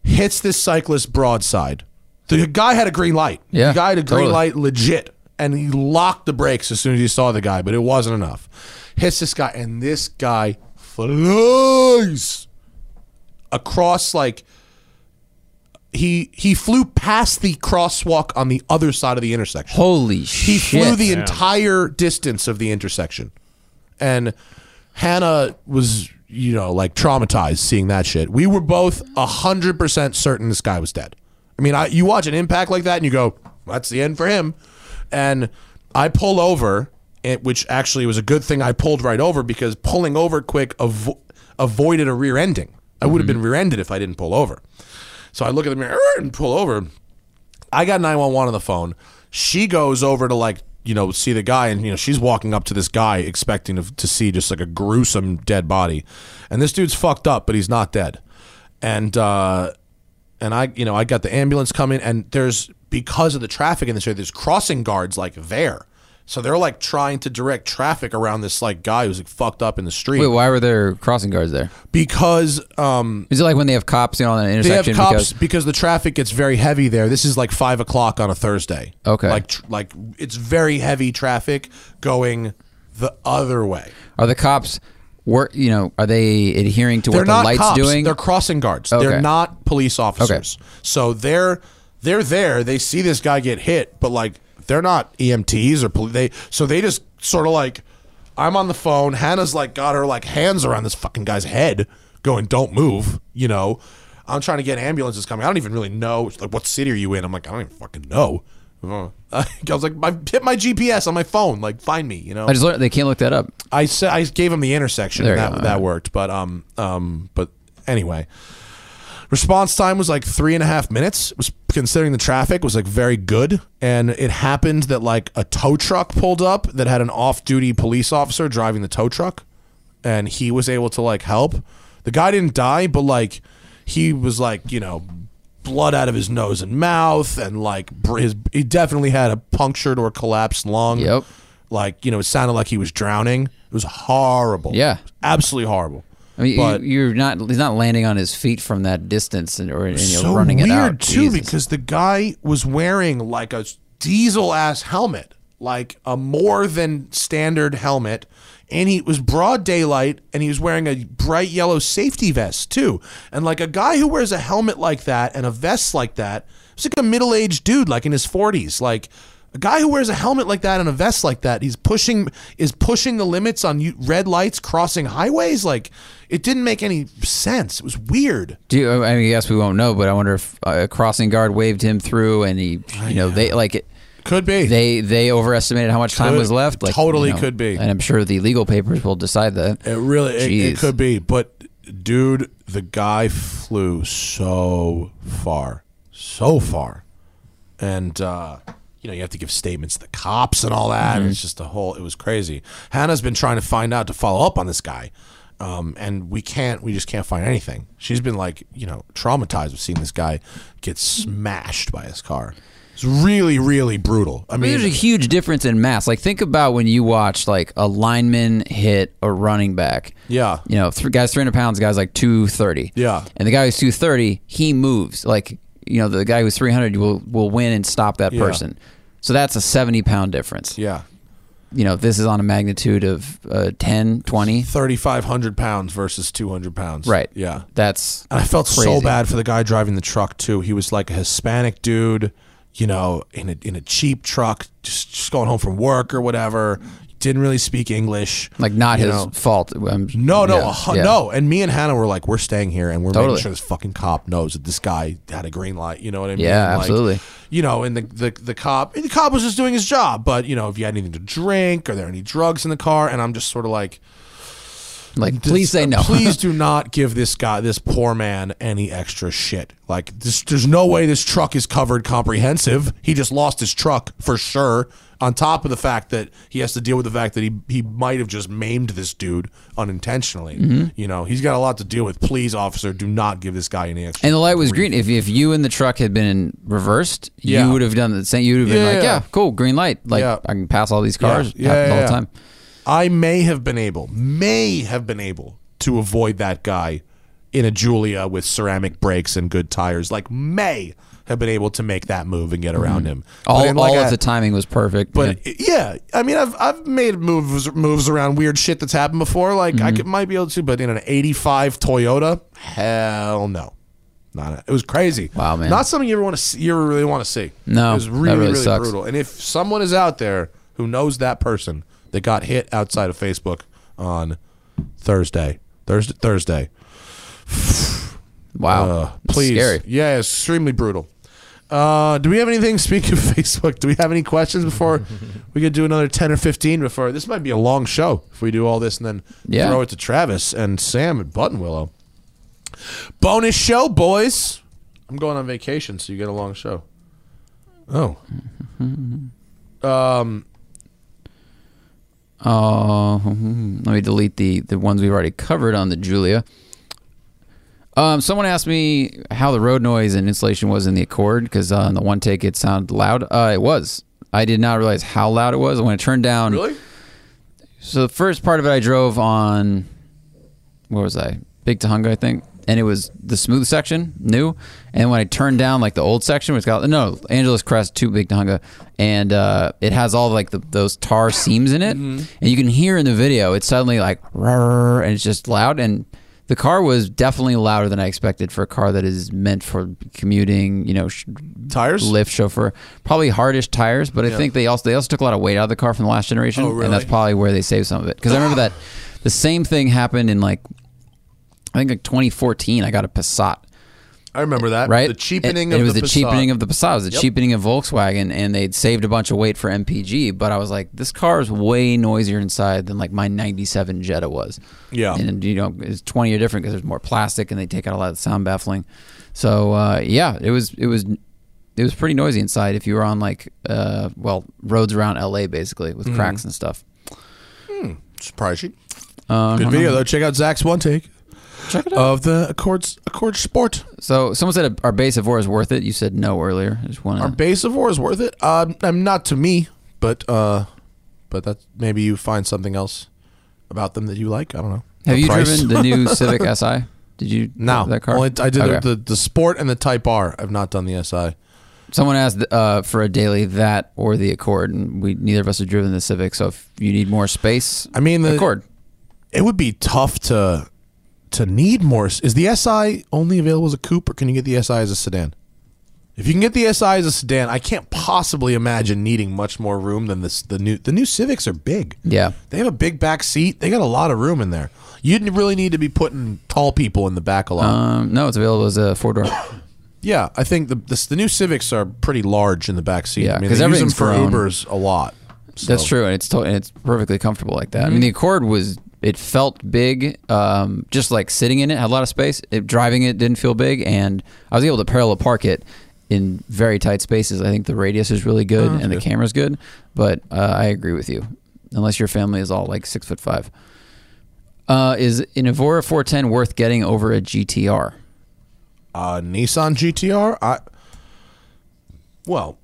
Speaker 3: Hits this cyclist broadside. The guy had a green light.
Speaker 2: Yeah,
Speaker 3: The guy had a green
Speaker 2: totally.
Speaker 3: light legit. And he locked the brakes as soon as he saw the guy, but it wasn't enough. Hits this guy, and this guy flies across like he he flew past the crosswalk on the other side of the intersection.
Speaker 2: Holy
Speaker 3: He
Speaker 2: shit!
Speaker 3: flew the entire distance of the intersection. And Hannah was, you know, like traumatized seeing that shit. We were both 100% certain this guy was dead. I mean, I, you watch an impact like that and you go, that's the end for him. And I pull over, it, which actually was a good thing I pulled right over because pulling over quick avo- avoided a rear ending. I would have been rear ended if I didn't pull over. So I look at the mirror and pull over. I got 911 on the phone. She goes over to like, you know, see the guy and you know, she's walking up to this guy expecting to, to see just like a gruesome dead body. And this dude's fucked up, but he's not dead. And uh and I, you know, I got the ambulance coming, and there's because of the traffic in this area, there's crossing guards like there, so they're like trying to direct traffic around this like guy who's like fucked up in the street
Speaker 2: Wait, why were there crossing guards there?
Speaker 3: because um,
Speaker 2: Is it like when they have cops you know, on an
Speaker 3: they have
Speaker 2: intersection?
Speaker 3: cops because,
Speaker 2: because,
Speaker 3: the traffic gets very heavy there. This is like five o'clock on a Thursday.
Speaker 2: Okay.
Speaker 3: like tr- like it's very heavy traffic going the other way.
Speaker 2: are the cops work? You know, are they adhering to
Speaker 3: They're
Speaker 2: what the
Speaker 3: not
Speaker 2: lights
Speaker 3: cops.
Speaker 2: doing?
Speaker 3: They're crossing guards. They're
Speaker 2: Okay.
Speaker 3: not police officers. So they're they're there. They see this guy get hit, but like they're not EMTs or police. They so they just sort of like I'm on the phone. Hannah's like got her like hands around this fucking guy's head, going, "Don't move," you know. I'm trying to get ambulances coming. I don't even really know. She's Like, what city are you in? I'm like, I don't even fucking know. (laughs) Uh, I was like, I hit my GPS on my phone. Like, find me, you know.
Speaker 2: I just learned they can't look that up.
Speaker 3: I said I gave him the intersection.
Speaker 2: There
Speaker 3: And
Speaker 2: you
Speaker 3: that
Speaker 2: go.
Speaker 3: that worked, but um um but anyway, response time was like three and a half minutes. It Was considering the traffic was like very good, and it happened that like a tow truck pulled up that had an off-duty police officer driving the tow truck, and he was able to like help. The guy didn't die, but like he was like you know blood out of his nose and mouth, and like br- his he definitely had a punctured or collapsed lung
Speaker 2: Yep.
Speaker 3: like you know it sounded like he was drowning it was horrible
Speaker 2: Yeah.
Speaker 3: absolutely horrible
Speaker 2: I mean,
Speaker 3: But-
Speaker 2: you, you're not. He's not landing on his feet from that distance and or you know,
Speaker 3: so
Speaker 2: running
Speaker 3: weird
Speaker 2: it out.
Speaker 3: too
Speaker 2: Jesus.
Speaker 3: because the guy was wearing like a diesel ass helmet like a more than standard helmet and he it was broad daylight and he was wearing a bright yellow safety vest too and like a guy who wears a helmet like that and a vest like that it's like a middle-aged dude like in his 40s like a guy who wears a helmet like that and a vest like that he's pushing is pushing the limits on you- red lights crossing highways like it didn't make any sense it was weird
Speaker 2: Do you, I mean, I guess we won't know, but I wonder if uh, a crossing guard waved him through, and he, you know, they like it.
Speaker 3: could be
Speaker 2: They they overestimated how much time
Speaker 3: Could-
Speaker 2: was left. Like,
Speaker 3: totally
Speaker 2: you know,
Speaker 3: could be.
Speaker 2: and I'm sure the legal papers will decide that.
Speaker 3: It really it, it
Speaker 2: Jeez.
Speaker 3: could be, but dude, the guy flew so far, so far, and uh, you know you have to give statements to the cops and all that.
Speaker 2: Mm-hmm.
Speaker 3: It's just a whole. It was crazy. Hannah's been trying to find out to follow up on this guy, um, and we can't. We just can't find anything. She's been like you know traumatized with seeing this guy get smashed by his car. It's really really brutal. I mean,
Speaker 2: There's a huge difference in mass. Like, think about when you watch like a lineman hit a running back.
Speaker 3: Yeah.
Speaker 2: You know, th- guys 300 pounds, guys like 230.
Speaker 3: Yeah.
Speaker 2: And the guy who's 230, he moves. Like, you know, the guy who's 300 will will win and stop that person. So that's a 70 pound difference.
Speaker 3: yeah,
Speaker 2: You know, this is on a magnitude of uh, 10, 20.
Speaker 3: thirty five hundred pounds versus two hundred pounds.
Speaker 2: Right.
Speaker 3: Yeah.
Speaker 2: That's
Speaker 3: And I felt so
Speaker 2: Crazy.
Speaker 3: bad for the guy driving the truck too. He was like a Hispanic dude, you know, in a in a cheap truck, just, just going home from work or whatever. Didn't really speak English.
Speaker 2: like not
Speaker 3: you
Speaker 2: his
Speaker 3: know.
Speaker 2: fault. I'm-
Speaker 3: No, no,
Speaker 2: yeah,
Speaker 3: a hu-
Speaker 2: yeah.
Speaker 3: no. And me and Hannah were like, we're staying here, and we're making
Speaker 2: Totally.
Speaker 3: sure this fucking cop knows that this guy had a green light. You know what I mean?
Speaker 2: Yeah,
Speaker 3: Like,
Speaker 2: absolutely.
Speaker 3: You know, and the, the the cop, and the cop was just doing his job. But you know, if you had anything to drink, are there any drugs in the car? And I'm just sort of like,
Speaker 2: Like, please say no.
Speaker 3: please do not give this guy, this poor man, any extra shit. Like, this, there's no way this truck is covered comprehensive. He just lost his truck for sure. On top of the fact that he has to deal with the fact that he he might have just maimed this dude unintentionally.
Speaker 2: Mm-hmm.
Speaker 3: You know, he's got a lot to deal with. Please, officer, do not give this guy any extra.
Speaker 2: (laughs) And the light was green. If, if you and the truck had been in reversed,
Speaker 3: Yeah.
Speaker 2: you would have done the same. You would have been
Speaker 3: Yeah.
Speaker 2: like, yeah, cool, green light. Like
Speaker 3: Yeah.
Speaker 2: I can pass all these cars
Speaker 3: Yeah,
Speaker 2: all
Speaker 3: yeah,
Speaker 2: the
Speaker 3: yeah.
Speaker 2: time.
Speaker 3: I may have been able, may have been able to avoid that guy in a Julia with ceramic brakes and good tires. Like may have been able to make that move and get around him.
Speaker 2: Mm-hmm. All,
Speaker 3: But in, like,
Speaker 2: all
Speaker 3: I-
Speaker 2: of the timing was perfect. Yeah.
Speaker 3: But yeah. I mean, I've I've made moves moves around weird shit that's happened before. Like
Speaker 2: Mm-hmm.
Speaker 3: I could, might be able to, but in an '85 Toyota, hell no, not a, it was crazy.
Speaker 2: Wow, man.
Speaker 3: not something you ever want to see, you ever really want to see.
Speaker 2: No,
Speaker 3: it was
Speaker 2: that
Speaker 3: really
Speaker 2: really
Speaker 3: really
Speaker 2: sucks.
Speaker 3: brutal. And if someone is out there who knows that person that got hit outside of Facebook on Thursday, Thursday, Thursday,
Speaker 2: wow,
Speaker 3: uh,
Speaker 2: It's
Speaker 3: please,
Speaker 2: scary.
Speaker 3: yeah, extremely brutal. Uh, do we have anything? (laughs) Speaking of Facebook, do we have any questions before we could do another ten or fifteen? Before this might be a long show if we do all this and then
Speaker 2: Yeah.
Speaker 3: throw it to Travis and Sam at Button Willow. Bonus show, boys. I'm going on vacation, so you get a long show. Oh, um,
Speaker 2: Oh, hmm. let me delete the the ones we've already covered on the Julia. Um, someone asked me how the road noise and insulation was in the Accord because uh, on the one take it sounded loud. Uh, it was. I did not realize how loud it was when it turned down.
Speaker 3: really?
Speaker 2: So the first part of it I drove on where was I? Big Tahunga, I think. And it was the smooth section, new. And when I turned down like the old section, which got no Angeles Crest, two Big Tahunga, and uh, it has all like the, those tar seams in it, and you can hear in the video it's suddenly like "Rrrr," and it's just loud. And the car was definitely louder than I expected for a car that is meant for commuting, you know, sh-
Speaker 3: Tires?
Speaker 2: lift chauffeur, probably hardish tires. But I think they also they also took a lot of weight out of the car from the last generation,
Speaker 3: Oh,
Speaker 2: and that's
Speaker 3: really?
Speaker 2: probably where they saved some of it. Because I
Speaker 3: (sighs)
Speaker 2: remember that the same thing happened in like I think like 2014. I got a Passat,
Speaker 3: I remember that.
Speaker 2: right?
Speaker 3: The cheapening. of
Speaker 2: And- and it was
Speaker 3: the,
Speaker 2: the,
Speaker 3: Passat.
Speaker 2: cheapening of the Passat. It was the
Speaker 3: Yep.
Speaker 2: cheapening of Volkswagen, and they'd saved a bunch of weight for MPG. But I was like, this car is way noisier inside than like my '97 Jetta was.
Speaker 3: Yeah.
Speaker 2: and you know it's 20 year different because there's more plastic, and they take out a lot of the sound baffling. So uh, yeah, it was it was. It was pretty noisy inside if you were on like, uh, well, roads around LA basically
Speaker 3: Mm-hmm.
Speaker 2: with cracks and stuff.
Speaker 3: Surprise you.
Speaker 2: Uh,
Speaker 3: Good video though. Check out Zach's one take. Check it out. Of the Accords Accord Sport.
Speaker 2: So someone said our base of war is worth it. You said no earlier. I just want
Speaker 3: Our
Speaker 2: to.
Speaker 3: base of war is worth it. Um, I'm not to me, but uh, but that maybe you find something else about them that you like. I don't know.
Speaker 2: Have
Speaker 3: The
Speaker 2: you
Speaker 3: price.
Speaker 2: driven
Speaker 3: (laughs)
Speaker 2: the new Civic Si? Did you?
Speaker 3: No,
Speaker 2: that car.
Speaker 3: Only I did
Speaker 2: Okay.
Speaker 3: the, the the Sport and the Type R. I've not done the SI.
Speaker 2: Someone asked uh, for a daily that or the Accord, and we neither of us have driven the Civic. So if you need more space,
Speaker 3: I mean, the-
Speaker 2: Accord.
Speaker 3: It would be tough to to need more. s- Is the SI only available as a coupe, or can you get the SI as a sedan? If you can get the SI as a sedan, I can't possibly imagine needing much more room than this. The new the new Civics are big.
Speaker 2: Yeah.
Speaker 3: They have a big back seat. They got a lot of room in there. You'd really need to be putting tall people in the back a lot.
Speaker 2: Um, no, it's available as a four door.
Speaker 3: yeah, I think the, the the new Civics are pretty large in the back seat.
Speaker 2: Yeah,
Speaker 3: I mean,
Speaker 2: 'cause
Speaker 3: they use them
Speaker 2: everything's
Speaker 3: for
Speaker 2: grown.
Speaker 3: Ubers a lot.
Speaker 2: That's true, and it's to- and it's perfectly comfortable like that. I mean, the Accord was it felt big, um, just like sitting in it had a lot of space. It, driving it didn't feel big, and I was able to parallel park it in very tight spaces. I think the radius is really good and the camera's good, but uh, I agree with you. Unless your family is all like six foot five, uh, is an Evora 410 worth getting over a GTR?
Speaker 3: Uh, Nissan GTR. I well,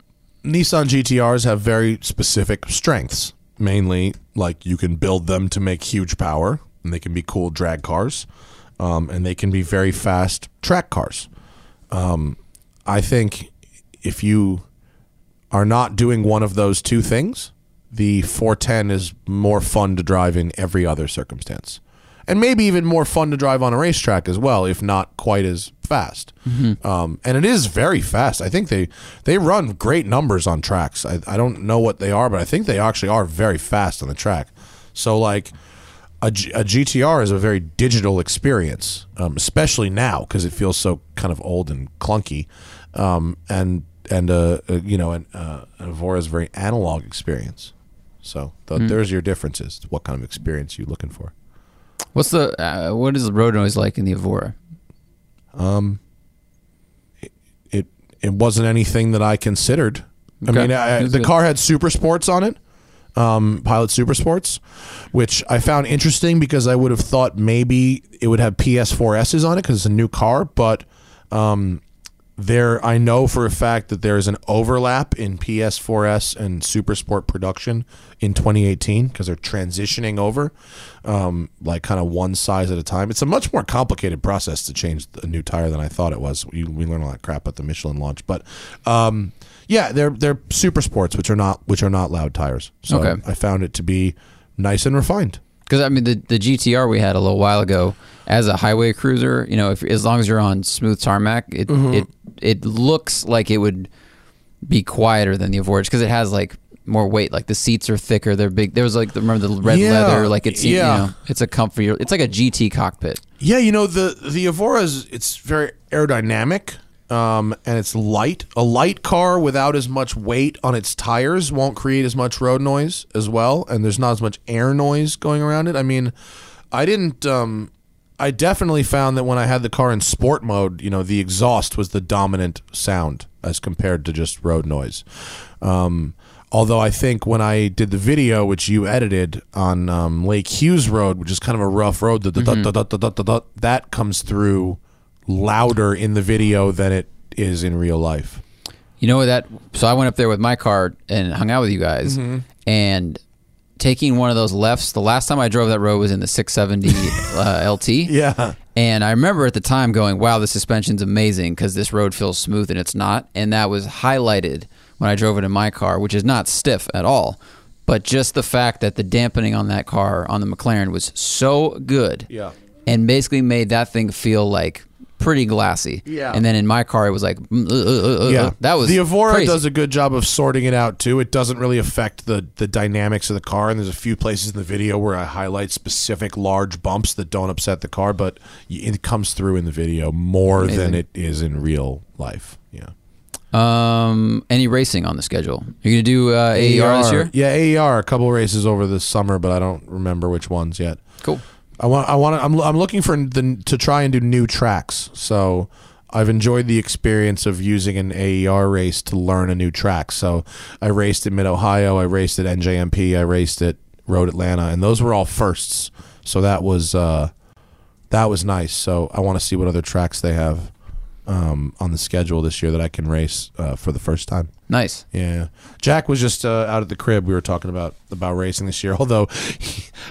Speaker 3: Nissan GTRs have very specific strengths. Mainly, like you can build them to make huge power, and they can be cool drag cars, um, and they can be very fast track cars. Um, I think if you are not doing one of those two things, the 410 is more fun to drive in every other circumstance. And maybe even more fun to drive on a racetrack as well, if not quite as fast. Um, and it is very fast. I think they, they run great numbers on tracks. I, I don't know what they are, but I think they actually are very fast on the track. So, like, a, G- a GTR is a very digital experience, um, especially now because it feels so kind of old and clunky, um, and and uh, uh, you know, and uh, an Evora is a very
Speaker 2: Hmm.
Speaker 3: analog experience. So th- there's your differences. What kind of experience you looking for?
Speaker 2: What's the uh, what is the road noise like in the Avora?
Speaker 3: It it wasn't anything that I considered. I
Speaker 2: Okay.
Speaker 3: mean, I,
Speaker 2: That's
Speaker 3: the
Speaker 2: good.
Speaker 3: car had Super Sports on it, um, Pilot Super Sports, which I found interesting because I would have thought maybe it would have PS4Ss on it because it's a new car, but. Um, there, I know for a fact that there is an overlap in PS4S and Super Sport production in 2018 because they're transitioning over, um, like kind of one size at a time. It's a much more complicated process to change a new tire than I thought it was. We, we learn a lot of crap at the Michelin launch, but um, yeah, they're they're Super Sports, which are not which are not loud tires. So
Speaker 2: Okay.
Speaker 3: I found it to be nice and refined.
Speaker 2: Because I mean, the, the GTR we had a little while ago as a highway cruiser, you know, if as long as you're on smooth tarmac, it
Speaker 3: Mm-hmm.
Speaker 2: it it looks like it would be quieter than the Avora because it has like more weight. Like the seats are thicker, they're big. There was like the, remember the red
Speaker 3: Yeah,
Speaker 2: leather, like it's you-
Speaker 3: yeah.
Speaker 2: you know, it's a comfier. It's like a GT cockpit.
Speaker 3: Yeah, you know the the Avora's it's very aerodynamic, um, and it's light. A light car without as much weight on its tires won't create as much road noise as well, and there's not as much air noise going around it. I mean, I didn't. Um, I definitely found that when I had the car in sport mode, you know, the exhaust was the dominant sound as compared to just road noise. Um, although I think when I did the video, which you edited on um, Lake Hughes Road, which is kind of a rough road, the, the,
Speaker 2: Mm-hmm.
Speaker 3: the, the, the, the, the, the, that comes through louder in the video than it is in real life.
Speaker 2: You know that. So I went up there with my car and hung out with you guys,
Speaker 3: Mm-hmm.
Speaker 2: and taking one of those lefts. The last time I drove that road was in the 670 uh, LT.
Speaker 3: (laughs) Yeah.
Speaker 2: And I remember at the time going, "Wow, the suspension's amazing because this road feels smooth and it's not." And that was highlighted when I drove it in my car, which is not stiff at all. But just the fact that the dampening on that car on the McLaren was so good,
Speaker 3: Yeah.
Speaker 2: and basically made that thing feel like pretty glassy.
Speaker 3: Yeah.
Speaker 2: And then in my car, it was like, mm, uh, uh, uh, uh,
Speaker 3: Yeah,
Speaker 2: that was
Speaker 3: the Avora
Speaker 2: crazy.
Speaker 3: does a good job of sorting it out too. It doesn't really affect the the dynamics of the car, and there's a few places in the video where I highlight specific large bumps that don't upset the car, but y- it comes through in the video more than it is in real life. Yeah,
Speaker 2: Um, any racing on the schedule? You're gonna do uh, AER, this
Speaker 3: E
Speaker 2: year?
Speaker 3: yeah, AER. A couple races over the summer, but I don't remember which ones yet.
Speaker 2: Cool.
Speaker 3: I want. I want. I'm. I'm looking for the to try and do new tracks. So I've enjoyed the experience of using an AER race to learn a new track. So I raced at Mid Ohio. I raced at NJMP. I raced at Road Atlanta, and those were all firsts. So that was uh, that was nice. So I want to see what other tracks they have um, on the schedule this year that I can race uh, for the first time.
Speaker 2: Nice.
Speaker 3: Yeah, Jack was just uh, out at the crib. We were talking about about racing this year. (laughs) Although,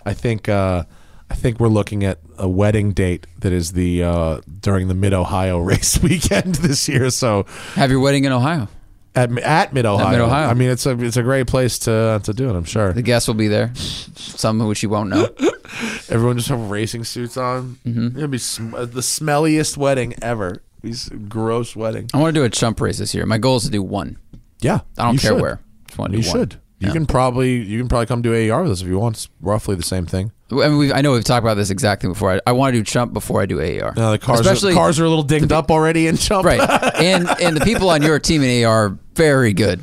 Speaker 3: I think uh, I think we're looking at a wedding date that is the uh, during the Mid Ohio (laughs) race weekend this year. So
Speaker 2: Have your wedding in Ohio.
Speaker 3: at at Mid Ohio,
Speaker 2: Mid-Ohio.
Speaker 3: I mean it's a it's a great place to to do it. I'm sure
Speaker 2: The guests will be there. Some which you won't know.
Speaker 3: everyone just have racing suits on.
Speaker 2: Mm-hmm.
Speaker 3: It'll be sm- uh, the smelliest wedding ever. These gross wedding.
Speaker 2: I want to do a chump race this year. My goal is to do one.
Speaker 3: Yeah,
Speaker 2: I don't
Speaker 3: you
Speaker 2: care
Speaker 3: should.
Speaker 2: where. Just want to
Speaker 3: You
Speaker 2: do one.
Speaker 3: should. You can probably you can probably come do AER with us if you want. It's roughly the same thing.
Speaker 2: I mean, we've, I know we've talked about this exact thing before. I, I want to do chump before I do AER.
Speaker 3: No, Uh, the cars
Speaker 2: Especially,
Speaker 3: are, cars are a little dinged up already in Chump.
Speaker 2: right? And and the people on your team in AER are very good.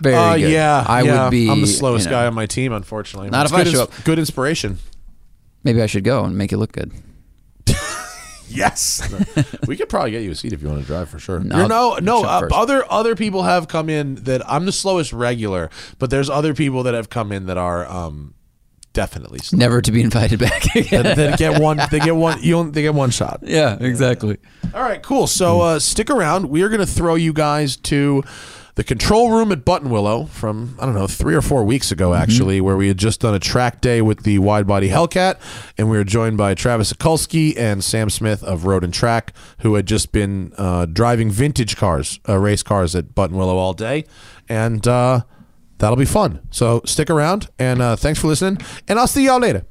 Speaker 2: Very
Speaker 3: Uh,
Speaker 2: good.
Speaker 3: yeah,
Speaker 2: I
Speaker 3: yeah.
Speaker 2: would be.
Speaker 3: I'm the slowest
Speaker 2: you know,
Speaker 3: guy on my team, unfortunately.
Speaker 2: Not
Speaker 3: It's
Speaker 2: if I
Speaker 3: good
Speaker 2: show
Speaker 3: ins- Good inspiration.
Speaker 2: Maybe I should go and make it look good. (laughs)
Speaker 3: Yes, we could probably get you a seat if you want to drive for sure. No,
Speaker 2: No,
Speaker 3: no, no.
Speaker 2: jump
Speaker 3: Uh,
Speaker 2: first.
Speaker 3: other other people have come in that I'm the slowest regular, but there's other people that have come in that are um, definitely
Speaker 2: (laughs)
Speaker 3: slow.
Speaker 2: Never to be invited back again.
Speaker 3: they get one. They get one. You only, they get one shot.
Speaker 2: yeah, exactly.
Speaker 3: All right, cool. So uh, stick around. We are going to throw you guys to the control room at Button Willow from I don't know three or four weeks ago, actually, where we had just done a track day with the wide body Hellcat, and we were joined by Travis Okulski and Sam Smith of Road and Track, who had just been uh, driving vintage cars, uh, race cars at Button Willow all day, and uh, that'll be fun. So stick around, and uh, thanks for listening, and I'll see y'all later.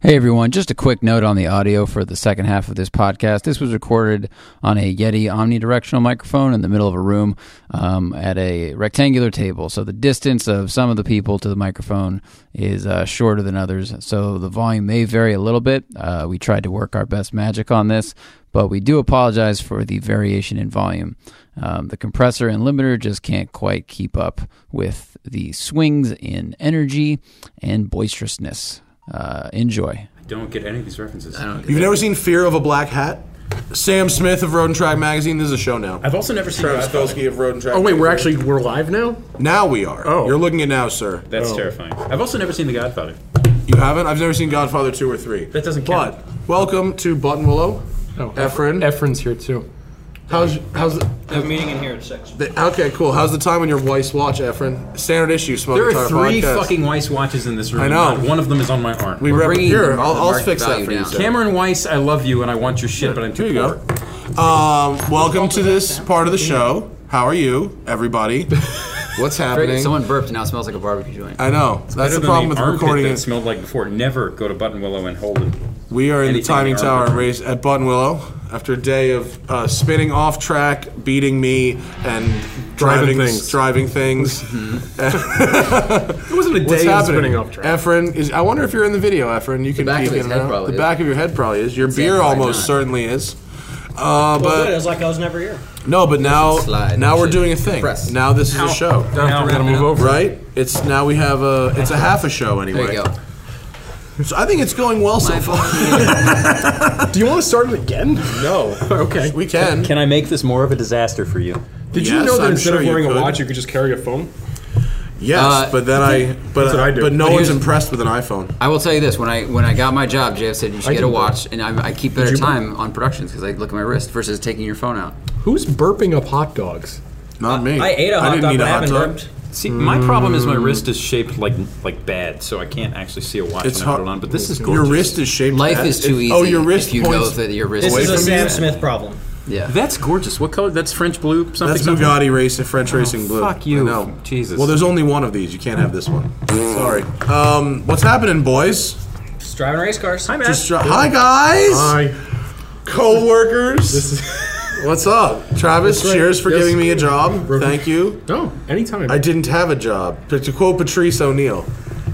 Speaker 2: Hey everyone, just a quick note on the audio for the second half of this podcast. This was recorded on a Yeti omnidirectional microphone in the middle of a room um, at a rectangular table. So the distance of some of the people to the microphone is uh, shorter than others. So the volume may vary a little bit. Uh, we tried to work our best magic on this, but we do apologize for the variation in volume. Um, the compressor and limiter just can't quite keep up with the swings in energy and boisterousness.
Speaker 3: Uh, enjoy.
Speaker 5: Don't get any of these references. I
Speaker 1: You've never seen Fear of a Black Hat? Sam Smith of Road and Track Magazine. This is a show now.
Speaker 6: I've also never seen
Speaker 1: Travis
Speaker 6: Godfather.
Speaker 1: Filsky of Road and Track.
Speaker 6: Oh wait, we're
Speaker 1: Magazine.
Speaker 6: actually we're live now.
Speaker 1: now we are.
Speaker 6: Oh.
Speaker 1: you're looking at now, sir.
Speaker 5: That's terrifying. I've also never seen The Godfather.
Speaker 1: You haven't? I've never seen Godfather two or three.
Speaker 5: That doesn't count.
Speaker 1: But welcome to Button Willow.
Speaker 6: Oh,
Speaker 1: Efren?
Speaker 6: Efren's here too.
Speaker 1: How's how's the,
Speaker 2: I have a meeting in here at six.
Speaker 1: the- okay? Cool. How's the time on your Weiss watch, Efren? Standard issue. Smoke
Speaker 5: There
Speaker 1: Guitar
Speaker 5: are three
Speaker 1: Podcast.
Speaker 5: fucking Weiss watches in this room.
Speaker 1: I know.
Speaker 5: Not one of them is on my arm.
Speaker 1: We rep-
Speaker 3: bringing
Speaker 1: here.
Speaker 3: the
Speaker 1: I'll, I'll
Speaker 3: market
Speaker 1: fix that
Speaker 3: value
Speaker 1: for you.
Speaker 3: down.
Speaker 1: sir.
Speaker 5: Cameron Weiss, I love you and I want your shit, but I'm too
Speaker 1: Here you
Speaker 5: poor.
Speaker 1: go. Um, welcome to this part of the show. How are you, everybody? What's happening?
Speaker 2: Someone burped and now it smells like a barbecue joint.
Speaker 1: I know. That's
Speaker 5: Better
Speaker 1: the
Speaker 5: than
Speaker 1: problem with
Speaker 5: armpit
Speaker 1: recording
Speaker 5: that
Speaker 1: it.
Speaker 5: smelled like before. Never go to Button Willow and hold it.
Speaker 1: We are in the
Speaker 5: anything in
Speaker 1: timing
Speaker 5: the
Speaker 1: tower
Speaker 5: armpit.
Speaker 1: race at Button Willow after a day of uh, spinning off track, beating me, and driving,
Speaker 6: Driving things.
Speaker 1: Driving
Speaker 6: (laughs)
Speaker 1: things.
Speaker 6: It wasn't a day
Speaker 1: What's
Speaker 6: of
Speaker 1: happening?
Speaker 6: spinning off track.
Speaker 1: Efren is. I wonder if you're in the video, Efren. You can
Speaker 2: back
Speaker 1: peek
Speaker 2: of his
Speaker 1: in
Speaker 2: head
Speaker 1: and out.
Speaker 2: probably
Speaker 1: The
Speaker 2: is.
Speaker 1: back of your head probably is. Your beer
Speaker 2: Yeah, why
Speaker 1: almost
Speaker 2: not?
Speaker 1: certainly is. Uh,
Speaker 2: Good,
Speaker 1: but
Speaker 2: it's like I was never here.
Speaker 1: no, but now
Speaker 2: slide
Speaker 1: now
Speaker 2: and
Speaker 1: we're
Speaker 2: shit.
Speaker 1: doing a thing.
Speaker 2: Press.
Speaker 1: Now this is a show,
Speaker 6: Now we're gonna move over.
Speaker 1: right? It's now we have a. It's a half a show anyway.
Speaker 2: There you go.
Speaker 1: So I think it's going well so far.
Speaker 6: Do you want to start it again?
Speaker 1: No,
Speaker 6: okay.
Speaker 1: we can.
Speaker 5: Can I make this more of a disaster for you?
Speaker 6: Did you
Speaker 1: Yes,
Speaker 6: know that
Speaker 1: I'm
Speaker 6: instead
Speaker 1: sure
Speaker 6: of
Speaker 1: you
Speaker 6: wearing
Speaker 1: could.
Speaker 6: a watch, you could just carry a phone?
Speaker 1: Yes,
Speaker 2: Uh,
Speaker 1: but then I. But
Speaker 6: what I do.
Speaker 1: but no
Speaker 6: But
Speaker 1: one's
Speaker 2: here's-
Speaker 1: impressed with an iPhone.
Speaker 2: I will tell you this: when I when I got my job, JF said you should
Speaker 6: I
Speaker 2: get a
Speaker 6: didn't
Speaker 2: watch, and I, I keep better
Speaker 6: you burp?
Speaker 2: time on productions because I look at my wrist versus taking your phone out.
Speaker 6: Who's burping up hot dogs?
Speaker 1: Not me.
Speaker 2: I ate a hot
Speaker 1: didn't
Speaker 2: dog,
Speaker 1: need
Speaker 2: but
Speaker 1: a
Speaker 2: I
Speaker 1: hot
Speaker 2: haven't
Speaker 1: dog.
Speaker 2: burped.
Speaker 5: See, my problem is my wrist is shaped like like bad, so I can't actually see a watch
Speaker 1: It's
Speaker 5: when I
Speaker 1: hot.
Speaker 5: put it on. But this is gorgeous.
Speaker 1: Your wrist is shaped.
Speaker 2: Life
Speaker 1: bad.
Speaker 2: is too
Speaker 1: It-
Speaker 2: easy.
Speaker 1: Oh, your wrist
Speaker 2: If you
Speaker 1: points.
Speaker 2: go that your wrist.
Speaker 1: This
Speaker 2: is
Speaker 1: is a
Speaker 2: too
Speaker 1: Sam
Speaker 2: bad.
Speaker 7: problem.
Speaker 2: Yeah.
Speaker 5: That's gorgeous. What color? That's French blue. Something.
Speaker 1: That's
Speaker 5: something.
Speaker 1: Bugatti racing French racing blue.
Speaker 5: fuck you.
Speaker 1: I know.
Speaker 5: Jesus.
Speaker 1: Well, there's only one of these. You can't have this one. Sorry. Um, what's happening, boys?
Speaker 7: Just driving race cars. Hi, man.
Speaker 1: Just dri- Hi guys,
Speaker 6: I
Speaker 1: coworkers. (laughs) what's up, Travis?
Speaker 6: That's right.
Speaker 1: Cheers for
Speaker 6: Yes.
Speaker 1: giving me a job.
Speaker 6: Broken-
Speaker 1: Thank you.
Speaker 6: no. Anytime.
Speaker 1: I didn't have a job, but to quote Patrice O'Neill,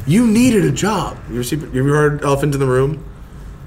Speaker 1: "You needed a job." You ever see? You ever heard Elephant in the Room?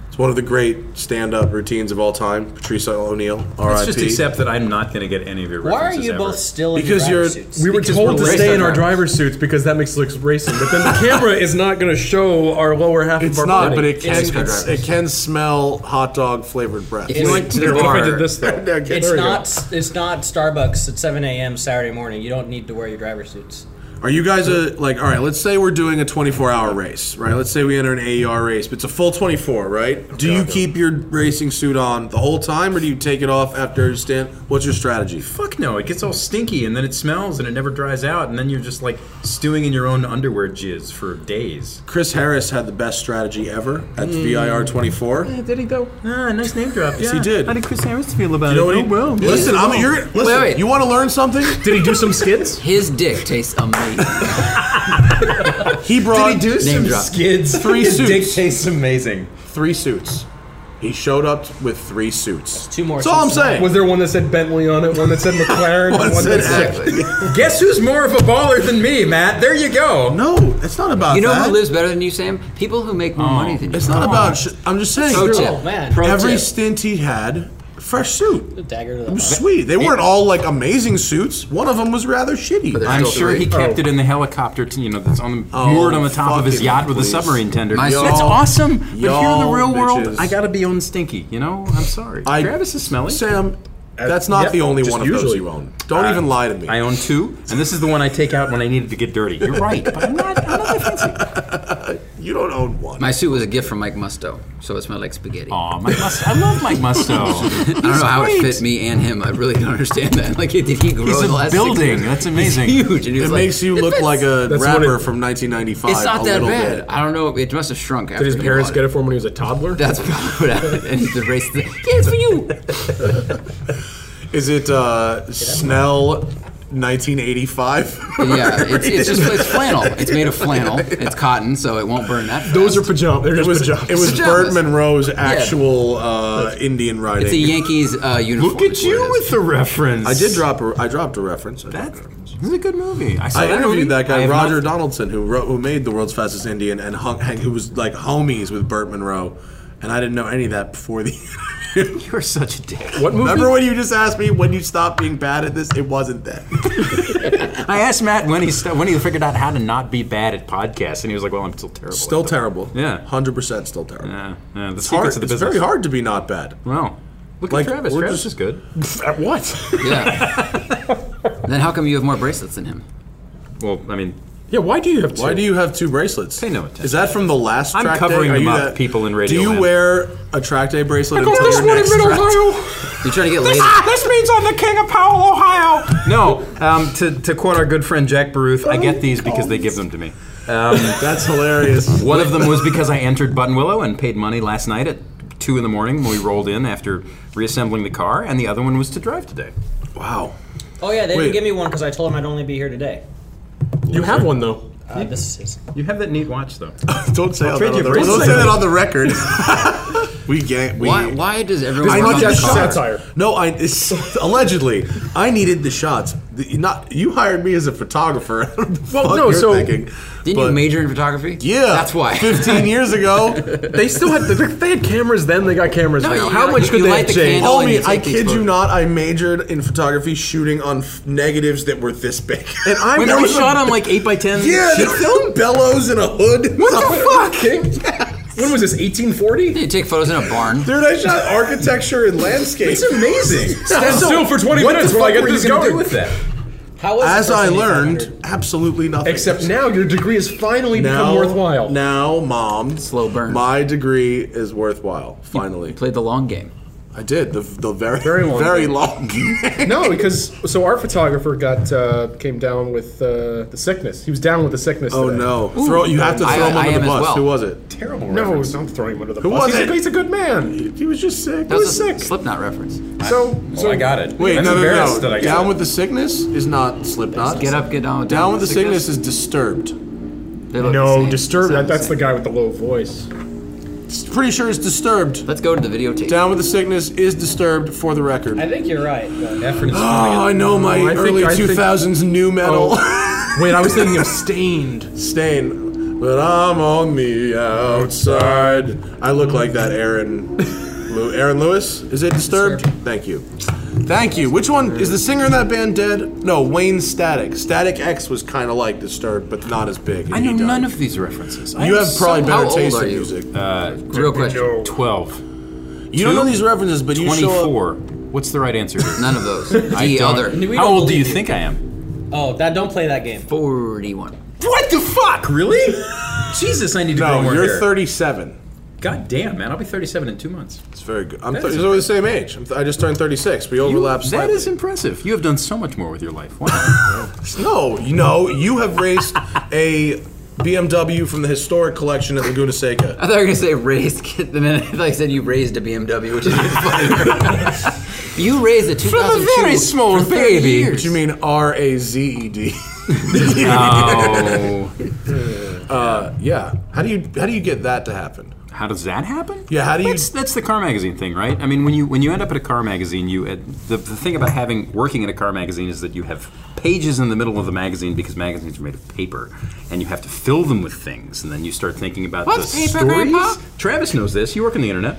Speaker 1: It's one of the great stand-up routines of all time. Patrice O'Neill,
Speaker 5: Let's just
Speaker 1: R.I.P.
Speaker 5: accept that I'm not going to get any of your
Speaker 7: Why are
Speaker 5: references
Speaker 7: you
Speaker 5: ever.
Speaker 7: both still in
Speaker 1: Because
Speaker 7: your
Speaker 1: you're-
Speaker 7: driver's suits?
Speaker 6: We were
Speaker 1: Because
Speaker 6: told to
Speaker 1: we're
Speaker 6: stay in
Speaker 1: racist.
Speaker 6: our driver suits because that makes us look racing, but then the camera is not going to show our lower half
Speaker 1: It's
Speaker 6: of our
Speaker 1: not,
Speaker 6: body.
Speaker 1: but it can
Speaker 2: It's-
Speaker 1: it's- it can smell hot dog flavored breath.
Speaker 7: If you went to the
Speaker 6: What if I
Speaker 7: bar,
Speaker 6: did this
Speaker 1: (laughs)
Speaker 6: though?
Speaker 1: Okay,
Speaker 7: it's
Speaker 1: there we go.
Speaker 7: not it's not Starbucks at 7 a.m. Saturday morning. You don't need to wear your driver's suits.
Speaker 1: Are you guys a like? All right, let's say we're doing a 24 hour race, right? Let's say we enter an AER race, but it's a full 24, right? do you keep your racing suit on the whole time, or do you take it off after you stand? What's your strategy?
Speaker 5: Fuck no! It gets all stinky, and then it smells, and it never dries out, and then you're just like stewing in your own underwear jizz for days.
Speaker 1: Chris Harris had the best strategy ever at VIR 24.
Speaker 5: Did he though? Ah, nice name drop. Yes,
Speaker 1: he did.
Speaker 5: How did Chris Harris feel about
Speaker 1: You know what
Speaker 5: it?
Speaker 1: he,
Speaker 5: oh, well, man.
Speaker 1: listen, I'm you're listen.
Speaker 2: wait.
Speaker 1: You want to learn something?
Speaker 6: Did he do some skits?
Speaker 2: His dick tastes
Speaker 1: (laughs)
Speaker 2: amazing.
Speaker 1: He brought
Speaker 2: Name
Speaker 5: (laughs)
Speaker 2: drop.
Speaker 5: skids.
Speaker 1: (laughs) Three
Speaker 5: His Dick
Speaker 1: suits.
Speaker 5: tastes amazing.
Speaker 1: three suits. He showed up with three suits.
Speaker 7: two more
Speaker 1: That's all I'm
Speaker 7: suits than
Speaker 1: saying.
Speaker 6: Was there one that said Bentley on it, one that said McLaren, and one that
Speaker 5: (laughs)
Speaker 6: said
Speaker 5: Guess who's more of a baller than me, Matt? There you go.
Speaker 1: No, it's not about
Speaker 2: You know
Speaker 1: that. Oh.
Speaker 2: who lives better than you, Sam? People who make more money than you.
Speaker 1: It's not about. Sh- I'm just saying.
Speaker 2: Pro tip.
Speaker 7: Oh, man.
Speaker 2: Pro
Speaker 1: Every
Speaker 2: tip.
Speaker 1: stint he had, fresh suit.
Speaker 7: Dagger to
Speaker 1: It
Speaker 7: the
Speaker 1: was sweet. They weren't all like amazing suits. One of them was rather shitty.
Speaker 2: There's
Speaker 5: I'm
Speaker 2: still
Speaker 5: sure
Speaker 2: three.
Speaker 5: he kept it in the helicopter, t- you know, that's on the,
Speaker 1: Oh,
Speaker 5: moored on the top of his
Speaker 1: fucking
Speaker 5: yacht with a
Speaker 1: please.
Speaker 5: submarine tender.
Speaker 2: My
Speaker 5: that's
Speaker 1: y'all-
Speaker 5: awesome. But here in the
Speaker 1: y'all
Speaker 5: real world,
Speaker 1: bitches.
Speaker 5: I gotta be on stinky. You know, I'm sorry.
Speaker 1: I-
Speaker 5: Travis is smelly.
Speaker 1: Sam, that's not
Speaker 6: yep,
Speaker 1: the only
Speaker 6: just
Speaker 1: one of those
Speaker 6: usually.
Speaker 1: you own. Don't even lie to me.
Speaker 5: I own two, and this is the one I take out when I needed to get dirty. You're right, but I'm not. I'm not that fancy.
Speaker 1: you don't own one.
Speaker 2: My suit was a gift from Mike Musto, so it smelled like spaghetti.
Speaker 5: Aw, Mike Musto. I love Mike
Speaker 1: (laughs)
Speaker 5: Musto.
Speaker 2: I don't know how it
Speaker 5: great.
Speaker 2: fit me and him. I really don't understand that. (laughs) Like, did he grow
Speaker 5: He's
Speaker 2: in the
Speaker 5: a
Speaker 2: last
Speaker 5: building.
Speaker 2: Six years?
Speaker 5: That's amazing.
Speaker 2: Huge. And he
Speaker 1: it
Speaker 2: was like,
Speaker 1: makes you
Speaker 2: "It
Speaker 1: look
Speaker 2: fits."
Speaker 1: like a
Speaker 6: That's what
Speaker 1: rapper
Speaker 6: it-
Speaker 1: from 1995.
Speaker 2: It's not
Speaker 1: a
Speaker 2: that
Speaker 1: little
Speaker 2: bad.
Speaker 1: bit.
Speaker 2: I don't know. It must have shrunk. After
Speaker 6: Did
Speaker 2: he
Speaker 6: his parents
Speaker 2: bought
Speaker 6: get it for him when he was a toddler?
Speaker 2: That's (laughs) probably what happened. And the race. The, yeah, it's for you.
Speaker 1: Is it uh, Snell 1985?
Speaker 2: (laughs) Yeah, it's, it's just it's flannel. It's made of flannel. It's cotton, so it won't burn that. Fast.
Speaker 6: Those are pajamas. They're
Speaker 1: It
Speaker 6: just
Speaker 1: was (laughs)
Speaker 6: pajamas.
Speaker 1: it was Burt
Speaker 2: Pajamas.
Speaker 1: Monroe's actual uh, Indian riding.
Speaker 2: It's a Yankees uh, uniform.
Speaker 5: Look at
Speaker 2: is what
Speaker 5: you
Speaker 2: it
Speaker 5: with
Speaker 2: is.
Speaker 5: the reference.
Speaker 1: I did drop a I dropped a reference. I dropped a reference.
Speaker 5: This is a good movie. I, saw
Speaker 1: I
Speaker 5: that movie.
Speaker 1: interviewed that
Speaker 5: I
Speaker 1: guy
Speaker 5: have
Speaker 1: Roger
Speaker 5: not-
Speaker 1: Donaldson, who wrote, who made the world's fastest Indian, and hung, hang, who was like homies with Burt Monroe, and I didn't know any of that before the. (laughs) You're such a dick.
Speaker 6: What movie?
Speaker 1: Remember when you just asked me when you stopped being bad at this? It wasn't then.
Speaker 5: I asked Matt when he st- when he figured out how to not be bad at podcasts, and he was like, "Well, I'm still
Speaker 1: (laughs)
Speaker 5: terrible."
Speaker 1: Still
Speaker 5: at
Speaker 1: terrible.
Speaker 5: Yeah.
Speaker 1: hundred percent still terrible.
Speaker 5: them. Yeah, yeah, the
Speaker 1: It's hard. It's
Speaker 5: secrets of the business.
Speaker 1: very hard to be not bad.
Speaker 5: Wow. Look
Speaker 1: Like,
Speaker 5: at Travis.
Speaker 1: we're
Speaker 5: Travis
Speaker 1: just-
Speaker 5: is good.
Speaker 1: At what?
Speaker 5: Yeah. then how come you have more bracelets than him? Well, I mean,
Speaker 6: Yeah, why do you have two?
Speaker 1: Why do you have two bracelets?
Speaker 5: Pay no attention.
Speaker 1: Is that from the last
Speaker 5: I'm
Speaker 1: track
Speaker 5: covering
Speaker 1: day? Are
Speaker 5: them
Speaker 1: you
Speaker 5: up,
Speaker 1: that-
Speaker 5: people in Radio
Speaker 1: Do you
Speaker 5: Land.
Speaker 1: wear a track day bracelet
Speaker 6: Oh,
Speaker 1: until
Speaker 6: this
Speaker 1: your
Speaker 6: one in
Speaker 1: next
Speaker 6: Mid
Speaker 1: track?
Speaker 6: Ohio.
Speaker 5: you're trying to get laid.
Speaker 6: this means I'm the king of Powell, Ohio.
Speaker 5: No, um, to, to quote our good friend Jack Baruth, I get these because they give them to me. Um,
Speaker 1: (laughs) That's hilarious.
Speaker 5: One of them was because I entered Button Willow and paid money last night at two in the morning when we rolled in after reassembling the car, and the other one was to drive today.
Speaker 1: wow.
Speaker 7: Oh yeah, they
Speaker 1: Wait.
Speaker 7: didn't give me one because I told them I'd only be here today.
Speaker 6: You have one though.
Speaker 7: Uh, this is his.
Speaker 5: You have that neat watch though.
Speaker 1: (laughs) Don't say, that,
Speaker 5: trade you
Speaker 1: on the,
Speaker 5: bracelet.
Speaker 1: don't say that on the record. (laughs) we gang. We,
Speaker 5: Why, why does everyone
Speaker 1: I
Speaker 5: want
Speaker 1: need
Speaker 5: the
Speaker 1: that (laughs)
Speaker 5: car?
Speaker 1: shot. No, I it's, (laughs) allegedly I needed the shots. The- not you hired me as a photographer. (laughs) I don't know what the
Speaker 6: Well,
Speaker 1: fuck
Speaker 6: no,
Speaker 1: you're
Speaker 6: so-
Speaker 1: thinking.
Speaker 5: Didn't you
Speaker 1: But-
Speaker 5: major in photography?
Speaker 1: Yeah,
Speaker 5: That's
Speaker 1: (laughs)
Speaker 5: why.
Speaker 1: Fifteen years
Speaker 5: (laughs)
Speaker 1: ago,
Speaker 6: They still had they, they had cameras then. They got cameras
Speaker 5: No,
Speaker 6: now.
Speaker 5: you-
Speaker 6: How
Speaker 5: you-
Speaker 6: much could
Speaker 5: you
Speaker 6: they
Speaker 5: light
Speaker 6: have
Speaker 5: the
Speaker 6: changed?
Speaker 5: candle.
Speaker 1: Homie,
Speaker 5: and you take
Speaker 1: I
Speaker 5: these
Speaker 1: kid you
Speaker 5: photos.
Speaker 1: not, I majored in photography shooting on f- negatives that were this big. (laughs) And I
Speaker 5: Remember we
Speaker 1: was
Speaker 5: shot on like 8x10?
Speaker 1: Yeah, they filmed bellows in a
Speaker 6: (laughs)
Speaker 1: hood. (laughs)
Speaker 5: What the fuck?
Speaker 6: When was this? 1840?
Speaker 5: You take photos in a barn.
Speaker 1: Dude, I shot architecture and landscape. It's amazing.
Speaker 6: Stand still for 20
Speaker 1: What the
Speaker 6: minutes while I
Speaker 1: fuck
Speaker 6: get
Speaker 1: were you
Speaker 6: this
Speaker 1: gonna
Speaker 6: going.
Speaker 1: do with
Speaker 6: that?
Speaker 7: How was the
Speaker 1: As
Speaker 7: first
Speaker 1: I
Speaker 7: 8500?
Speaker 1: learned, absolutely nothing.
Speaker 6: Except now your degree has finally become worthwhile.
Speaker 1: Now, mom,
Speaker 5: Slow burn.
Speaker 1: My degree is worthwhile. Finally,
Speaker 5: Played the long game.
Speaker 1: I did the the very
Speaker 6: Very long
Speaker 1: very
Speaker 6: game.
Speaker 1: long.
Speaker 6: No, because so our photographer got uh, came down with uh, the sickness. He was down with the sickness.
Speaker 1: oh
Speaker 6: today.
Speaker 1: no! Throw you have to
Speaker 5: I-
Speaker 1: throw him
Speaker 5: I
Speaker 1: under
Speaker 5: am
Speaker 1: the
Speaker 5: as
Speaker 1: bus.
Speaker 5: well.
Speaker 1: Who was it?
Speaker 6: Terrible. No, don't throw him under the bus.
Speaker 1: was
Speaker 6: he's,
Speaker 1: it?
Speaker 6: A, he's a good man.
Speaker 1: He was just sick.
Speaker 6: That was
Speaker 5: That's a
Speaker 6: sick.
Speaker 5: Slipknot reference.
Speaker 6: So, so
Speaker 8: I got it.
Speaker 1: Wait,
Speaker 8: I'm
Speaker 1: no, no,
Speaker 8: embarrassed
Speaker 1: no.
Speaker 8: that I got
Speaker 1: down
Speaker 8: it.
Speaker 1: with the sickness is not Slipknot.
Speaker 5: Get up, get down.
Speaker 1: Down with the sickness is disturbed.
Speaker 5: They look the
Speaker 6: no,
Speaker 5: same.
Speaker 6: disturbed.
Speaker 5: Sound
Speaker 6: That, that's the
Speaker 5: same.
Speaker 6: guy with the low voice.
Speaker 1: Pretty sure it's disturbed.
Speaker 5: Let's go to the videotape.
Speaker 1: Down with the sickness is disturbed for the record.
Speaker 7: I think you're right. But
Speaker 8: Effort is
Speaker 1: Oh, I know my
Speaker 6: I think-
Speaker 1: early
Speaker 6: I think- oh,
Speaker 1: 2000s new metal.
Speaker 6: Wait, I was thinking of stained.
Speaker 1: (laughs) Stain. But I'm on the outside. I look like that Aaron. Lew- Aaron Lewis? Is it disturbed? Thank you. Thank you. Which one? Is the singer in that band dead? No, Wayne Static. Static X was kind of like disturbed, but not as big. and
Speaker 5: I
Speaker 1: he
Speaker 5: know
Speaker 1: died.
Speaker 5: none of these references. I
Speaker 1: You
Speaker 5: am
Speaker 1: have probably
Speaker 5: so-
Speaker 1: better
Speaker 5: How old
Speaker 1: taste
Speaker 5: are
Speaker 1: in
Speaker 5: you?
Speaker 1: music.
Speaker 5: Uh, real question. 12.
Speaker 1: you don't know these references, but you show up.
Speaker 5: 24. What's the right answer? here?
Speaker 2: None of
Speaker 5: (laughs)
Speaker 2: those.
Speaker 5: I
Speaker 2: The
Speaker 5: don't-
Speaker 2: other.
Speaker 7: We
Speaker 5: How
Speaker 7: don't
Speaker 5: old do you
Speaker 7: believe you.
Speaker 5: think I am?
Speaker 7: oh, that don't play that game.
Speaker 2: 41.
Speaker 8: What the fuck?
Speaker 5: (laughs)
Speaker 8: Really? Jesus, I need to grow
Speaker 1: No,
Speaker 8: more
Speaker 1: you're
Speaker 8: hair.
Speaker 1: 37.
Speaker 8: God damn, man, I'll be 37 in two months.
Speaker 1: It's very good. I'm
Speaker 8: That
Speaker 1: th-
Speaker 8: is
Speaker 1: so we're the same age. I'm th- I just turned 36. We overlap
Speaker 5: That
Speaker 1: slightly.
Speaker 5: is impressive. You have done so much more with your life. Wow.
Speaker 1: No, you know, you have
Speaker 5: (laughs)
Speaker 1: raced a BMW from the historic collection at Laguna
Speaker 2: I
Speaker 1: Seca.
Speaker 2: thought you were going to say raised (laughs) kid, and then I thought you said you raised a BMW,
Speaker 5: (laughs)
Speaker 2: which is even funnier. you raised a 2002
Speaker 5: very small
Speaker 2: for 30
Speaker 5: Oh, baby.
Speaker 2: years.
Speaker 1: What you mean oh, R A Z E D? (laughs)
Speaker 5: Oh.
Speaker 1: Yeah. How do you how do you get that to happen?
Speaker 5: How does that happen?
Speaker 1: Yeah, how do you-
Speaker 5: That's, that's the car magazine thing, right? I mean, when you when you end up at a car magazine, you uh, the, the thing about having working at a car magazine is that you have pages in the middle of the magazine because magazines are made of paper, and you have to fill them with things, and then you start thinking about
Speaker 2: What's
Speaker 5: the
Speaker 2: paper,
Speaker 5: stories.
Speaker 2: Grandpa?
Speaker 5: Travis knows this. You work on the internet.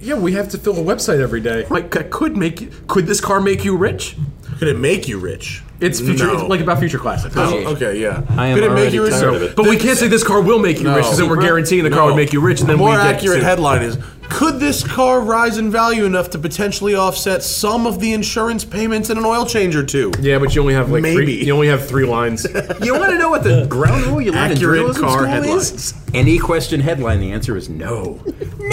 Speaker 6: Yeah, we have to fill a website every day.
Speaker 1: Like c- could make you,
Speaker 6: Could this car make you rich?
Speaker 1: could it make you rich?
Speaker 6: It's future,
Speaker 1: No.
Speaker 6: it's like about future classics.
Speaker 1: Oh, okay, yeah.
Speaker 5: I am
Speaker 1: could it make you
Speaker 5: already
Speaker 1: rich?
Speaker 5: tired of it.
Speaker 6: But we can't say this car will make you rich, because then we're guaranteeing the car
Speaker 1: No.
Speaker 6: would make you rich, and
Speaker 1: A
Speaker 6: then
Speaker 1: more
Speaker 6: we get
Speaker 1: accurate
Speaker 6: sued.
Speaker 1: headline is: Could this car rise in value enough to potentially offset some of the insurance payments and an oil change or two?
Speaker 6: Yeah, but you only have like
Speaker 1: Maybe.
Speaker 6: three. You only have three (laughs) lines.
Speaker 5: You want to know what the ground rule you learned in
Speaker 1: Accurate
Speaker 5: journalism
Speaker 1: car
Speaker 5: school
Speaker 1: headlines.
Speaker 5: is? Any question headline, the answer is
Speaker 2: (laughs)
Speaker 5: no.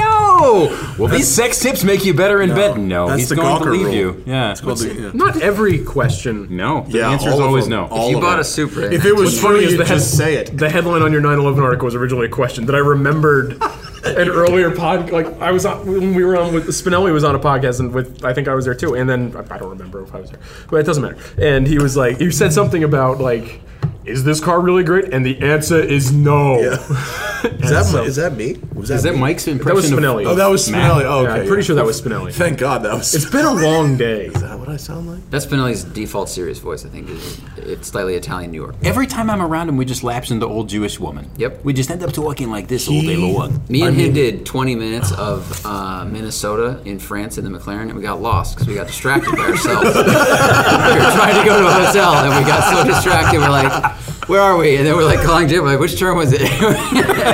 Speaker 5: no. Will these sex tips make you better in bed? No.
Speaker 1: That's
Speaker 5: He's
Speaker 1: the
Speaker 5: going
Speaker 1: Gawker
Speaker 5: to leave
Speaker 1: rule.
Speaker 5: you. Yeah.
Speaker 1: It's called the- yeah.
Speaker 6: Not every question.
Speaker 5: no. The
Speaker 1: Yeah,
Speaker 5: answer
Speaker 1: all
Speaker 5: is
Speaker 1: of
Speaker 5: always
Speaker 1: them.
Speaker 5: no.
Speaker 1: All
Speaker 2: You
Speaker 1: of
Speaker 2: bought
Speaker 1: them.
Speaker 2: a Supra.
Speaker 1: If it was
Speaker 6: What's funny
Speaker 1: funny,
Speaker 6: is
Speaker 1: you'd
Speaker 6: the, head-
Speaker 1: just say it.
Speaker 6: the headline on your 9/11 article was originally a question that I (laughs) remembered an earlier pod. Like I was on, when we were on with Spinelli was on a podcast and with I think I was there too. And then I don't remember if I was there, but it doesn't matter. And he was like, he (laughs) said something about like, is this car really great? And the answer is no.
Speaker 1: Is that, is that me? Was
Speaker 5: Is that
Speaker 1: me?
Speaker 5: Mike's impression?
Speaker 6: That was
Speaker 5: of-
Speaker 6: Spinelli.
Speaker 1: Oh, that was
Speaker 5: Matt.
Speaker 1: Spinelli. Oh, okay.
Speaker 6: Yeah, I'm pretty sure that was Spinelli.
Speaker 1: Thank God that was.
Speaker 6: It's been a long day.
Speaker 1: Is that what I sound like?
Speaker 2: That's Spinelli's default serious voice, I think. Is it's slightly Italian New York.
Speaker 5: Every time I'm around him, we just lapse into old Jewish woman.
Speaker 2: Yep.
Speaker 5: We just end up talking like this all day long.
Speaker 2: Me and him did 20 minutes of uh, Minnesota in France in the McLaren, and we got lost because we got distracted by ourselves. (laughs) we were trying to go to a hotel, and we got so distracted. We're like, "Where are we?" And then we're like calling Jim, like, "Which turn was it?"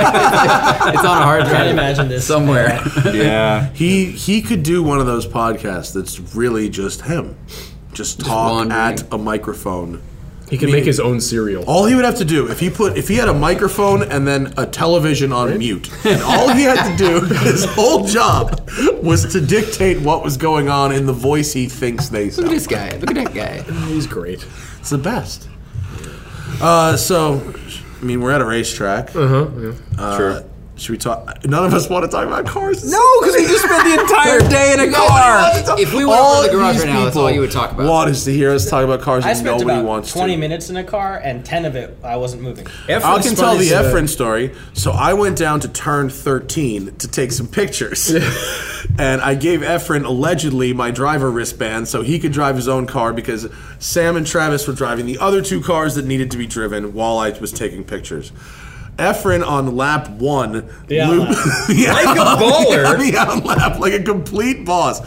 Speaker 2: (laughs) it's on a hard drive.
Speaker 7: Can't imagine this.
Speaker 2: somewhere.
Speaker 5: Yeah.
Speaker 1: He he could do one of those podcasts that's really just him, just talk
Speaker 2: wandering.
Speaker 1: at a microphone.
Speaker 6: He can make his own cereal.
Speaker 1: All he would have to do if he put if he had a microphone and then a television on mute, and all he had to do, (laughs) his whole job, was to dictate what was going on in the voice he thinks they
Speaker 2: Look at
Speaker 1: sound.
Speaker 2: (laughs) this guy. Look at that guy.
Speaker 6: He's great.
Speaker 1: It's the best. Uh, so, I mean, we're at a racetrack. Uh-huh,
Speaker 5: Sure.
Speaker 1: Should we talk? None of us want to talk about cars.
Speaker 5: No, because Oh, we just spent the (laughs) entire day in a car.
Speaker 2: If we went
Speaker 1: all
Speaker 2: over to the garage
Speaker 1: these
Speaker 2: right now, that's all
Speaker 1: people
Speaker 2: you would talk about.
Speaker 1: Want us to hear us talk about cars?
Speaker 7: I
Speaker 1: and
Speaker 7: spent
Speaker 1: nobody
Speaker 7: about
Speaker 1: wants
Speaker 7: 20
Speaker 1: to.
Speaker 7: minutes in a car, and 10 of it I wasn't moving.
Speaker 1: I can tell the
Speaker 7: uh,
Speaker 1: Efren story. So I went down to turn 13 to take some pictures. (laughs) and I gave Efren allegedly my driver wristband so he could drive his own car because Sam and Travis were driving the other two cars that needed to be driven while I was taking pictures. Efren on lap one,
Speaker 7: out
Speaker 1: loop- (laughs)
Speaker 7: lap.
Speaker 1: the
Speaker 7: Like a baller.
Speaker 1: (laughs) the out lap, like a complete boss.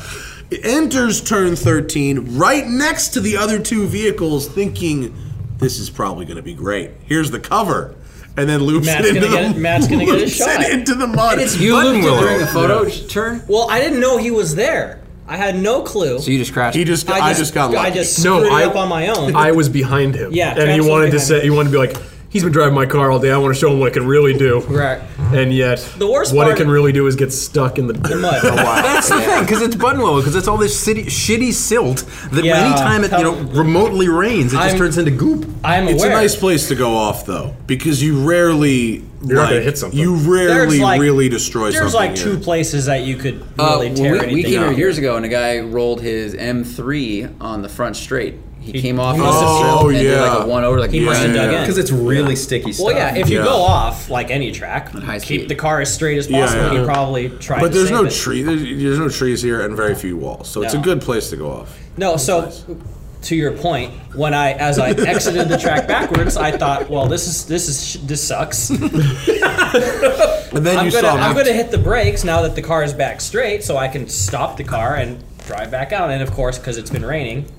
Speaker 1: Enters turn 13 right next to the other two vehicles, thinking this is probably going to be great. Here's the cover, and then loops
Speaker 7: Matt's
Speaker 1: it
Speaker 7: gonna
Speaker 1: into the
Speaker 7: get it- Matt's gonna get his
Speaker 1: loops it
Speaker 7: shot.
Speaker 1: into the mud.
Speaker 2: It's you
Speaker 5: button
Speaker 2: looked it
Speaker 5: willow.
Speaker 2: during a photo turn,
Speaker 7: Well, I didn't know he was there. I had no clue.
Speaker 2: so you just crashed.
Speaker 1: he just, I just, got lucky.
Speaker 7: I just
Speaker 6: No,
Speaker 7: screwed
Speaker 6: I-
Speaker 7: it up on my own. (laughs)
Speaker 6: I was behind him.
Speaker 7: Yeah,
Speaker 6: and he
Speaker 7: Travis was
Speaker 6: wanted to
Speaker 7: behind
Speaker 6: say,
Speaker 7: him.
Speaker 6: he wanted to be like, he's been driving my car all day. I want to show him what it can really do.
Speaker 7: Right.
Speaker 6: And yet,
Speaker 7: The worst
Speaker 6: what
Speaker 7: part-
Speaker 6: it can really do is get stuck in the,
Speaker 7: The
Speaker 6: (laughs)
Speaker 7: mud.
Speaker 5: That's the thing, because it's button willow, because it's all this city, shitty silt that
Speaker 7: Yeah.
Speaker 5: anytime it you know remotely rains, it just
Speaker 7: I'm-
Speaker 5: turns into goop.
Speaker 7: I'm aware.
Speaker 1: it's a nice place to go off though, because you rarely you're
Speaker 6: not gonna hit something.
Speaker 1: You rarely
Speaker 7: There's like-
Speaker 1: really destroy
Speaker 7: There's
Speaker 1: something.
Speaker 7: like
Speaker 1: here.
Speaker 7: two places that you could
Speaker 2: Uh,
Speaker 7: really
Speaker 2: when
Speaker 7: tear
Speaker 2: we, we
Speaker 7: anything
Speaker 2: came here
Speaker 7: up.
Speaker 2: years ago, and a guy rolled his M3 on the front straight. He, came off.
Speaker 7: must
Speaker 2: the
Speaker 7: have
Speaker 2: strip
Speaker 1: Oh,
Speaker 2: and did
Speaker 1: yeah.
Speaker 2: like a one over, like
Speaker 7: He
Speaker 2: a
Speaker 7: must
Speaker 2: grand.
Speaker 7: have dug in.
Speaker 5: Because it's really sticky stuff.
Speaker 7: Well, yeah, if you
Speaker 1: Yeah.
Speaker 7: go off like any track,
Speaker 2: high
Speaker 7: keep
Speaker 2: speed.
Speaker 7: the car as straight as possible.
Speaker 1: yeah.
Speaker 7: You probably try.
Speaker 1: But
Speaker 7: to
Speaker 1: there's
Speaker 7: save
Speaker 1: no
Speaker 7: it.
Speaker 1: tree. There's, there's no trees here, and very few walls, so it's a
Speaker 7: No.
Speaker 1: good place to go off.
Speaker 7: No, so to your point, when I
Speaker 1: (laughs)
Speaker 7: as I exited the track backwards, I thought, well, this is this is sh- this
Speaker 1: (laughs)
Speaker 7: sucks.
Speaker 1: And then
Speaker 7: I'm
Speaker 1: you
Speaker 7: gonna
Speaker 1: saw.
Speaker 7: I'm
Speaker 1: me.
Speaker 7: gonna hit the brakes now that the car is back straight, so I can stop the car and drive back out. And of course, because it's been raining,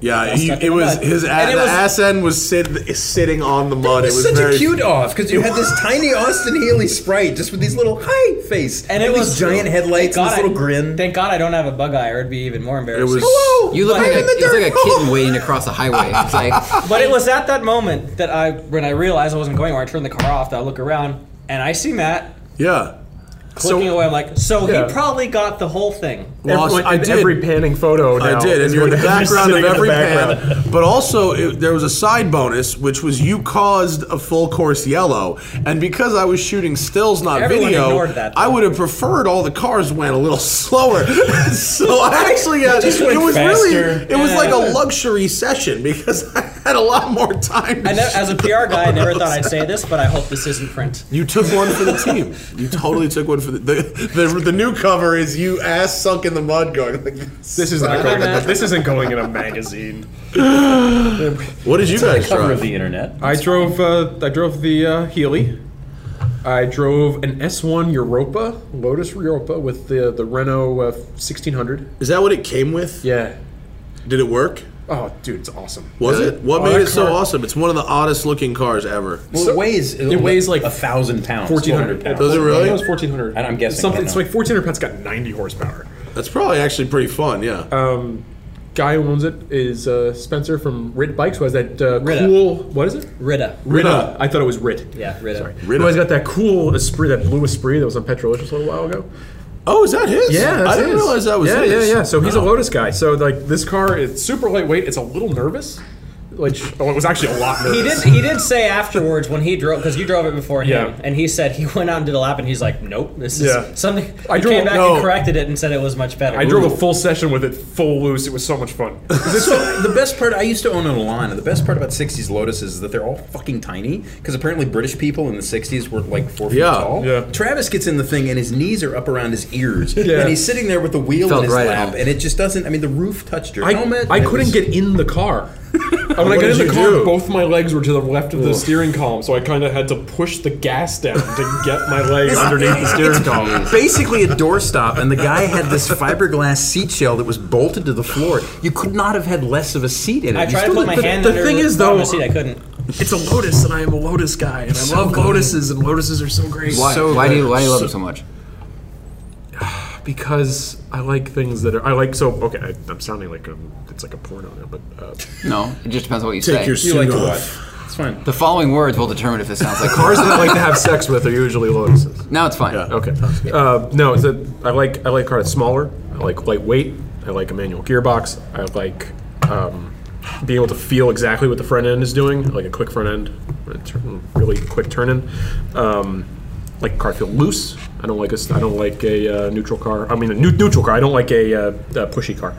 Speaker 1: Yeah,
Speaker 7: Got
Speaker 1: he,
Speaker 7: stuck in
Speaker 1: it
Speaker 7: the
Speaker 1: was
Speaker 7: mud.
Speaker 1: his
Speaker 7: And
Speaker 1: ass,
Speaker 7: it
Speaker 1: the
Speaker 7: was-
Speaker 1: ass end was sit, sitting on the mud.
Speaker 9: It was
Speaker 1: it was
Speaker 9: such
Speaker 1: very
Speaker 9: a cute off because you had this tiny Austin Healy sprite just with these little hi face
Speaker 7: and it
Speaker 9: and
Speaker 7: was
Speaker 9: these giant headlights and
Speaker 7: thank
Speaker 9: this
Speaker 7: God
Speaker 9: little
Speaker 7: I-
Speaker 9: grin.
Speaker 7: Thank God I don't have a bug eye, or it'd be even more
Speaker 1: It
Speaker 7: embarrassing.
Speaker 1: was
Speaker 5: Oh!
Speaker 2: You look like a,
Speaker 9: in the
Speaker 2: it's like a
Speaker 9: dirt.
Speaker 2: kitten wading across a highway. It's like
Speaker 7: But it was at that moment that I, when I realized I wasn't going where I turned the car off, that I look around and I see Matt
Speaker 1: yeah.
Speaker 7: clicking away. I'm like, so
Speaker 6: Yeah.
Speaker 7: he probably got the whole thing.
Speaker 1: Lost-
Speaker 6: Every-
Speaker 1: I
Speaker 6: in
Speaker 1: did.
Speaker 6: every panning photo.
Speaker 1: I
Speaker 6: now
Speaker 1: did, and
Speaker 6: is
Speaker 1: you're in the
Speaker 6: when he's
Speaker 1: background of
Speaker 6: sitting in the
Speaker 1: every
Speaker 6: background.
Speaker 1: pan. But also, it, there was a side bonus, which was you
Speaker 6: (laughs)
Speaker 1: caused a full course yellow, and because I was shooting stills, not
Speaker 7: Everyone
Speaker 1: video,
Speaker 7: ignored that, though.
Speaker 1: I would have preferred all the cars went a little (laughs) slower. so I actually, had,
Speaker 7: Just
Speaker 1: it
Speaker 7: went
Speaker 1: was
Speaker 7: faster.
Speaker 1: really, it was
Speaker 7: Yeah.
Speaker 1: like a luxury session because (laughs) I had a lot more time. To
Speaker 7: I never, as a
Speaker 1: shoot.
Speaker 7: PR guy, I never thought I'd say this, but I hope this isn't print.
Speaker 1: You took one for the team. You totally took one for the the, the the new cover is you ass sunk in the mud going like this.
Speaker 6: This isn't,
Speaker 7: Sorry,
Speaker 6: going,
Speaker 7: Matt.
Speaker 6: this isn't going in a magazine.
Speaker 1: What did you guys
Speaker 5: cover
Speaker 1: drive?
Speaker 5: of the internet.
Speaker 6: I drove. Uh, I drove the uh, Healy. I drove an S1 Europa, Lotus Europa, with the the Renault uh, 1600.
Speaker 1: Is that what it came with?
Speaker 6: Yeah.
Speaker 1: Did it work?
Speaker 6: Oh, dude, it's awesome.
Speaker 1: Was it? What
Speaker 6: Oh,
Speaker 1: made
Speaker 6: that
Speaker 1: it so
Speaker 6: car-
Speaker 1: awesome? It's one of the oddest looking cars ever.
Speaker 5: Well, it weighs it,
Speaker 6: weighs like
Speaker 5: a thousand pounds, 1400
Speaker 6: 1400. pounds.
Speaker 1: Does it really?
Speaker 6: It was 1400.
Speaker 5: And I'm guessing, I
Speaker 6: Something,
Speaker 5: don't
Speaker 6: it's
Speaker 5: know.
Speaker 6: like 1400 pounds. Got 90 horsepower.
Speaker 1: That's probably actually pretty fun. Yeah.
Speaker 6: Guy who owns it is uh, Spencer from Rit Bikes. Who has that uh,
Speaker 7: Ritta.
Speaker 6: cool? What is it?
Speaker 7: Rita.
Speaker 6: Ritta. I thought it was Rit.
Speaker 7: Yeah, Rita.
Speaker 6: Sorry.
Speaker 1: Ritta.
Speaker 6: Who has got that cool Esprit, that blue Esprit that was on Petrolicious a little while ago?
Speaker 1: oh, is that his?
Speaker 6: Yeah, that's
Speaker 1: I didn't
Speaker 6: his.
Speaker 1: realize that was
Speaker 6: Yeah,
Speaker 1: his.
Speaker 6: yeah, yeah. So he's a
Speaker 1: No.
Speaker 6: Lotus guy. So like this car, it's super lightweight. It's a little nervous. Which oh, it was actually a lot.
Speaker 7: He did.
Speaker 6: Nervous.
Speaker 7: He did say afterwards when he drove because you drove it before him,
Speaker 6: Yeah.
Speaker 7: and he said he (laughs) went out and did a lap, and he's like, "Nope, this is
Speaker 6: Yeah.
Speaker 7: something."
Speaker 6: I
Speaker 7: he
Speaker 6: drove-
Speaker 7: came back
Speaker 6: no.
Speaker 7: and corrected it and said it was much better.
Speaker 6: I drove a full session with it full loose. It was so much fun.
Speaker 5: So the best part, I used to own an Elan, and the best part about '60s Lotus is that they're all fucking tiny. Because apparently British people in the '60s were like four feet
Speaker 9: Yeah,
Speaker 5: tall.
Speaker 6: yeah.
Speaker 5: Travis gets in the thing, and his knees are up around his (laughs) ears,
Speaker 6: Yeah.
Speaker 5: and he's sitting there with the wheel
Speaker 10: Felt
Speaker 5: in his
Speaker 10: right at
Speaker 5: lap,
Speaker 10: home.
Speaker 5: and it just doesn't. I mean, the roof touched your
Speaker 6: I,
Speaker 5: helmet.
Speaker 6: I
Speaker 5: and it
Speaker 6: couldn't
Speaker 5: was-
Speaker 6: get in the car. And when I
Speaker 9: What
Speaker 6: got in
Speaker 9: did
Speaker 6: the
Speaker 9: you
Speaker 6: car,
Speaker 9: do?
Speaker 6: both my legs were to the left of the steering column, so I kind of had to push the gas down to get my leg underneath the steering column.
Speaker 5: Basically, a doorstop, and the guy had (laughs) this fiberglass seat shell that was bolted to the floor. You could not have had less of a seat in it.
Speaker 7: I
Speaker 5: You
Speaker 7: tried to
Speaker 5: still
Speaker 7: put my
Speaker 5: looked-
Speaker 7: hand
Speaker 11: the
Speaker 7: under
Speaker 11: thing is,
Speaker 7: bottom
Speaker 11: though-
Speaker 7: of the seat. I couldn't.
Speaker 11: It's a Lotus, and I am a Lotus guy, and I love Lotuses, and Lotuses are so great.
Speaker 10: Why,
Speaker 5: So
Speaker 10: why do you why do you love
Speaker 11: So-
Speaker 10: it so much?
Speaker 6: Because I like things that are. I like so. Okay, I, I'm sounding like I'm, it's like a porno now, but uh,
Speaker 10: No, it just depends on what you
Speaker 9: Take
Speaker 10: say.
Speaker 5: (laughs)
Speaker 9: your
Speaker 5: You
Speaker 9: suit
Speaker 5: like to
Speaker 9: off.
Speaker 5: watch. It's fine.
Speaker 10: the following words will determine if this sounds like
Speaker 6: (laughs) cars that I like to have sex with are usually Lotuses.
Speaker 10: Now it's fine.
Speaker 6: Okay.
Speaker 9: Oh,
Speaker 6: Uh, no, it's a, I like I like cars smaller. I like lightweight. I like a manual gearbox. I like um, being able to feel exactly what the front end is doing, I like a quick front end, a turn- really quick turn in. Um, like a car to feel loose. I don't like a s- I don't like a uh, neutral car. I mean a new, neutral car. I don't like a, uh, a pushy car.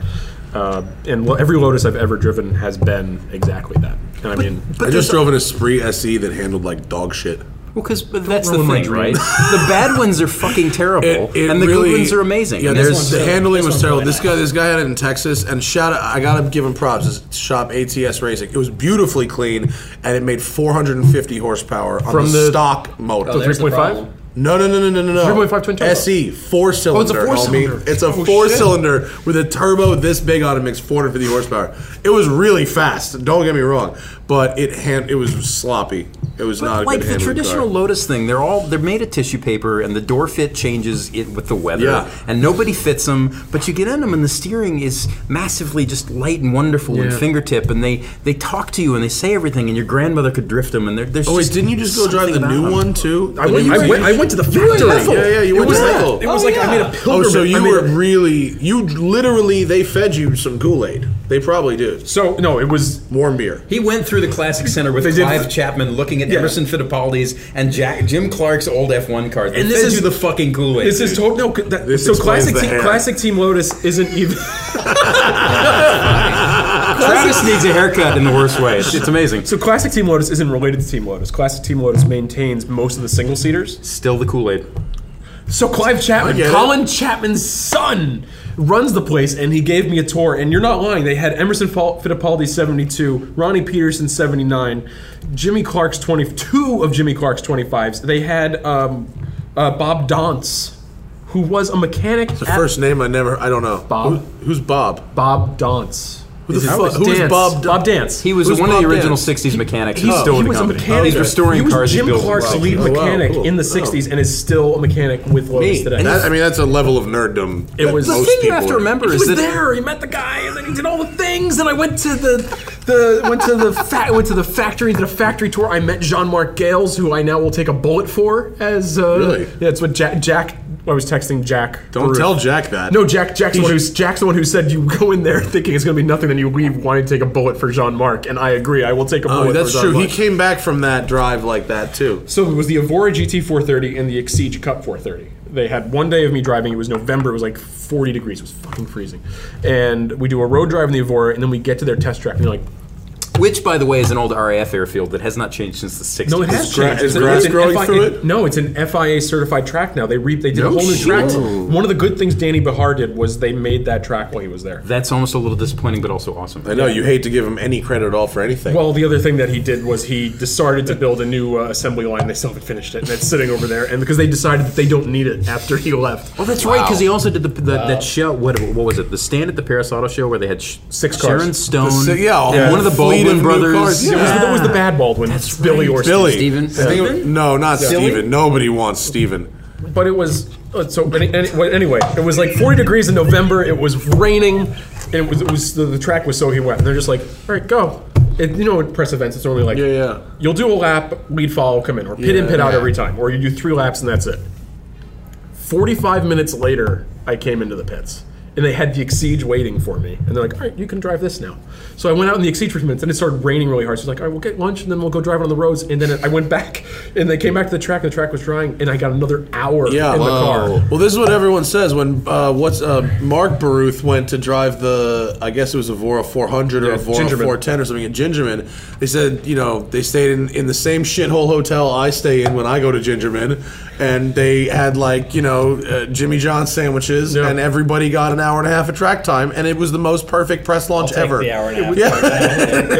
Speaker 6: Uh, and lo- every Lotus I've ever driven has been exactly that. And I mean,
Speaker 9: I just drove an Esprit SE E that handled like dog shit.
Speaker 5: Well, because that's the
Speaker 6: ruin my
Speaker 5: thing,
Speaker 6: dream.
Speaker 5: right? the bad ones are fucking terrible,
Speaker 9: It- it
Speaker 5: and the
Speaker 9: really-
Speaker 5: good ones are amazing.
Speaker 9: Yeah,
Speaker 5: And this
Speaker 9: there's
Speaker 5: one's
Speaker 9: the
Speaker 5: so-
Speaker 9: handling
Speaker 7: this
Speaker 9: was
Speaker 7: one's
Speaker 9: terrible.
Speaker 7: really
Speaker 9: This guy,
Speaker 7: nice.
Speaker 9: this guy had it in Texas, and shout out, I gotta give him props. His shop ATS Racing. It was beautifully clean, and it made 450 horsepower on
Speaker 6: From
Speaker 9: the,
Speaker 6: the-
Speaker 9: stock motor.
Speaker 7: Oh, there's the
Speaker 6: 3.5?
Speaker 7: problem.
Speaker 9: no, no, no, no, no, no, no.
Speaker 6: 3.5 twin turbo. Oh,
Speaker 9: SE four cylinder.
Speaker 6: four
Speaker 9: homie.
Speaker 6: cylinder.
Speaker 9: It's a
Speaker 6: Oh,
Speaker 9: four
Speaker 6: shit.
Speaker 9: cylinder with a turbo this big on it. Makes 450 horsepower. It was really fast. Don't get me wrong, but it hand it was sloppy. It was not a
Speaker 5: But like
Speaker 9: good
Speaker 5: the
Speaker 9: handling
Speaker 5: traditional
Speaker 9: car.
Speaker 5: Lotus thing, they're all they're made of tissue paper, and the door fit changes it with the weather,
Speaker 9: Yeah.
Speaker 5: and nobody fits them. But you get in them, and the steering is massively just light and wonderful and fingertip, and they they talk to you and they say everything, and your grandmother could drift them, and there- there's
Speaker 9: Oh wait,
Speaker 5: just
Speaker 9: didn't you just go drive
Speaker 5: something
Speaker 9: the
Speaker 5: about
Speaker 9: new
Speaker 5: them.
Speaker 9: one too?
Speaker 6: I went,
Speaker 9: The new
Speaker 6: I, went, I went to the factory.
Speaker 9: Yeah, yeah, you
Speaker 6: it
Speaker 9: went
Speaker 6: was
Speaker 9: to
Speaker 6: like,
Speaker 9: Bethel.
Speaker 6: It was like I made a
Speaker 9: Oh,
Speaker 6: pilgrimage.
Speaker 9: so
Speaker 6: I
Speaker 9: you
Speaker 6: made
Speaker 9: were
Speaker 6: a-
Speaker 9: really you literally they fed you some Kool Aid. They probably did
Speaker 6: So no, it was
Speaker 9: warm beer.
Speaker 5: He went through the classic center with
Speaker 6: They did-
Speaker 5: Clive Chapman, looking at Emerson Fittipaldi's and Jack, Jim Clark's old F1 cars. They
Speaker 6: And
Speaker 5: fed
Speaker 6: this is-
Speaker 5: you the fucking Kool Aid.
Speaker 6: This
Speaker 9: (laughs)
Speaker 6: is total. No, c- that,
Speaker 9: This
Speaker 6: so
Speaker 9: explains
Speaker 6: classic
Speaker 9: the
Speaker 6: team,
Speaker 9: hand.
Speaker 6: classic Team Lotus isn't
Speaker 9: (laughs)
Speaker 6: even.
Speaker 5: Travis needs a haircut in the worst way. It's, it's amazing.
Speaker 6: so classic Team Lotus isn't related to Team Lotus. Classic Team Lotus maintains most of the single seaters.
Speaker 5: Still the Kool Aid.
Speaker 6: So Clive
Speaker 9: I
Speaker 6: Chapman,
Speaker 9: get it.
Speaker 6: Colin Chapman's son, runs the place, and he gave me a tour. And you're not lying. They had Emerson Fal- Fittipaldi 72, Ronnie Peterson 79, Jimmy Clark's 22 of Jimmy Clark's 25s. They had um, uh, Bob Dance, who was a mechanic.
Speaker 9: The
Speaker 6: at-
Speaker 9: first name I never I don't know.
Speaker 6: Bob.
Speaker 9: Who- who's Bob?
Speaker 6: Bob Dance.
Speaker 9: Who the
Speaker 6: His-
Speaker 9: fuck- who is
Speaker 6: Dance.
Speaker 9: Bob Da-
Speaker 6: Bob Dance.
Speaker 5: He was
Speaker 9: Who's
Speaker 5: one of the
Speaker 9: Bob
Speaker 5: original
Speaker 9: Dance?
Speaker 5: '60s mechanics.
Speaker 6: He's
Speaker 5: He's still in
Speaker 6: he
Speaker 5: the
Speaker 6: was a
Speaker 5: company.
Speaker 6: mechanic.
Speaker 5: He's restoring
Speaker 6: he was
Speaker 5: cars. he
Speaker 6: Jim
Speaker 5: built.
Speaker 6: Clark's lead
Speaker 9: Oh, wow,
Speaker 6: mechanic
Speaker 9: cool.
Speaker 6: in the
Speaker 9: Wow.
Speaker 6: '60s, and is still a mechanic with Lotus
Speaker 5: Me.
Speaker 6: today.
Speaker 5: And
Speaker 9: That, I mean that's a level of nerddom.
Speaker 6: It
Speaker 9: that
Speaker 6: was-
Speaker 5: The
Speaker 9: most
Speaker 5: thing you
Speaker 9: people
Speaker 5: have to
Speaker 9: are-
Speaker 5: remember
Speaker 6: he
Speaker 5: is
Speaker 6: was
Speaker 5: that
Speaker 6: there. He met the guy, and then he did all the things. And I went to the, the went to the fa- went to the factory, did a factory tour. I met Jean Marc Gales, who I now will take a bullet for. As uh,
Speaker 9: Really?
Speaker 6: yeah, it's what Jack. Jack I was texting Jack.
Speaker 9: Don't
Speaker 6: Baruch.
Speaker 9: tell Jack that.
Speaker 6: No, Jack. Jack's the,
Speaker 9: He
Speaker 6: one
Speaker 9: should-
Speaker 6: who's, Jack's the one who said you go in there thinking it's going to be nothing, then you leave wanting to take a bullet for Jean Marc. And I agree. I will take a bullet.
Speaker 9: Oh,
Speaker 6: for
Speaker 9: that's
Speaker 6: Jean
Speaker 9: true. He
Speaker 6: Marc.
Speaker 9: came back from that drive like that too.
Speaker 6: So it was the Avora GT430 and the Exige Cup 430. They had one day of me driving. It was November. It was like 40 degrees. It was fucking freezing. And we do a road drive in the Avora, and then we get to their test track, and they're like,
Speaker 5: which, by the way, is an old RAF airfield that has not changed since the '60s.
Speaker 6: "No, it has
Speaker 9: gra-
Speaker 6: changed.
Speaker 9: is
Speaker 6: It's-
Speaker 9: grass
Speaker 6: it's an
Speaker 9: growing through it?
Speaker 6: No, it's an FIA certified track now. They re- they did a
Speaker 9: No
Speaker 6: whole new
Speaker 9: shit.
Speaker 6: track. One of the good things Danny Bahar did was they made that track while he was there.
Speaker 5: That's almost a little disappointing, but also awesome.
Speaker 9: I know you hate to give him any credit at all for anything.
Speaker 6: Well, the other thing that he did was he decided to build a new uh, assembly line. They still haven't finished it, and it's sitting over there. And because they decided that they don't need it after he left.
Speaker 5: Well, that's right, because he also did the, the that show. What, what was it? The stand at the Paris Auto Show where they had sh-
Speaker 6: Six
Speaker 5: Sharon
Speaker 6: cars.
Speaker 5: Stone,
Speaker 9: The si- yeah,
Speaker 5: and
Speaker 9: yeah.
Speaker 5: one of the
Speaker 9: Fleet of
Speaker 5: Baldwin
Speaker 9: new
Speaker 5: brothers.
Speaker 9: cars, yeah.
Speaker 6: It was, the, it was the bad Baldwin.
Speaker 5: That's
Speaker 6: Billy
Speaker 5: right.
Speaker 6: or
Speaker 9: Billy.
Speaker 10: Steven?
Speaker 9: I think it was- no, not Steven. Nobody wants Steven.
Speaker 6: But it was uh, so. Any, any, well, anyway, it was like 40 degrees in November. It was raining, and it was, it was the, the track was soaking wet. And they're just like, all right, go. It, you know, at press events, it's only like
Speaker 9: Yeah, yeah.
Speaker 6: You'll do a lap, lead follow, come in, or pit in, pit out every time, or you do three laps and that's it. 45 minutes later, I came into the pits. and they had the Exige waiting for me. And they're like, all right, you can drive this now. So I went out in the Exige for a few minutes, and it started raining really hard. So I was like, all right, we'll get lunch, and then we'll go drive it on the roads. And then I went back, and they came back to the track, and the track was drying, and I got another hour
Speaker 1: Yeah,
Speaker 6: in the car.
Speaker 1: wow. Well, this is what everyone says when uh, what's uh, Mark Baruth went to drive the I guess it was a Vora 400 or
Speaker 6: Yeah,
Speaker 1: a Vora
Speaker 6: Gingerman.
Speaker 1: 410 or something at Gingerman. They said you know they stayed in, in the same shithole hotel I stay in when I go to Gingerman, and they had like you know uh, Jimmy John sandwiches, and everybody got an hour and a half of track time, and it was the most perfect press launch
Speaker 7: take
Speaker 1: ever.
Speaker 7: the hour and a half. (laughs)
Speaker 1: Yeah.
Speaker 6: (laughs)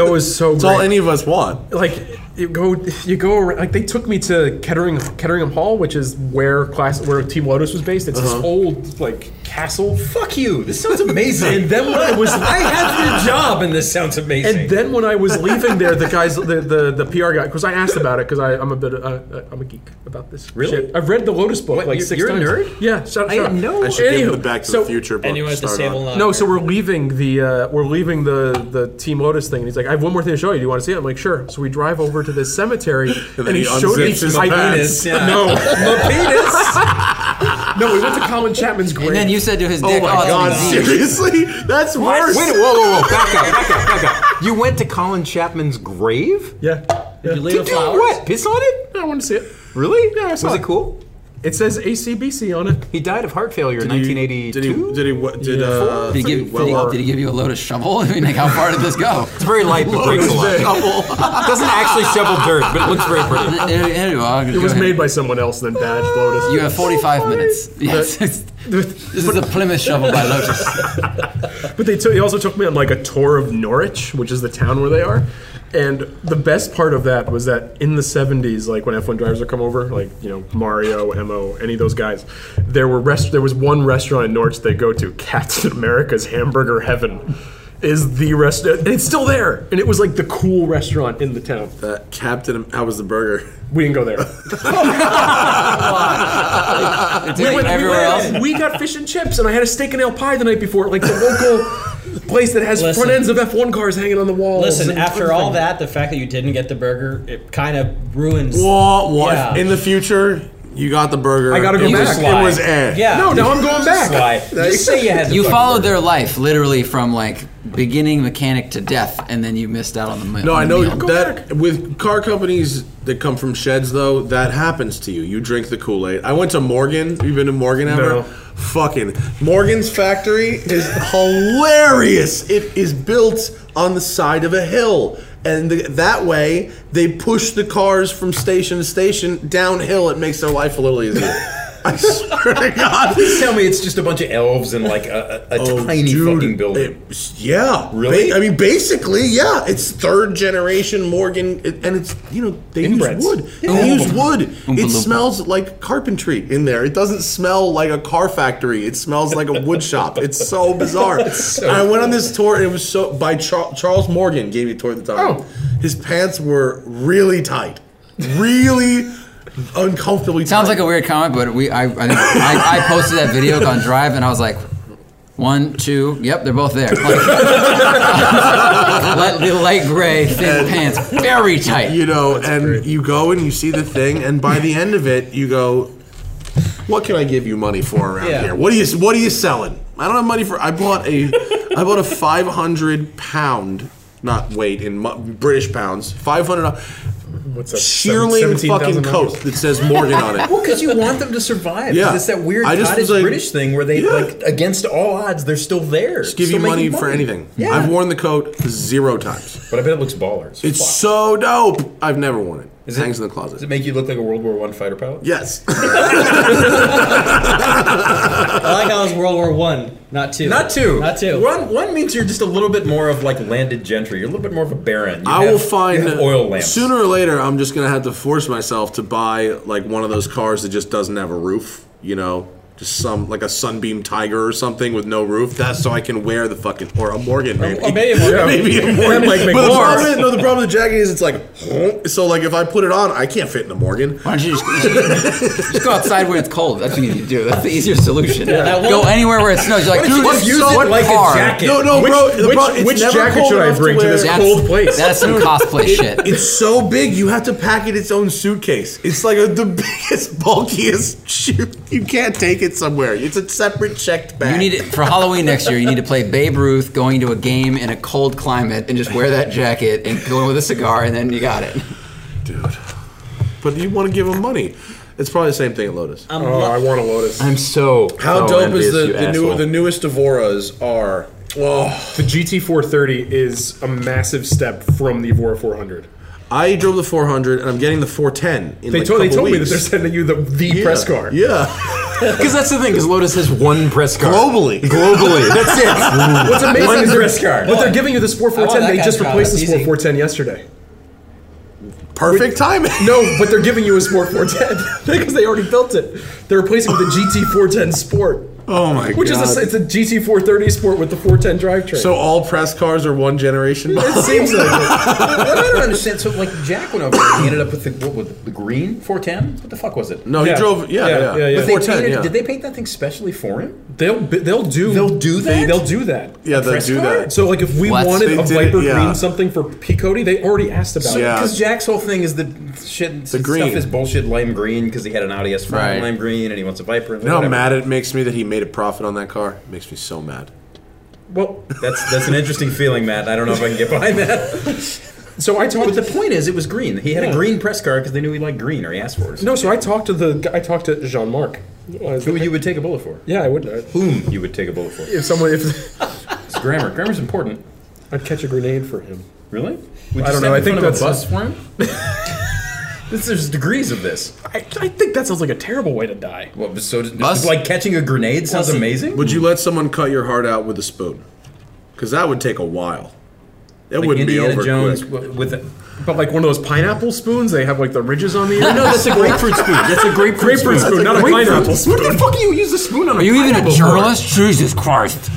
Speaker 6: it was so.
Speaker 1: It's all any of us want.
Speaker 6: like you go you go ar- like they took me to Kettering Ketteringham Hall, which is where class where Team Lotus was based. It's
Speaker 1: Uh-huh.
Speaker 6: this old like castle. Fuck
Speaker 7: you. This sounds amazing.
Speaker 6: and then when I was
Speaker 7: (laughs) I have your job, and this sounds amazing.
Speaker 6: And then when I
Speaker 1: (laughs)
Speaker 6: was leaving there, the guys, the the, the PR guy, because I asked about it because I'm a bit, uh, uh, I'm a geek about this.
Speaker 7: Really?
Speaker 6: shit. I've read the Lotus book
Speaker 7: What,
Speaker 6: like
Speaker 7: you're-
Speaker 6: six
Speaker 7: you're a
Speaker 6: times.
Speaker 7: nerd?
Speaker 6: Yeah. Shut,
Speaker 7: I
Speaker 6: shut up.
Speaker 7: didn't know. I
Speaker 1: should give him
Speaker 6: Anywho,
Speaker 1: the Back to the Future book
Speaker 7: Anyone
Speaker 1: to
Speaker 7: at the
Speaker 1: start
Speaker 7: Sable
Speaker 1: off.
Speaker 7: Lounge.
Speaker 6: no, so we're leaving the uh, we're leaving the the Team Lotus thing, and he's like, "I have one more thing to show you. Do you want to see it?" I'm like, "Sure." So we drive over to this
Speaker 1: (laughs)
Speaker 6: cemetery, and,
Speaker 1: then he
Speaker 6: he, showed me
Speaker 1: unzips his
Speaker 6: I-
Speaker 1: pants. (laughs)
Speaker 6: No,
Speaker 7: My penis.
Speaker 6: no, we went to Colin Chapman's grave.
Speaker 2: And then you said to his
Speaker 1: Oh
Speaker 2: dick,
Speaker 1: my
Speaker 2: "Oh, it's
Speaker 1: God!
Speaker 2: disease."
Speaker 1: Seriously, that's worse.
Speaker 5: Wait, whoa, whoa, whoa! Back up, back up, back up! You went to Colin Chapman's grave?
Speaker 6: yeah,
Speaker 7: Did you lay
Speaker 5: To
Speaker 7: the
Speaker 5: do
Speaker 7: flowers?
Speaker 5: what? Piss on it?
Speaker 6: I want to see it.
Speaker 5: Really?
Speaker 6: Yeah, I
Speaker 5: Was
Speaker 6: saw
Speaker 5: it
Speaker 6: it.
Speaker 5: cool?
Speaker 6: It says ACBC on it.
Speaker 5: He died of heart failure in
Speaker 1: Did he-
Speaker 5: 1982.
Speaker 1: Did he? Did he? What, did, uh,
Speaker 2: Did he, give, did, he, did he give you a load of shovel? (laughs) I mean, like, how far did this go?
Speaker 5: It's very light, but breaks a lot. Doesn't actually shovel dirt, but it looks very pretty.
Speaker 2: it
Speaker 6: It was made by someone else than Badge Lotus.
Speaker 2: You have 45 minutes. Yes. this is the Plymouth shovel by Lotus.
Speaker 6: But they, took, they also took me on like a tour of Norwich, which is the town where they are. And the best part of that was that in the 70s, like when F1 drivers would come over, like you know Mario, Mo, any of those guys, there were rest- there was one restaurant in Norwich they go to, Captain America's Hamburger Heaven, is the restaurant, and it's still there. And it was like the cool restaurant in the town.
Speaker 1: uh, Captain? How was the burger?
Speaker 6: We didn't go
Speaker 5: (laughs)
Speaker 6: there.
Speaker 2: It's like everywhere else.
Speaker 6: we got fish and chips, and I had a steak and ale pie the night before, like the local place that has
Speaker 7: Listen.
Speaker 6: front ends of F1 cars hanging on the walls.
Speaker 7: Listen,
Speaker 6: and
Speaker 7: after
Speaker 6: everything.
Speaker 7: all that, the fact that you didn't get the burger, it kind of ruins.
Speaker 1: Wah, wah.
Speaker 7: Yeah.
Speaker 1: In the future, you got the burger.
Speaker 6: I gotta go
Speaker 1: it
Speaker 6: back.
Speaker 1: Was,
Speaker 7: Why?
Speaker 1: it was eh.
Speaker 7: Yeah.
Speaker 6: No, now I'm going back.
Speaker 7: Why? Just say you had the
Speaker 2: You
Speaker 7: fucking
Speaker 2: followed
Speaker 7: burger.
Speaker 2: their life literally from like beginning mechanic to death, and then you missed out on the meal.
Speaker 1: No, I
Speaker 2: on the
Speaker 1: know
Speaker 2: meal.
Speaker 1: that with car companies that come from sheds, though, that happens to you. You drink the Kool Aid. I went to Morgan. Have you been to Morgan ever?
Speaker 6: No.
Speaker 1: Fucking Morgan's factory is hilarious. It is built on the side of a hill, and the, that way they push the cars from station to station downhill. It makes their life a little easier. (laughs) I swear to God.
Speaker 5: Tell me it's just a bunch of elves and like a, a, a
Speaker 1: Oh,
Speaker 5: tiny
Speaker 1: dude,
Speaker 5: fucking building.
Speaker 1: it- yeah,
Speaker 5: Really?
Speaker 1: Ba- I mean, basically, yeah. It's third generation Morgan, it- and it's you know they
Speaker 5: Inbreds.
Speaker 1: use wood. They use wood. It smells like carpentry in there. It doesn't smell like a car factory. It smells like a wood shop. It's so bizarre. And I went on this tour, and it was so by Char- Charles Morgan gave me a tour at the time.
Speaker 6: Oh.
Speaker 1: His pants were really tight, really uncomfortably.
Speaker 2: Sounds
Speaker 1: tight.
Speaker 2: like a weird comment, but we I I, think- I I posted that video on Drive, and I was like, one, two, yep, they're both there. Like, (laughs) light, light gray, thin pants, very tight.
Speaker 1: you know, and you go and you see the thing, and by the end of it, you go, "What can I give you money for around
Speaker 7: Yeah.
Speaker 1: here? What are you What are you selling? I don't have money for. I bought a, I bought a five hundred pound, not weight in mu- British pounds, five hundred
Speaker 6: What's that?
Speaker 1: shearling
Speaker 6: seven-
Speaker 1: fucking
Speaker 6: $17,000?
Speaker 1: coat that says Morgan on
Speaker 6: (laughs)
Speaker 1: it.
Speaker 5: Well, because you want them to survive.
Speaker 1: Yeah.
Speaker 5: It's that weird
Speaker 1: I just
Speaker 5: cottage
Speaker 1: was like-
Speaker 5: British thing where they,
Speaker 1: Yeah.
Speaker 5: like, against all odds, they're still there.
Speaker 1: Just give you
Speaker 5: still
Speaker 1: money,
Speaker 5: making
Speaker 1: for anything.
Speaker 5: Yeah.
Speaker 1: I've worn the coat zero times.
Speaker 5: But I bet it looks baller. as
Speaker 1: It's
Speaker 5: fuck.
Speaker 1: so dope. I've never worn it.
Speaker 5: Is
Speaker 1: It
Speaker 5: it-
Speaker 1: hangs in the
Speaker 5: Does
Speaker 1: closet.
Speaker 5: it make you look like a World War One fighter pilot?
Speaker 1: yes.
Speaker 7: I like how it was World War One, not two.
Speaker 5: Not two.
Speaker 7: Not two.
Speaker 5: One, one means you're just a little bit more of like landed gentry. You're a little bit more of a baron. You
Speaker 1: I
Speaker 5: have-
Speaker 1: will find
Speaker 5: you have oil lamps.
Speaker 1: sooner or later. I'm just gonna have to force myself to buy like one of those cars that just doesn't have a roof. You know, just some like a Sunbeam Tiger or something with no roof. That's so I can wear the fucking or a Morgan maybe. (laughs)
Speaker 7: or maybe a Morgan.
Speaker 1: maybe a Morgan.
Speaker 6: might make
Speaker 1: but the
Speaker 6: more.
Speaker 1: problem, is- no, the problem with the jacket is it's like honk. so like (laughs) if I put it on, I can't fit in a Morgan.
Speaker 2: Why
Speaker 1: (laughs)
Speaker 2: don't you just, just go outside when it's cold? That's what you need to do. That's the easier solution.
Speaker 7: that
Speaker 2: go
Speaker 7: one-
Speaker 2: anywhere where it snows. You're like, dude,
Speaker 5: Just
Speaker 2: what,
Speaker 5: use
Speaker 2: what
Speaker 5: it like
Speaker 2: car?
Speaker 5: a jacket.
Speaker 1: No, no, bro. the
Speaker 6: which-
Speaker 1: pro- it's
Speaker 6: which
Speaker 1: never
Speaker 6: jacket
Speaker 1: cold
Speaker 6: should I
Speaker 1: enough
Speaker 6: bring to
Speaker 1: wear-
Speaker 6: this
Speaker 2: That's,
Speaker 6: Cold place.
Speaker 2: That's some cosplay
Speaker 5: (laughs)
Speaker 2: shit.
Speaker 1: It's so big, you have to (laughs) pack it its own suitcase. It's like a, the biggest, bulkiest shoe. You can't take it it somewhere. It's a separate checked bag.
Speaker 2: You need to, for Halloween next year. You need to play Babe Ruth going to a game in a cold climate and just wear that jacket and go in with a cigar, and then you got it.
Speaker 1: But you want to give them money. It's probably the same thing at Lotus.
Speaker 7: I'm Oh, lo- I
Speaker 1: want a Lotus.
Speaker 2: I'm so
Speaker 1: How
Speaker 5: Oh,
Speaker 12: so
Speaker 1: dope is
Speaker 12: envious,
Speaker 1: the
Speaker 12: you
Speaker 1: the, new,
Speaker 12: asshole.
Speaker 1: the newest Avoras are? Oh,
Speaker 6: the GT430 is a massive step from the Avora 400.
Speaker 1: I drove the 400 and I'm getting the 410. In
Speaker 6: they
Speaker 1: like
Speaker 6: told,
Speaker 1: a
Speaker 6: they
Speaker 1: couple
Speaker 6: told me that
Speaker 1: weeks.
Speaker 6: they're sending you the, the
Speaker 1: Yeah,
Speaker 6: press car.
Speaker 1: Yeah.
Speaker 5: Because that's the thing. Because Lotus has one press car
Speaker 1: globally.
Speaker 5: Globally, that's it.
Speaker 6: What's amazing
Speaker 5: One
Speaker 6: is
Speaker 5: press
Speaker 6: they're,
Speaker 5: card.
Speaker 6: but they're giving you the Sport
Speaker 7: I want
Speaker 6: 410.
Speaker 7: that
Speaker 6: They
Speaker 7: guy's
Speaker 6: just
Speaker 7: car.
Speaker 6: replaced the
Speaker 7: That's
Speaker 6: Sport 410
Speaker 7: easy.
Speaker 6: yesterday.
Speaker 1: Perfect timing. (laughs)
Speaker 6: No, but they're giving you a Sport 410 (laughs) because they already built it. They're replacing it with the GT410 Sport.
Speaker 1: Oh my
Speaker 6: Which
Speaker 1: God.
Speaker 6: is a, it's a GT430 Sport with the 410 drivetrain.
Speaker 1: So all press cars are one generation.
Speaker 6: it
Speaker 5: (laughs)
Speaker 6: seems like it.
Speaker 5: What I don't understand. So like (laughs) Jack went over. there and He ended up with the what, with the green 410. What the fuck was it?
Speaker 1: No, he
Speaker 6: Yeah.
Speaker 1: Oh, drove. Yeah, yeah,
Speaker 6: Yeah, yeah, yeah.
Speaker 5: But they
Speaker 1: 410,
Speaker 5: painted,
Speaker 1: yeah.
Speaker 5: Did they paint that thing specially for him?
Speaker 6: They'll b- they'll do
Speaker 5: They'll do
Speaker 6: they-
Speaker 5: that?
Speaker 6: they'll do that.
Speaker 1: Yeah, they
Speaker 5: press
Speaker 1: do
Speaker 5: car?
Speaker 1: that.
Speaker 6: So like if we
Speaker 2: What?
Speaker 6: wanted
Speaker 1: They
Speaker 6: a
Speaker 1: did it,
Speaker 6: Viper
Speaker 1: yeah.
Speaker 6: Green something for P Cody, they already asked about it.
Speaker 1: Yeah.
Speaker 5: Because Jack's whole thing is the shit. The
Speaker 1: green.
Speaker 5: stuff is bullshit. Lime green because he had an Audi S4
Speaker 2: Right.
Speaker 5: in lime green and he wants a Viper.
Speaker 1: You know how mad it makes me that he made a profit on that car? It makes me so mad.
Speaker 6: Well,
Speaker 5: That's that's an interesting feeling, Matt. I don't know if I can get behind that.
Speaker 6: (laughs) so I talked
Speaker 5: But
Speaker 6: to
Speaker 5: the point is, it was green. He had
Speaker 6: Yeah.
Speaker 5: a green press card because they knew he liked green or he asked for it.
Speaker 6: no, so I talked to the guy- I talked to Jean Marc.
Speaker 5: Who you would take a bullet for?
Speaker 6: Yeah, I would. uh,
Speaker 5: Whom you would take a bullet for?
Speaker 6: If someone, (laughs) if
Speaker 5: It's grammar. Grammar's important.
Speaker 6: I'd catch a grenade for him.
Speaker 5: Really? Would
Speaker 6: I don't
Speaker 5: stand
Speaker 6: know, I
Speaker 5: in
Speaker 6: think
Speaker 5: front of
Speaker 6: that's-
Speaker 5: a bus for him.
Speaker 6: (laughs)
Speaker 5: This- There's degrees of this.
Speaker 6: I, I think that sounds like a terrible way to die.
Speaker 5: What, so
Speaker 2: Bus?
Speaker 5: like catching a grenade sounds
Speaker 7: Bus-
Speaker 5: amazing.
Speaker 1: Would you let someone cut your heart out with a spoon? Because that would take a while. It
Speaker 5: Like
Speaker 1: wouldn't
Speaker 5: Indiana
Speaker 1: be over
Speaker 5: Jones
Speaker 1: quick.
Speaker 5: w- with a,
Speaker 6: But like one of those pineapple spoons, they have like the ridges on the end.
Speaker 5: no, that's a grapefruit
Speaker 6: (laughs)
Speaker 5: spoon. That's a grapefruit,
Speaker 6: Grapefruit spoon, not a pineapple spoon.
Speaker 5: What the fuck do you use a spoon on?
Speaker 2: Are you even a journalist? Jesus Christ!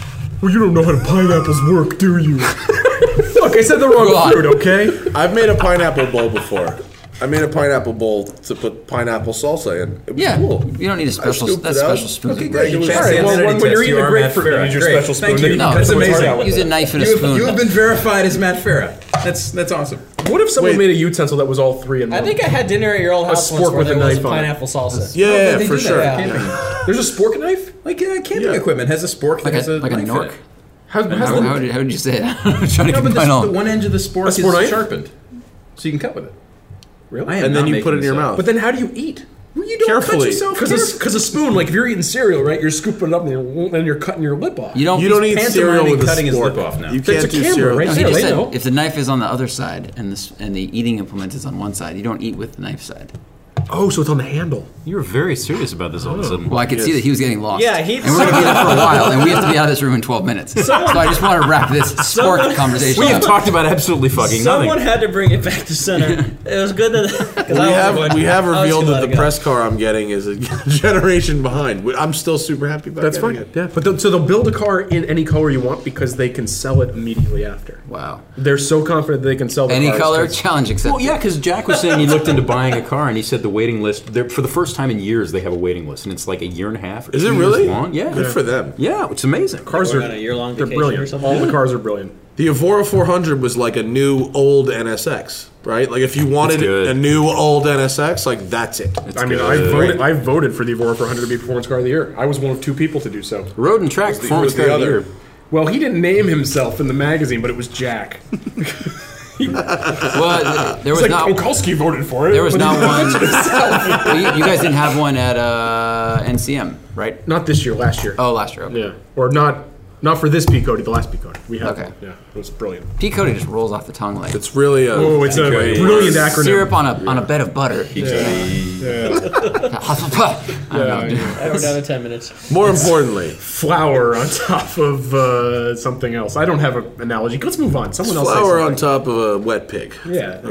Speaker 6: Well, you don't know how pineapples work,
Speaker 5: (laughs)
Speaker 6: do you? Look, I said the wrong
Speaker 2: God.
Speaker 6: fruit, okay?
Speaker 1: I've made a pineapple bowl before. I made a pineapple bowl to put pineapple salsa in. It was
Speaker 2: Yeah,
Speaker 1: cool.
Speaker 2: you don't need a special.
Speaker 1: scooped
Speaker 2: That's
Speaker 1: it out.
Speaker 2: special spoon.
Speaker 1: Okay,
Speaker 2: Great.
Speaker 1: great.
Speaker 5: All
Speaker 6: Alright,
Speaker 5: right,
Speaker 6: well,
Speaker 5: well,
Speaker 6: when, when you're eating a grapefruit, you need your special spoon. Then you
Speaker 2: No,
Speaker 6: can cut
Speaker 2: it's
Speaker 6: someone's
Speaker 2: amazing.
Speaker 6: heart out with
Speaker 2: Use a
Speaker 6: it.
Speaker 2: knife and a
Speaker 5: You have,
Speaker 2: spoon.
Speaker 5: you have been verified as Matt Farah. That's that's awesome.
Speaker 6: What if someone
Speaker 1: Wait.
Speaker 6: made a utensil that was all three in
Speaker 7: I
Speaker 6: one?
Speaker 7: think I had dinner at your old house
Speaker 6: spork
Speaker 7: once where
Speaker 6: with
Speaker 7: there
Speaker 6: a
Speaker 7: was
Speaker 6: knife on it.
Speaker 7: pineapple salsa.
Speaker 1: Yeah, yeah,
Speaker 5: they
Speaker 1: for
Speaker 5: do that
Speaker 1: sure.
Speaker 5: at
Speaker 7: Yeah.
Speaker 5: camping.
Speaker 6: There's a spork knife?
Speaker 5: Like uh, camping
Speaker 1: Yeah.
Speaker 5: equipment has a spork.
Speaker 2: like
Speaker 5: has
Speaker 2: a, like a
Speaker 5: knife in
Speaker 2: Nork.
Speaker 5: it.
Speaker 6: How, how's
Speaker 2: How,
Speaker 6: the-
Speaker 2: how, did, how would you say that? (laughs) I'm trying
Speaker 5: No,
Speaker 2: to
Speaker 5: but
Speaker 2: combine
Speaker 5: this,
Speaker 2: all.
Speaker 5: the one end of the spork is
Speaker 6: spork knife?
Speaker 5: sharpened, so you can cut with it. Really? I am
Speaker 1: And then
Speaker 5: not
Speaker 1: you
Speaker 5: making
Speaker 1: put it in
Speaker 5: this
Speaker 1: your
Speaker 5: up.
Speaker 1: mouth.
Speaker 6: but then how do you eat?
Speaker 5: Well, you don't
Speaker 1: Carefully.
Speaker 5: cut yourself.
Speaker 6: Because a, 'cause a spoon, like if you're eating cereal, right, you're scooping it up and you're, and you're cutting your lip off.
Speaker 2: You don't.
Speaker 1: you don't eat
Speaker 5: pantomiming
Speaker 1: cereal with
Speaker 5: cutting
Speaker 1: a
Speaker 5: his
Speaker 1: fork.
Speaker 5: lip off now.
Speaker 1: You
Speaker 6: That's
Speaker 1: can't
Speaker 6: a
Speaker 1: do
Speaker 6: camera
Speaker 1: cereal.
Speaker 6: right
Speaker 2: No,
Speaker 6: there.
Speaker 2: he
Speaker 6: Yeah,
Speaker 2: just
Speaker 6: they
Speaker 2: said
Speaker 6: know.
Speaker 2: if the knife is on the other side and this and the eating implement is on one side, you don't eat with the knife side.
Speaker 6: oh, so it's on the handle.
Speaker 5: You were very serious about this all of a sudden.
Speaker 2: Well, I could see that he was getting lost.
Speaker 7: Yeah, he-
Speaker 2: and we're gonna be there for a while, and we have to be out of this room in 12 minutes. so I just want to wrap this spork conversation.
Speaker 5: We have
Speaker 2: up.
Speaker 5: talked about absolutely fucking
Speaker 7: Someone
Speaker 5: nothing.
Speaker 7: had to bring it back
Speaker 6: (laughs)
Speaker 7: to center. It was good that
Speaker 1: We have, we have revealed that the press car I'm getting is a (laughs) generation behind. We- I'm still super happy about
Speaker 6: That's
Speaker 1: getting
Speaker 6: fine.
Speaker 1: it.
Speaker 6: Yeah, but they'll, so they'll build a car in any color you want because they can sell it immediately after.
Speaker 2: Wow.
Speaker 6: They're so confident they can sell the
Speaker 2: Any
Speaker 6: cars
Speaker 2: color
Speaker 6: 'cause-
Speaker 2: challenge accepted.
Speaker 5: Well, yeah, because Jack was saying he looked into buying a car, and he said the waiting list there for the first time in years they have a waiting list, and it's like a year and a half. Or
Speaker 1: Is it
Speaker 5: two years
Speaker 1: really?
Speaker 5: long? Yeah,
Speaker 1: Good for them.
Speaker 5: Yeah, it's amazing.
Speaker 6: Cars
Speaker 7: We're
Speaker 6: are
Speaker 7: on a year-long
Speaker 6: They're
Speaker 7: vacation
Speaker 6: brilliant.
Speaker 7: or something?
Speaker 6: All the cars are brilliant.
Speaker 1: The Avora 400 was like a new old NSX, right? Like if you wanted
Speaker 5: It's good.
Speaker 1: a new old NSX, like that's it.
Speaker 6: I mean, I voted. I voted for the Evora 400 to be performance car of the year. I was one of two people to do so.
Speaker 5: Road and track performance
Speaker 1: who's the
Speaker 5: car of the
Speaker 1: other?
Speaker 5: year.
Speaker 6: Well, he didn't name himself in the magazine, but it was Jack.
Speaker 2: Well, there
Speaker 6: It's
Speaker 2: was
Speaker 6: like
Speaker 2: not.
Speaker 6: Okulski voted for it.
Speaker 2: There was
Speaker 6: but
Speaker 2: not (laughs)
Speaker 6: he-
Speaker 2: one. Well, you, you guys didn't have one at uh, NCM, right?
Speaker 6: Not this year. Last year.
Speaker 2: Oh, last year. Okay.
Speaker 6: Yeah. Or not. Not for this P Cody. The last P Cody we had.
Speaker 2: Okay.
Speaker 6: one. Yeah. It was brilliant.
Speaker 2: P Cody just rolls off the tongue like
Speaker 1: It's really a.
Speaker 6: Oh, it's a
Speaker 5: Cody.
Speaker 6: brilliant acronym.
Speaker 2: syrup on a on a bed of butter.
Speaker 10: (laughs)
Speaker 2: I don't know, dude.
Speaker 7: We're down to 10 minutes.
Speaker 1: more
Speaker 5: (laughs)
Speaker 1: importantly,
Speaker 6: Flour on (laughs) top of uh, something else. I don't have an analogy. Let's move on. Someone else. say
Speaker 1: flour on
Speaker 6: something.
Speaker 1: top of a wet pig.
Speaker 6: Yeah.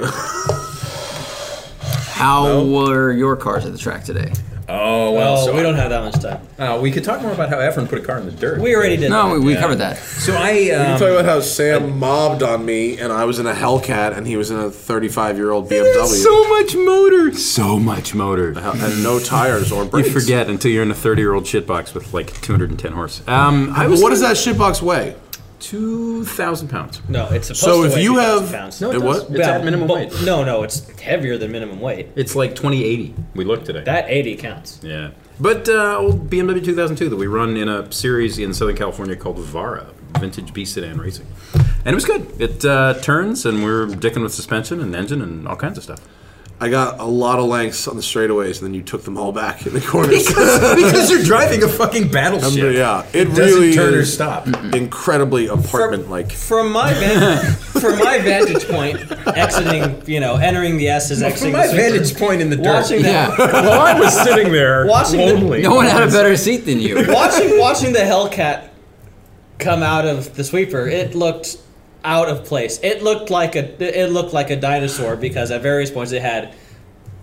Speaker 2: How were your cars at the track today?
Speaker 5: Oh well,
Speaker 7: Oh,
Speaker 5: so
Speaker 7: we don't have that much time.
Speaker 5: Uh, we could talk more about how Efren put a car in the dirt.
Speaker 7: We already did
Speaker 2: No,
Speaker 7: that.
Speaker 2: we, we covered that.
Speaker 5: so I
Speaker 1: You
Speaker 5: um,
Speaker 1: talk about how Sam mobbed on me, and I was in a Hellcat, and he was in a 35 year old BMW,
Speaker 5: so much motor, so much motor.
Speaker 1: and no tires or
Speaker 5: You
Speaker 1: brakes.
Speaker 5: forget until you're in a 30 year old shitbox with like 210 horse. Um, I
Speaker 1: But
Speaker 5: was
Speaker 1: what does that shitbox weigh?
Speaker 5: two thousand pounds.
Speaker 7: No, it's supposed
Speaker 5: So
Speaker 7: to
Speaker 5: if
Speaker 7: weigh
Speaker 5: you
Speaker 7: 2,000
Speaker 5: have-
Speaker 7: pounds.
Speaker 5: No, it It what? doesn't.
Speaker 7: Well,
Speaker 5: It's at minimum
Speaker 7: but-
Speaker 5: weight.
Speaker 7: No, no, it's heavier than minimum weight.
Speaker 5: It's like twenty eighty. We looked today.
Speaker 7: That eighty counts.
Speaker 5: Yeah. But uh, old BMW 2002 that we run in a series in Southern California called Vara, Vintage B Sedan Racing. And it was good. It uh, turns, and we're dicking with suspension and engine and all kinds of stuff.
Speaker 9: I got a lot of lengths on the straightaways, and then you took them all back in the corners.
Speaker 5: Because- because you're driving a fucking battleship.
Speaker 9: Number- yeah, it,
Speaker 5: It doesn't
Speaker 9: really
Speaker 5: turn or
Speaker 9: is
Speaker 5: stop.
Speaker 9: Incredibly apartment-like.
Speaker 7: From
Speaker 5: (laughs)
Speaker 7: my van- from my vantage point, exiting, you know, entering the S is
Speaker 9: From
Speaker 7: exiting.
Speaker 9: my
Speaker 7: the Citroen.
Speaker 9: vantage point in the dirt.
Speaker 7: Watching that,
Speaker 10: Yeah. Well, I was
Speaker 6: sitting there
Speaker 7: watching
Speaker 10: lonely. No one had a better seat than
Speaker 9: (laughs)
Speaker 10: you.
Speaker 7: watching watching the Hellcat come out of the sweeper, it looked out of place. It looked like a it looked like a dinosaur because at various points it had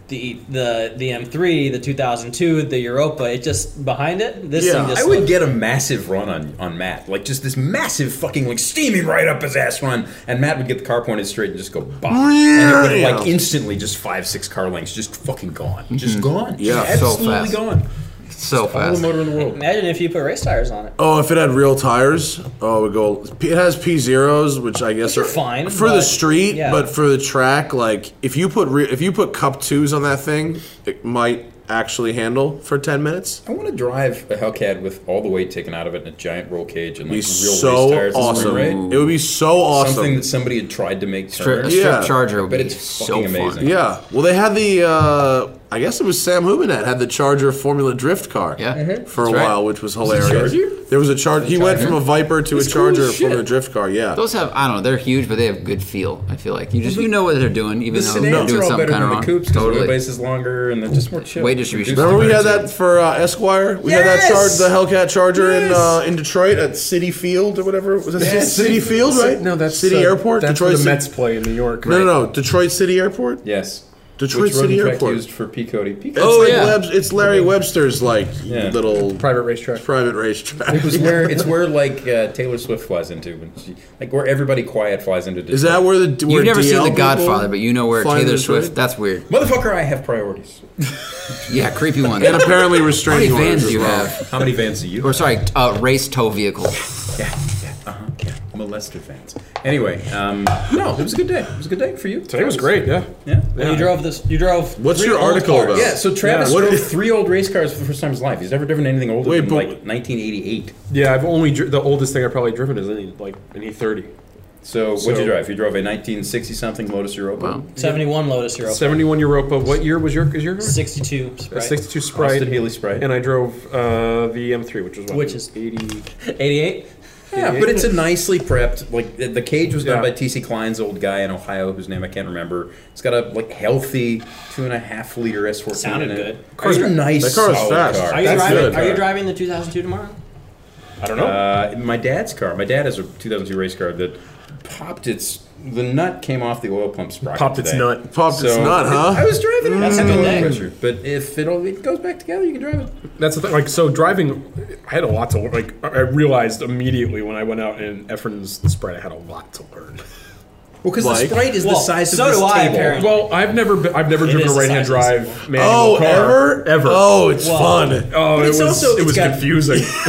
Speaker 7: the the the M3, the 2002, the Europa. It just behind it. This thing just
Speaker 5: I
Speaker 7: looked-
Speaker 5: would get a massive run on, on Matt. Like, just this massive fucking, like, steaming right up his ass run. And Matt would get the car pointed straight and just go bop. And it would, like,
Speaker 9: Yeah.
Speaker 5: instantly just five, six car lengths, just fucking gone. Just
Speaker 9: Mhm.
Speaker 5: gone. Just
Speaker 9: Yeah. So
Speaker 5: absolutely
Speaker 9: fast.
Speaker 5: gone.
Speaker 10: So
Speaker 9: fast.
Speaker 5: motor in the world.
Speaker 7: Imagine if you put race tires on it.
Speaker 9: Oh, if it had real tires, oh, it would go. It has P zeros, which I guess are,
Speaker 7: fine,
Speaker 9: for
Speaker 7: but-
Speaker 9: the street,
Speaker 7: yeah.
Speaker 9: but for the track, like if you put re- if you put cup twos on that thing, it might actually handle for ten minutes.
Speaker 5: I want to drive a Hellcat with all the weight taken out of it in a giant roll cage and like
Speaker 9: Be
Speaker 5: real
Speaker 9: so
Speaker 5: race tires. and
Speaker 9: awesome.
Speaker 5: spring rate.
Speaker 9: It would be so awesome.
Speaker 5: Something that somebody had tried to make
Speaker 9: Strip-
Speaker 5: turn.
Speaker 9: a strip Yeah. charger would
Speaker 5: but
Speaker 9: be
Speaker 5: it's
Speaker 9: so
Speaker 5: fucking amazing.
Speaker 9: Yeah. Well, they had the. Uh, I guess it was Sam Hubinet had the Charger Formula Drift car.
Speaker 10: Yeah. Mhm.
Speaker 9: For a
Speaker 10: That's right.
Speaker 9: while, which was
Speaker 10: Was it
Speaker 9: hilarious.
Speaker 10: Charger?
Speaker 9: There was a Charger. He went from a Viper to
Speaker 10: It's
Speaker 9: a
Speaker 10: cool as
Speaker 9: Charger
Speaker 10: shit.
Speaker 9: Formula Drift car. Yeah.
Speaker 10: Those have I don't know. They're huge, but they have good feel. I feel like you just you know what they're doing, even
Speaker 5: The
Speaker 10: though they're
Speaker 5: sedans
Speaker 10: doing
Speaker 5: are all
Speaker 10: something
Speaker 5: better
Speaker 10: kind
Speaker 5: than
Speaker 10: of
Speaker 5: the
Speaker 10: wrong.
Speaker 5: coupes because the
Speaker 10: totally.
Speaker 5: wheelbase is longer and they're just more chill.
Speaker 10: Weight distribution.
Speaker 9: Remember we had that for uh, Esquire. We had that charge,
Speaker 5: Yes!
Speaker 9: the Hellcat Charger in
Speaker 5: Yes!
Speaker 9: uh, in Detroit at City Field or whatever. Was it
Speaker 6: Yeah,
Speaker 9: City, Field,
Speaker 6: Ci-
Speaker 9: right?
Speaker 6: No, that's
Speaker 9: City
Speaker 6: uh,
Speaker 9: Airport.
Speaker 6: That's
Speaker 9: Detroit
Speaker 6: where the
Speaker 9: City-
Speaker 6: Mets play in New York.
Speaker 9: No, no, no. Detroit City Airport.
Speaker 5: Yes.
Speaker 9: Detroit
Speaker 5: Which road
Speaker 9: City
Speaker 5: in fact
Speaker 9: Airport.
Speaker 5: used for P Cody. P
Speaker 9: It's like Webs- it's Larry Webster's like
Speaker 5: Yeah.
Speaker 9: little
Speaker 6: private racetrack.
Speaker 9: Private racetrack.
Speaker 5: It (laughs) was where it's where like uh, Taylor Swift flies into when she like where everybody quiet flies into.
Speaker 9: Is that where the where
Speaker 10: You've never seen
Speaker 9: DL
Speaker 10: The
Speaker 9: people
Speaker 10: Godfather, but you know where
Speaker 9: find
Speaker 10: Taylor
Speaker 9: this
Speaker 10: Swift.
Speaker 9: road?
Speaker 10: That's weird.
Speaker 5: motherfucker? I have priorities.
Speaker 10: Yeah, creepy one.
Speaker 9: And apparently restraining
Speaker 10: How many vans
Speaker 9: orders
Speaker 10: do
Speaker 9: as
Speaker 10: you
Speaker 9: well.
Speaker 10: have?
Speaker 5: How many vans do you?
Speaker 10: Or sorry, uh, race tow vehicles.
Speaker 5: Yeah, yeah, uh-huh, yeah. Molester fans. Anyway, um, no, it was a good day. It was a good day for you. Today
Speaker 6: was great, yeah.
Speaker 5: Yeah.
Speaker 7: You drove this. You drove.
Speaker 9: What's
Speaker 5: Three
Speaker 9: your
Speaker 5: old
Speaker 9: article
Speaker 5: cars.
Speaker 9: about?
Speaker 5: Yeah, so Travis
Speaker 9: Yeah. What-
Speaker 5: drove three old race cars for the first time in his life. He's never driven anything older
Speaker 6: Wait,
Speaker 5: than
Speaker 6: but-
Speaker 5: like 1988.
Speaker 6: Yeah, I've only dri- the oldest thing I've probably driven is any like any thirty.
Speaker 5: So what'd you drive? You drove a 1960 something Lotus Europa.
Speaker 7: Seventy-one Lotus Europa.
Speaker 6: Seventy-one Europa. What year was your is your car?
Speaker 7: Sixty-two.
Speaker 6: A
Speaker 7: Sprite.
Speaker 6: sixty-two Sprite.
Speaker 5: Austin Healey Sprite.
Speaker 6: And I drove uh, the M3, which was what?
Speaker 7: Which is
Speaker 6: eighty.
Speaker 7: 88.
Speaker 5: Yeah, but it's a nicely prepped. Like the- the cage was done
Speaker 6: Yeah.
Speaker 5: by TC Klein's old guy in Ohio, whose name I can't remember. It's got a like healthy two and a half liter S14.
Speaker 7: Sounded
Speaker 5: in it.
Speaker 7: good.
Speaker 5: It's a nice,
Speaker 9: That car is
Speaker 5: solid
Speaker 9: fast.
Speaker 5: car.
Speaker 7: Are you driving? Are you driving the 2002 tomorrow?
Speaker 5: I don't know. Uh, my dad's car. My dad has a 2002 race car that popped its. The nut came off the oil pump sprocket.
Speaker 6: Popped its
Speaker 5: today.
Speaker 6: nut.
Speaker 9: Popped its nut, huh?
Speaker 5: I was driving it.
Speaker 9: That's a
Speaker 5: It's
Speaker 9: good
Speaker 5: low
Speaker 7: Mm-hmm.
Speaker 9: day.
Speaker 5: pressure, But if it, all, it goes back together, you can drive it.
Speaker 6: That's the thing. Like, so driving, I had a lot to learn. Like, I realized immediately when I went out in Efren's Sprite, I had a lot to learn.
Speaker 5: Well,
Speaker 6: 'cause the Like?
Speaker 7: (laughs)
Speaker 6: Sprite is the size of this table. Well, I've never been, I've never
Speaker 5: It
Speaker 6: driven
Speaker 5: is
Speaker 6: a
Speaker 5: the
Speaker 6: right-hand
Speaker 5: size of this
Speaker 6: drive manual
Speaker 5: Oh,
Speaker 6: car.
Speaker 5: ever?
Speaker 6: Ever.
Speaker 5: Oh, it's Wow. fun.
Speaker 6: Oh,
Speaker 5: But
Speaker 6: it
Speaker 5: it's
Speaker 6: was,
Speaker 5: also-
Speaker 6: it
Speaker 5: it's
Speaker 6: was
Speaker 5: got-
Speaker 6: (laughs) confusing.
Speaker 5: it's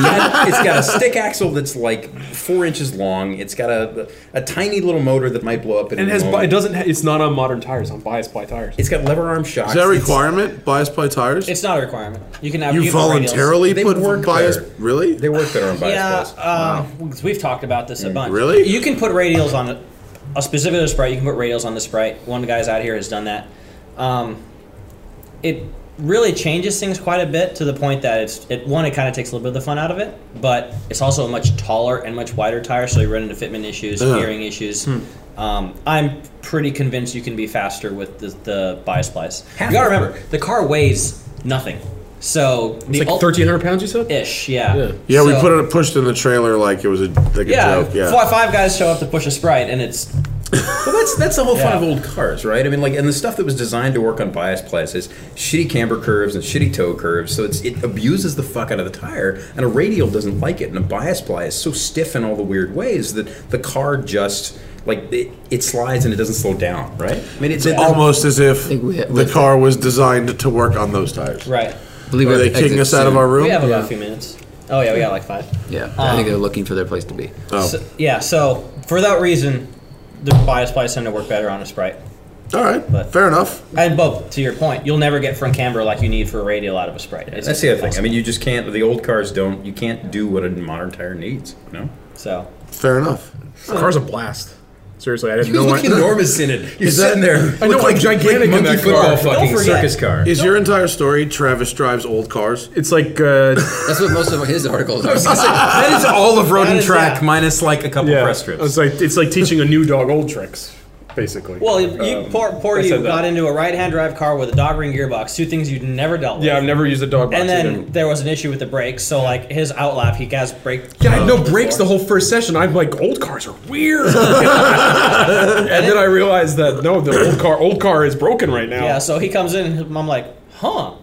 Speaker 5: got it's got a stick axle that's like four inches long. It's got a a tiny little motor that might blow up. At
Speaker 6: And it
Speaker 5: any
Speaker 6: has, bi-
Speaker 5: moment.
Speaker 6: it doesn't, ha- it's not on modern tires, on bias ply tires.
Speaker 5: It's got lever arm shocks.
Speaker 9: Is that a requirement? Bias ply tires?
Speaker 7: It's not a requirement. You can have
Speaker 9: You
Speaker 7: can have radials.
Speaker 9: voluntarily put bias? Really?
Speaker 5: They work better on
Speaker 7: Yeah,
Speaker 5: um,
Speaker 7: uh, we've talked about this a bunch.
Speaker 9: Really?
Speaker 7: You can put radials on a, a specific sprite. You can put radials on the sprite. One of the guys out here has done that. Um, it really changes things quite a bit to the point that it's it one. It kind of takes a little bit of the fun out of it, but it's also a much taller and much wider tire, so you run into fitment issues,
Speaker 10: Ugh.
Speaker 7: gearing issues.
Speaker 10: Hmm.
Speaker 7: Um, I'm pretty convinced you can be faster with the, the bias splice.
Speaker 6: Half
Speaker 7: you gotta
Speaker 6: of it.
Speaker 7: remember, the car weighs nothing. So
Speaker 6: It's like 1,300 pounds, you said?
Speaker 7: Ish, yeah.
Speaker 9: Yeah, we
Speaker 7: So-
Speaker 9: put it pushed in the trailer like it was a like
Speaker 7: yeah,
Speaker 9: a joke. Yeah.
Speaker 7: Five, five guys show up to push a sprite, and it's
Speaker 5: Well, that's that's the whole
Speaker 7: Yeah.
Speaker 5: fun of old cars, right? I mean, like, and the stuff that was designed to work on bias plies is shitty camber curves and shitty toe curves, so it's it abuses the fuck out of the tire, and a radial doesn't like it, and a bias ply is so stiff in all the weird ways that the car just like it, it slides and it doesn't slow down, right? I mean,
Speaker 9: It's almost as if
Speaker 5: we-
Speaker 9: the car was designed to work on those tires.
Speaker 7: Right.
Speaker 9: Are they kicking us out of our room?
Speaker 7: We have about a few minutes. Oh yeah, we got like five.
Speaker 2: Yeah, I think
Speaker 7: Um,
Speaker 2: they're looking for their place to be.
Speaker 7: So- yeah, so for that reason, the bias probably tend to work better on a sprite.
Speaker 9: All right,
Speaker 7: but,
Speaker 9: fair enough.
Speaker 7: And Bob, to your point, you'll never get front camber like you need for a radial out of a sprite. It's
Speaker 5: That's the other thing. I
Speaker 7: impossible.
Speaker 5: mean, you just can't. The old cars don't. You can't do what a modern tire needs. You know.
Speaker 7: So.
Speaker 9: Fair enough.
Speaker 6: The car's a blast. Seriously, I didn't
Speaker 5: You
Speaker 6: know.
Speaker 5: look enormous in it. You're
Speaker 9: Is that-
Speaker 5: sitting there.
Speaker 6: I know,
Speaker 5: look
Speaker 6: I'm gigantic in
Speaker 5: monkey
Speaker 6: that
Speaker 5: football
Speaker 6: car. Don't
Speaker 5: fucking
Speaker 6: forget.
Speaker 5: circus car.
Speaker 9: Is your entire story Travis drives old cars?
Speaker 6: (laughs) It's like uh,
Speaker 2: That's what most of his (laughs) articles
Speaker 5: I was gonna say,
Speaker 2: are.
Speaker 5: that is all of road
Speaker 7: That
Speaker 5: and
Speaker 7: is
Speaker 5: track
Speaker 7: that.
Speaker 5: minus like a couple press strips.
Speaker 6: It's like it's like teaching a new dog old tricks, basically.
Speaker 7: Well, you, you poor, poor
Speaker 6: I
Speaker 7: you
Speaker 6: said that.
Speaker 7: got into a right-hand drive car with a dog ring gearbox, two things you'd never dealt with.
Speaker 6: yeah, I've never used a dog box.
Speaker 7: And then
Speaker 6: either.
Speaker 7: there was an issue with the brakes, so like his outlap, he has brake.
Speaker 6: yeah, I had no brakes the whole first session. I'm like, old cars are (laughs) weird. and then I realized that no, the old car old car is broken right now.
Speaker 7: Yeah, so he comes in, and I'm like, huh,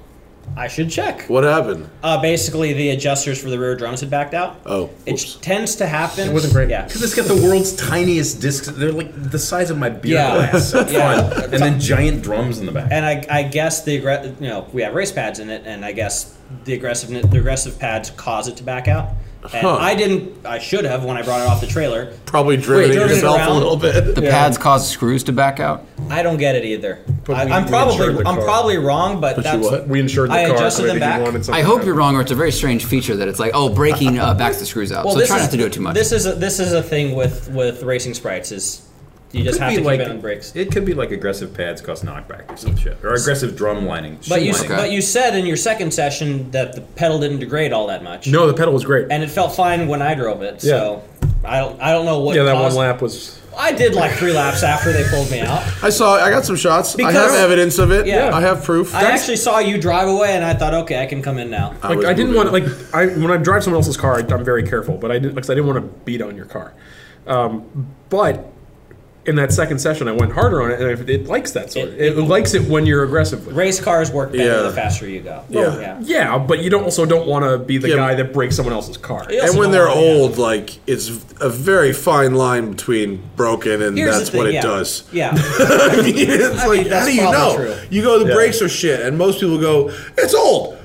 Speaker 7: I should check.
Speaker 9: What happened?
Speaker 7: Uh, basically, the adjusters for the rear drums had backed out.
Speaker 9: Oh,
Speaker 7: It
Speaker 9: whoops.
Speaker 7: tends to happen. It
Speaker 6: wasn't great.
Speaker 7: Yeah.
Speaker 5: Because it's got the world's tiniest discs. They're like the size of my beer
Speaker 7: Yeah.
Speaker 5: glass. up
Speaker 7: Yeah.
Speaker 5: front, and then giant drums in the back.
Speaker 7: And I, I guess the aggre- you know we have race pads in it, and I guess the aggressive the aggressive pads cause it to back out. And
Speaker 9: Huh.
Speaker 7: I didn't. I should have when I brought it off the trailer.
Speaker 9: Probably driven
Speaker 7: Wait,
Speaker 9: it
Speaker 7: driven
Speaker 9: yourself a
Speaker 7: around?
Speaker 9: little bit.
Speaker 2: The pads cause screws to back out.
Speaker 7: I don't get it either. I,
Speaker 6: we-
Speaker 7: I'm
Speaker 6: we
Speaker 7: probably
Speaker 6: insured the
Speaker 7: I'm
Speaker 6: car.
Speaker 7: probably wrong, but,
Speaker 9: you
Speaker 7: that's
Speaker 9: what?
Speaker 6: we insured the
Speaker 7: I
Speaker 6: car.
Speaker 7: adjusted
Speaker 6: so
Speaker 7: them
Speaker 6: maybe you
Speaker 7: back.
Speaker 6: wanted something
Speaker 2: I hope
Speaker 6: different.
Speaker 2: you're wrong, or it's a very strange feature that it's like, oh, braking uh, backs the screws out. so try
Speaker 7: is,
Speaker 2: not to do it too much.
Speaker 7: This is a, this is a thing with with racing sprites is you just
Speaker 5: Could
Speaker 7: have
Speaker 5: be
Speaker 7: to
Speaker 5: like-
Speaker 7: keep it on brakes.
Speaker 5: It could be like aggressive pads cause knockback or some shit, or aggressive drum lining.
Speaker 7: But you
Speaker 5: shoe lining.
Speaker 7: but you said in your second session that the pedal didn't degrade all that much.
Speaker 6: No, the pedal was great.
Speaker 7: and it felt fine when I drove it. So I don't I don't know what.
Speaker 6: yeah, that one
Speaker 7: caused-
Speaker 6: lap was.
Speaker 7: I did like three laps after they pulled me out.
Speaker 9: I saw. I got some shots.
Speaker 7: Because-
Speaker 9: I have evidence of it.
Speaker 7: Yeah.
Speaker 9: I have proof.
Speaker 7: I actually saw you drive away, and I thought, okay, I can come in now.
Speaker 9: was
Speaker 6: Like I didn't
Speaker 9: moving.
Speaker 6: want to, like I when I drive someone else's car, I, I'm very careful, but I didn't because I didn't want to beat on your car. Um, but in that second session, I went harder on it, and it, it likes that sort. It,
Speaker 7: It-
Speaker 6: it likes it when you're aggressive with. it.
Speaker 7: Race cars work better
Speaker 9: Yeah.
Speaker 7: the faster you go.
Speaker 9: Yeah.
Speaker 6: Yeah, but you don't also don't want to be the
Speaker 9: Yeah.
Speaker 6: guy that breaks someone else's car.
Speaker 7: Yeah.
Speaker 9: And
Speaker 7: also
Speaker 9: when
Speaker 7: don't
Speaker 9: they're
Speaker 7: want it, yeah.
Speaker 9: old, like it's a very fine line between broken and
Speaker 7: Here's
Speaker 9: that's
Speaker 7: the thing,
Speaker 9: what it
Speaker 7: yeah.
Speaker 9: does.
Speaker 7: Yeah.
Speaker 9: I mean, it's
Speaker 7: I
Speaker 9: like
Speaker 7: mean,
Speaker 9: how
Speaker 7: that's
Speaker 9: do you
Speaker 7: probably
Speaker 9: know?
Speaker 7: true.
Speaker 9: You go, the brakes are shit, and most people go, it's old.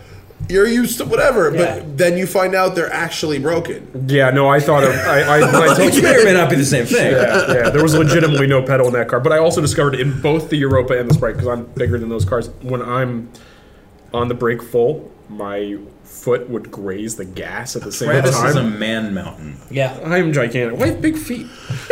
Speaker 9: You're used to whatever,
Speaker 7: Yeah.
Speaker 9: but then you find out they're actually broken.
Speaker 6: Yeah, no, I thought of I,
Speaker 5: (laughs)
Speaker 6: I, when I told you.
Speaker 5: may or may not be the same thing.
Speaker 6: Yeah, yeah, there was legitimately no pedal in that car. But I also discovered in both the Europa and the Sprite, because I'm bigger than those cars, when I'm on the brake full, my foot would graze the gas at the same
Speaker 5: Travis is a
Speaker 6: time.
Speaker 5: man mountain.
Speaker 7: Yeah.
Speaker 6: I'm gigantic. Why have big feet?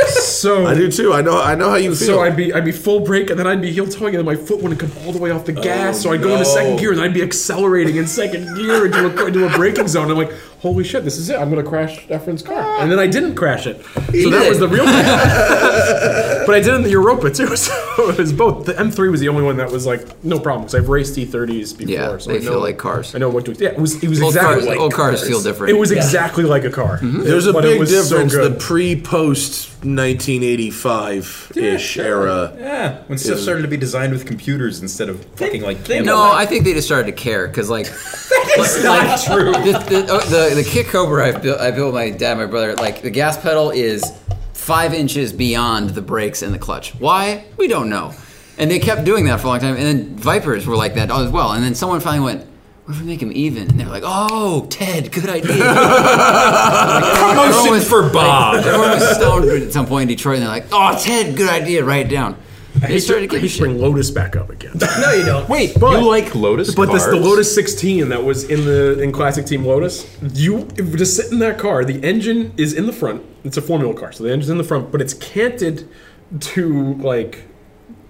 Speaker 6: So
Speaker 9: I do too. I know. I know how you feel.
Speaker 6: So I'd be I'd be full brake and then I'd be heel towing and then my foot wouldn't come all the way off
Speaker 2: Oh,
Speaker 6: the gas. so I'd go into
Speaker 9: no.
Speaker 6: second gear and I'd be accelerating in second gear into a, into a braking zone. I'm like, holy shit, this is it. I'm gonna crash Efren's
Speaker 2: Ah.
Speaker 6: car. And then I didn't crash it. So that
Speaker 2: did.
Speaker 6: was the
Speaker 2: (laughs)
Speaker 6: real. but I did it in the Europa too. (laughs) So it was both. The M3 was the only one that was like no problem because I've raced E30s before.
Speaker 2: Yeah,
Speaker 6: so
Speaker 2: they
Speaker 6: I know,
Speaker 2: feel like cars.
Speaker 6: I know what to. Yeah, it was it was
Speaker 2: Old
Speaker 6: exactly
Speaker 2: cars-
Speaker 6: like
Speaker 2: old cars feel different. Mm-hmm.
Speaker 6: It was exactly like a car.
Speaker 9: There's a
Speaker 6: But it
Speaker 9: big
Speaker 6: was so
Speaker 9: difference.
Speaker 6: good.
Speaker 9: the
Speaker 2: (laughs)
Speaker 9: pre-post 1985 ish era.
Speaker 5: Yeah, when stuff started to be designed with computers instead of fucking like
Speaker 7: they-
Speaker 5: camera
Speaker 2: No,
Speaker 5: lights.
Speaker 2: I think they just started to care because like that's (laughs) not true. The, the, oh, the, the kick cobra I built, I built my dad, my brother. Like the gas pedal is five inches beyond the brakes and the clutch. Why? We don't know. And they kept doing that for a long time. And then Vipers were like that as well. And then someone finally went. What if we make them even? And they were like, "Oh, Ted, good idea." (laughs) Promotion
Speaker 5: for Bob.
Speaker 2: everyone was stoned at some point in Detroit, and they're like, "Oh, Ted, good idea. Write it down." They started
Speaker 6: I
Speaker 2: getting
Speaker 6: hate to bring
Speaker 2: shit.
Speaker 6: Lotus back up again. (laughs)
Speaker 7: No, you don't.
Speaker 5: Wait, you like Lotus
Speaker 6: But this, the
Speaker 5: cars?
Speaker 6: Lotus 16 that was in the in classic Team Lotus, you if you just sit in that car. The engine is in the front. It's a formula car, so the engine's in the front, but it's canted to like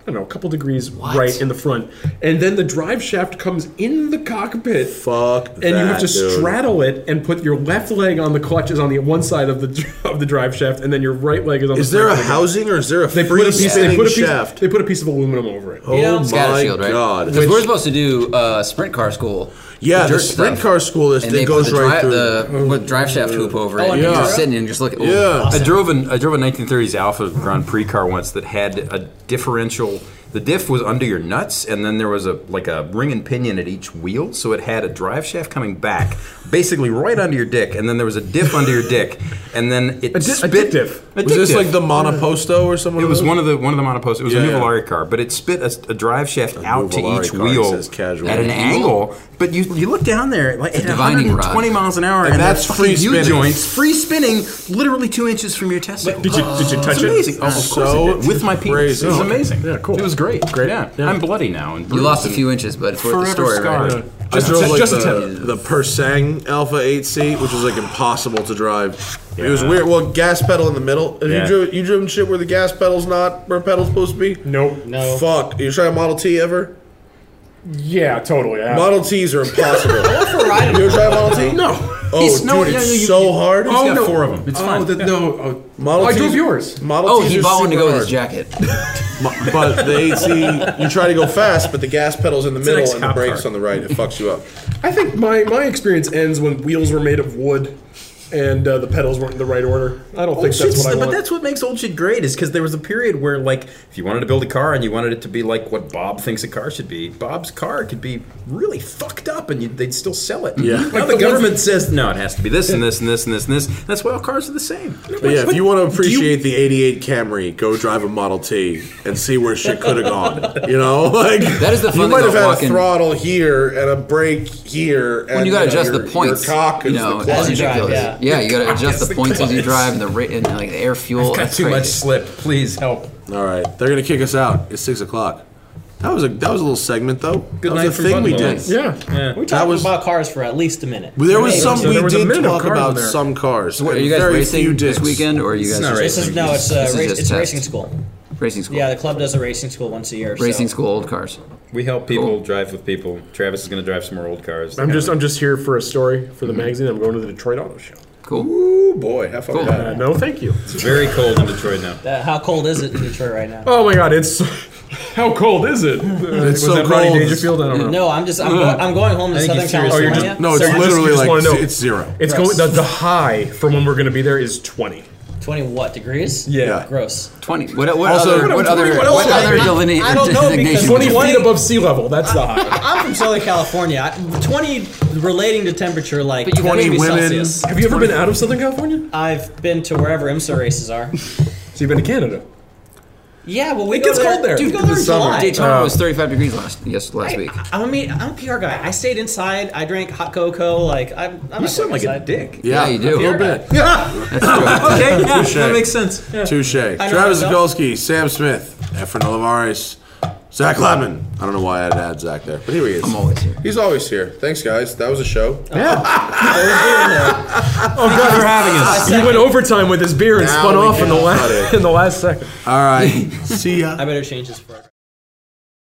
Speaker 6: I don't know, a couple degrees right in the front, and then the drive shaft comes in the cockpit.
Speaker 9: Fuck
Speaker 6: And you have to
Speaker 9: that, dude.
Speaker 6: straddle it and put your left leg on the clutches on the one side of the (laughs) of the drive shaft, and then your right leg is on.
Speaker 9: Is
Speaker 6: the
Speaker 9: there a
Speaker 6: front leg.
Speaker 9: housing or is there a
Speaker 6: They
Speaker 9: free
Speaker 6: put a piece. They
Speaker 9: spinning
Speaker 6: put a piece.
Speaker 9: shaft?
Speaker 6: They put a piece of aluminum over it.
Speaker 9: oh
Speaker 2: Scatter
Speaker 9: my
Speaker 2: shield, right?
Speaker 9: god!
Speaker 2: Because we're supposed to do uh, sprint car school.
Speaker 9: Yeah, the
Speaker 2: dirt
Speaker 9: sprint
Speaker 2: stuff.
Speaker 9: car school is
Speaker 2: and
Speaker 9: that
Speaker 2: they
Speaker 9: goes
Speaker 2: put the
Speaker 9: right
Speaker 2: dri-
Speaker 9: through.
Speaker 2: the with drive shaft hoop over it.
Speaker 7: Oh,
Speaker 2: and you're
Speaker 7: yeah.
Speaker 2: just sitting and just looking. oh. Ooh.
Speaker 9: yeah.
Speaker 5: I drove an I drove a 1930s Alfa Grand Prix car once that had a differential The diff was under your nuts, and then there was a like a ring and pinion at each wheel, so it had a drive shaft coming back, basically right under your dick, and then there was a diff under your dick, and then it
Speaker 1: A di- a
Speaker 5: spit.
Speaker 1: dick diff.
Speaker 5: A
Speaker 1: Was
Speaker 5: dick
Speaker 1: this
Speaker 5: diff.
Speaker 1: like the monoposto or something?
Speaker 5: It was one of the one of the monopost. It was
Speaker 1: Yeah,
Speaker 5: a new
Speaker 1: yeah.
Speaker 5: Volare car, but it spit a, a drive shaft out to
Speaker 1: Volare
Speaker 5: each
Speaker 1: car, it
Speaker 5: wheel
Speaker 1: says casual.
Speaker 5: at an
Speaker 1: Cool.
Speaker 5: angle. But you you look down there, like at
Speaker 1: divining rod.
Speaker 5: 120 miles an hour,
Speaker 1: And
Speaker 5: and,
Speaker 1: that's
Speaker 5: that
Speaker 1: free
Speaker 5: fucking U
Speaker 1: spinning.
Speaker 5: joints free spinning, literally two inches from your testicle.
Speaker 6: did you- did you touch
Speaker 5: it's
Speaker 6: it?
Speaker 5: Amazing. Oh, of
Speaker 1: So
Speaker 5: course I did. with my penis.
Speaker 1: crazy.
Speaker 9: Oh,
Speaker 5: It was amazing. Yeah,
Speaker 6: cool.
Speaker 5: It was great.
Speaker 6: Great.
Speaker 5: Yeah.
Speaker 6: Yeah.
Speaker 5: I'm bloody now. And
Speaker 2: You lost a
Speaker 5: bruised
Speaker 2: few
Speaker 5: and
Speaker 2: inches, but it's worth the
Speaker 5: forever
Speaker 2: story,
Speaker 5: scarred.
Speaker 2: right?
Speaker 1: I
Speaker 5: Just-
Speaker 1: drove like
Speaker 5: just a
Speaker 1: the, the Persang Alpha 8C, which was like impossible to drive. It was
Speaker 13: Yeah.
Speaker 1: weird. Well, gas pedal in the middle. Have
Speaker 13: Yeah.
Speaker 1: you driven you driven shit where the gas pedal's not where pedal's supposed to be?
Speaker 6: Nope.
Speaker 7: No.
Speaker 1: Fuck. You try a Model T ever?
Speaker 6: Yeah, totally. I have.
Speaker 1: Model Ts are impossible.
Speaker 7: For riding.
Speaker 1: you ever try a Model T?
Speaker 6: No.
Speaker 1: Oh,
Speaker 5: He's-
Speaker 1: dude,
Speaker 5: no, yeah,
Speaker 1: it's
Speaker 5: yeah, you-
Speaker 1: so
Speaker 5: you-
Speaker 1: hard.
Speaker 5: he's got four of them. It's
Speaker 1: oh,
Speaker 5: fine.
Speaker 1: the- no. oh,
Speaker 6: Oh,
Speaker 1: Model
Speaker 6: I
Speaker 1: Ts-
Speaker 6: drove yours.
Speaker 1: Model
Speaker 2: Oh,
Speaker 1: Ts
Speaker 2: he
Speaker 1: are
Speaker 2: bought one to
Speaker 1: super
Speaker 2: go with
Speaker 1: hard.
Speaker 2: his jacket.
Speaker 1: Mo- but the AC, you try to go fast, but the gas pedal's in the
Speaker 5: an
Speaker 1: middle and the
Speaker 5: ex-cop
Speaker 1: brakes
Speaker 5: car.
Speaker 1: on the
Speaker 2: (laughs)
Speaker 1: right. It fucks you up.
Speaker 6: I think my, my experience ends when wheels were made of wood and uh, the pedals weren't in the right order. I don't think
Speaker 5: Old
Speaker 6: that's
Speaker 5: shit's-
Speaker 6: what I
Speaker 5: Oh, but
Speaker 6: want.
Speaker 5: that's what makes old shit great is because there was a period where like if you wanted to build a car and you wanted it to be like what Bob thinks a car should be, Bob's car could be really fucked up and you, they'd still sell it.
Speaker 1: Yeah.
Speaker 5: Now
Speaker 1: Like
Speaker 5: the,
Speaker 1: the
Speaker 5: government says no, it has to be this and this and this and this and this. That's why all cars are the same.
Speaker 1: But yeah, if you want to appreciate the 88 Camry, go drive a Model T and see where shit could
Speaker 2: (laughs)
Speaker 1: have gone. You know, (laughs) like
Speaker 2: That is the
Speaker 1: you
Speaker 2: fun thing
Speaker 1: might have
Speaker 2: about
Speaker 1: had
Speaker 2: walking-
Speaker 1: a throttle here and a brake here. And,
Speaker 2: When you got to adjust
Speaker 1: know,
Speaker 2: the
Speaker 1: your-
Speaker 2: points,
Speaker 1: Your cock
Speaker 2: you
Speaker 1: is
Speaker 2: know,
Speaker 1: the
Speaker 2: that's
Speaker 1: clutch.
Speaker 7: you drive,
Speaker 2: ridiculous.
Speaker 7: yeah.
Speaker 2: you got to adjust the
Speaker 5: the
Speaker 2: points as you
Speaker 5: clutch.
Speaker 2: drive and the ra- and like the air fuel.
Speaker 5: got
Speaker 2: that's
Speaker 5: too
Speaker 2: crazy.
Speaker 5: much slip. Please help.
Speaker 1: All right, they're gonna kick us out. It's six o'clock. That was a that was a little segment though.
Speaker 5: Good
Speaker 1: that
Speaker 5: night
Speaker 1: was a
Speaker 5: from
Speaker 1: thing we
Speaker 5: Bungalow.
Speaker 1: did.
Speaker 6: yeah.
Speaker 7: We
Speaker 1: That
Speaker 7: talked
Speaker 1: was-
Speaker 7: about cars for at least a minute.
Speaker 1: Well, There was some
Speaker 6: so
Speaker 1: we
Speaker 6: there was a
Speaker 1: did
Speaker 6: minute of
Speaker 1: talk
Speaker 6: cars in
Speaker 1: about
Speaker 6: there.
Speaker 1: some cars.
Speaker 2: What, are
Speaker 1: and
Speaker 2: you guys
Speaker 1: very few
Speaker 2: racing this
Speaker 1: dicks.
Speaker 2: weekend, or are you guys
Speaker 5: not
Speaker 2: just
Speaker 5: racing.
Speaker 7: This is no, it's uh,
Speaker 2: This is
Speaker 7: race,
Speaker 2: just
Speaker 7: it's
Speaker 2: test.
Speaker 7: racing school.
Speaker 2: racing school?
Speaker 7: Yeah, the club does a racing school once a year. so-
Speaker 2: racing school old cars.
Speaker 5: We help people
Speaker 2: Cool.
Speaker 5: drive with people. Travis is going to drive some more old cars.
Speaker 6: I'm just I'm just here for a story for the magazine. I'm going to the Detroit Auto Show.
Speaker 2: Cool.
Speaker 1: Ooh boy, have fun.
Speaker 2: Cool.
Speaker 1: with that.
Speaker 6: Uh, no, thank you.
Speaker 5: It's very cold in Detroit now.
Speaker 7: Uh, how cold is it in Detroit right now?
Speaker 6: Oh my God, it's (laughs) how cold is it? Uh, was
Speaker 1: so
Speaker 6: that Rodney
Speaker 1: cold.
Speaker 6: Dangerfield? I don't know.
Speaker 7: No, I'm just I'm, go- I'm going home to
Speaker 5: think
Speaker 7: Southern
Speaker 5: he's serious.
Speaker 7: California.
Speaker 5: Oh, you're just-
Speaker 1: No, it's
Speaker 6: Sorry, you just-
Speaker 1: literally
Speaker 6: you just
Speaker 1: like
Speaker 6: wanna know.
Speaker 1: z- it's zero.
Speaker 6: It's going the, the high from when we're going to be there is 20.
Speaker 7: 20 what degrees?
Speaker 1: Yeah.
Speaker 7: Gross.
Speaker 2: Twenty. What, what
Speaker 1: Also-
Speaker 2: other? What
Speaker 1: What
Speaker 2: other?
Speaker 1: else
Speaker 2: What
Speaker 1: would I
Speaker 2: other
Speaker 1: be?
Speaker 2: deline-
Speaker 7: I don't know,
Speaker 2: (laughs)
Speaker 7: because
Speaker 2: designation?
Speaker 7: what
Speaker 6: 20
Speaker 7: do you
Speaker 2: would
Speaker 6: feet
Speaker 7: think?
Speaker 6: above sea level. That's the
Speaker 7: (laughs)
Speaker 6: high.
Speaker 7: I'm from Southern California. I, 20 relating to temperature like
Speaker 2: But you gotta
Speaker 7: 20
Speaker 2: be
Speaker 7: women.
Speaker 2: Celsius.
Speaker 6: Have you ever been out of Southern California?
Speaker 7: I've been to wherever IMSA races are.
Speaker 6: So you've been to Canada.
Speaker 7: Yeah, well, we
Speaker 6: It
Speaker 7: go
Speaker 6: gets
Speaker 7: there.
Speaker 6: cold there.
Speaker 7: Dude,
Speaker 6: In
Speaker 7: go there
Speaker 6: the
Speaker 7: in
Speaker 6: summer.
Speaker 7: July.
Speaker 2: be? Daytona was 35 degrees last yes last week.
Speaker 7: I, I mean, I'm a PR guy. I stayed inside. I drank hot cocoa. Like I'm. I'm
Speaker 5: You
Speaker 7: not
Speaker 5: sound
Speaker 7: going
Speaker 5: like a
Speaker 7: outside.
Speaker 5: dick.
Speaker 2: Yeah, you do.
Speaker 1: A little bit. (laughs)
Speaker 5: okay, yeah, that makes sense. Yeah.
Speaker 1: Touche. Travis Zakolski, Sam Smith, Efren Olivares, Zach Lavin. I don't know why I had to add Zach there, but here he is. I'm
Speaker 2: always here.
Speaker 1: He's always here. Thanks, guys. That was a show.
Speaker 6: Uh, He went overtime with his beer and
Speaker 1: Now
Speaker 6: spun
Speaker 1: we
Speaker 6: off (laughs) in the
Speaker 1: can
Speaker 6: last
Speaker 1: cut it.
Speaker 6: in the last second.
Speaker 1: All right. See ya.
Speaker 7: I better change this program.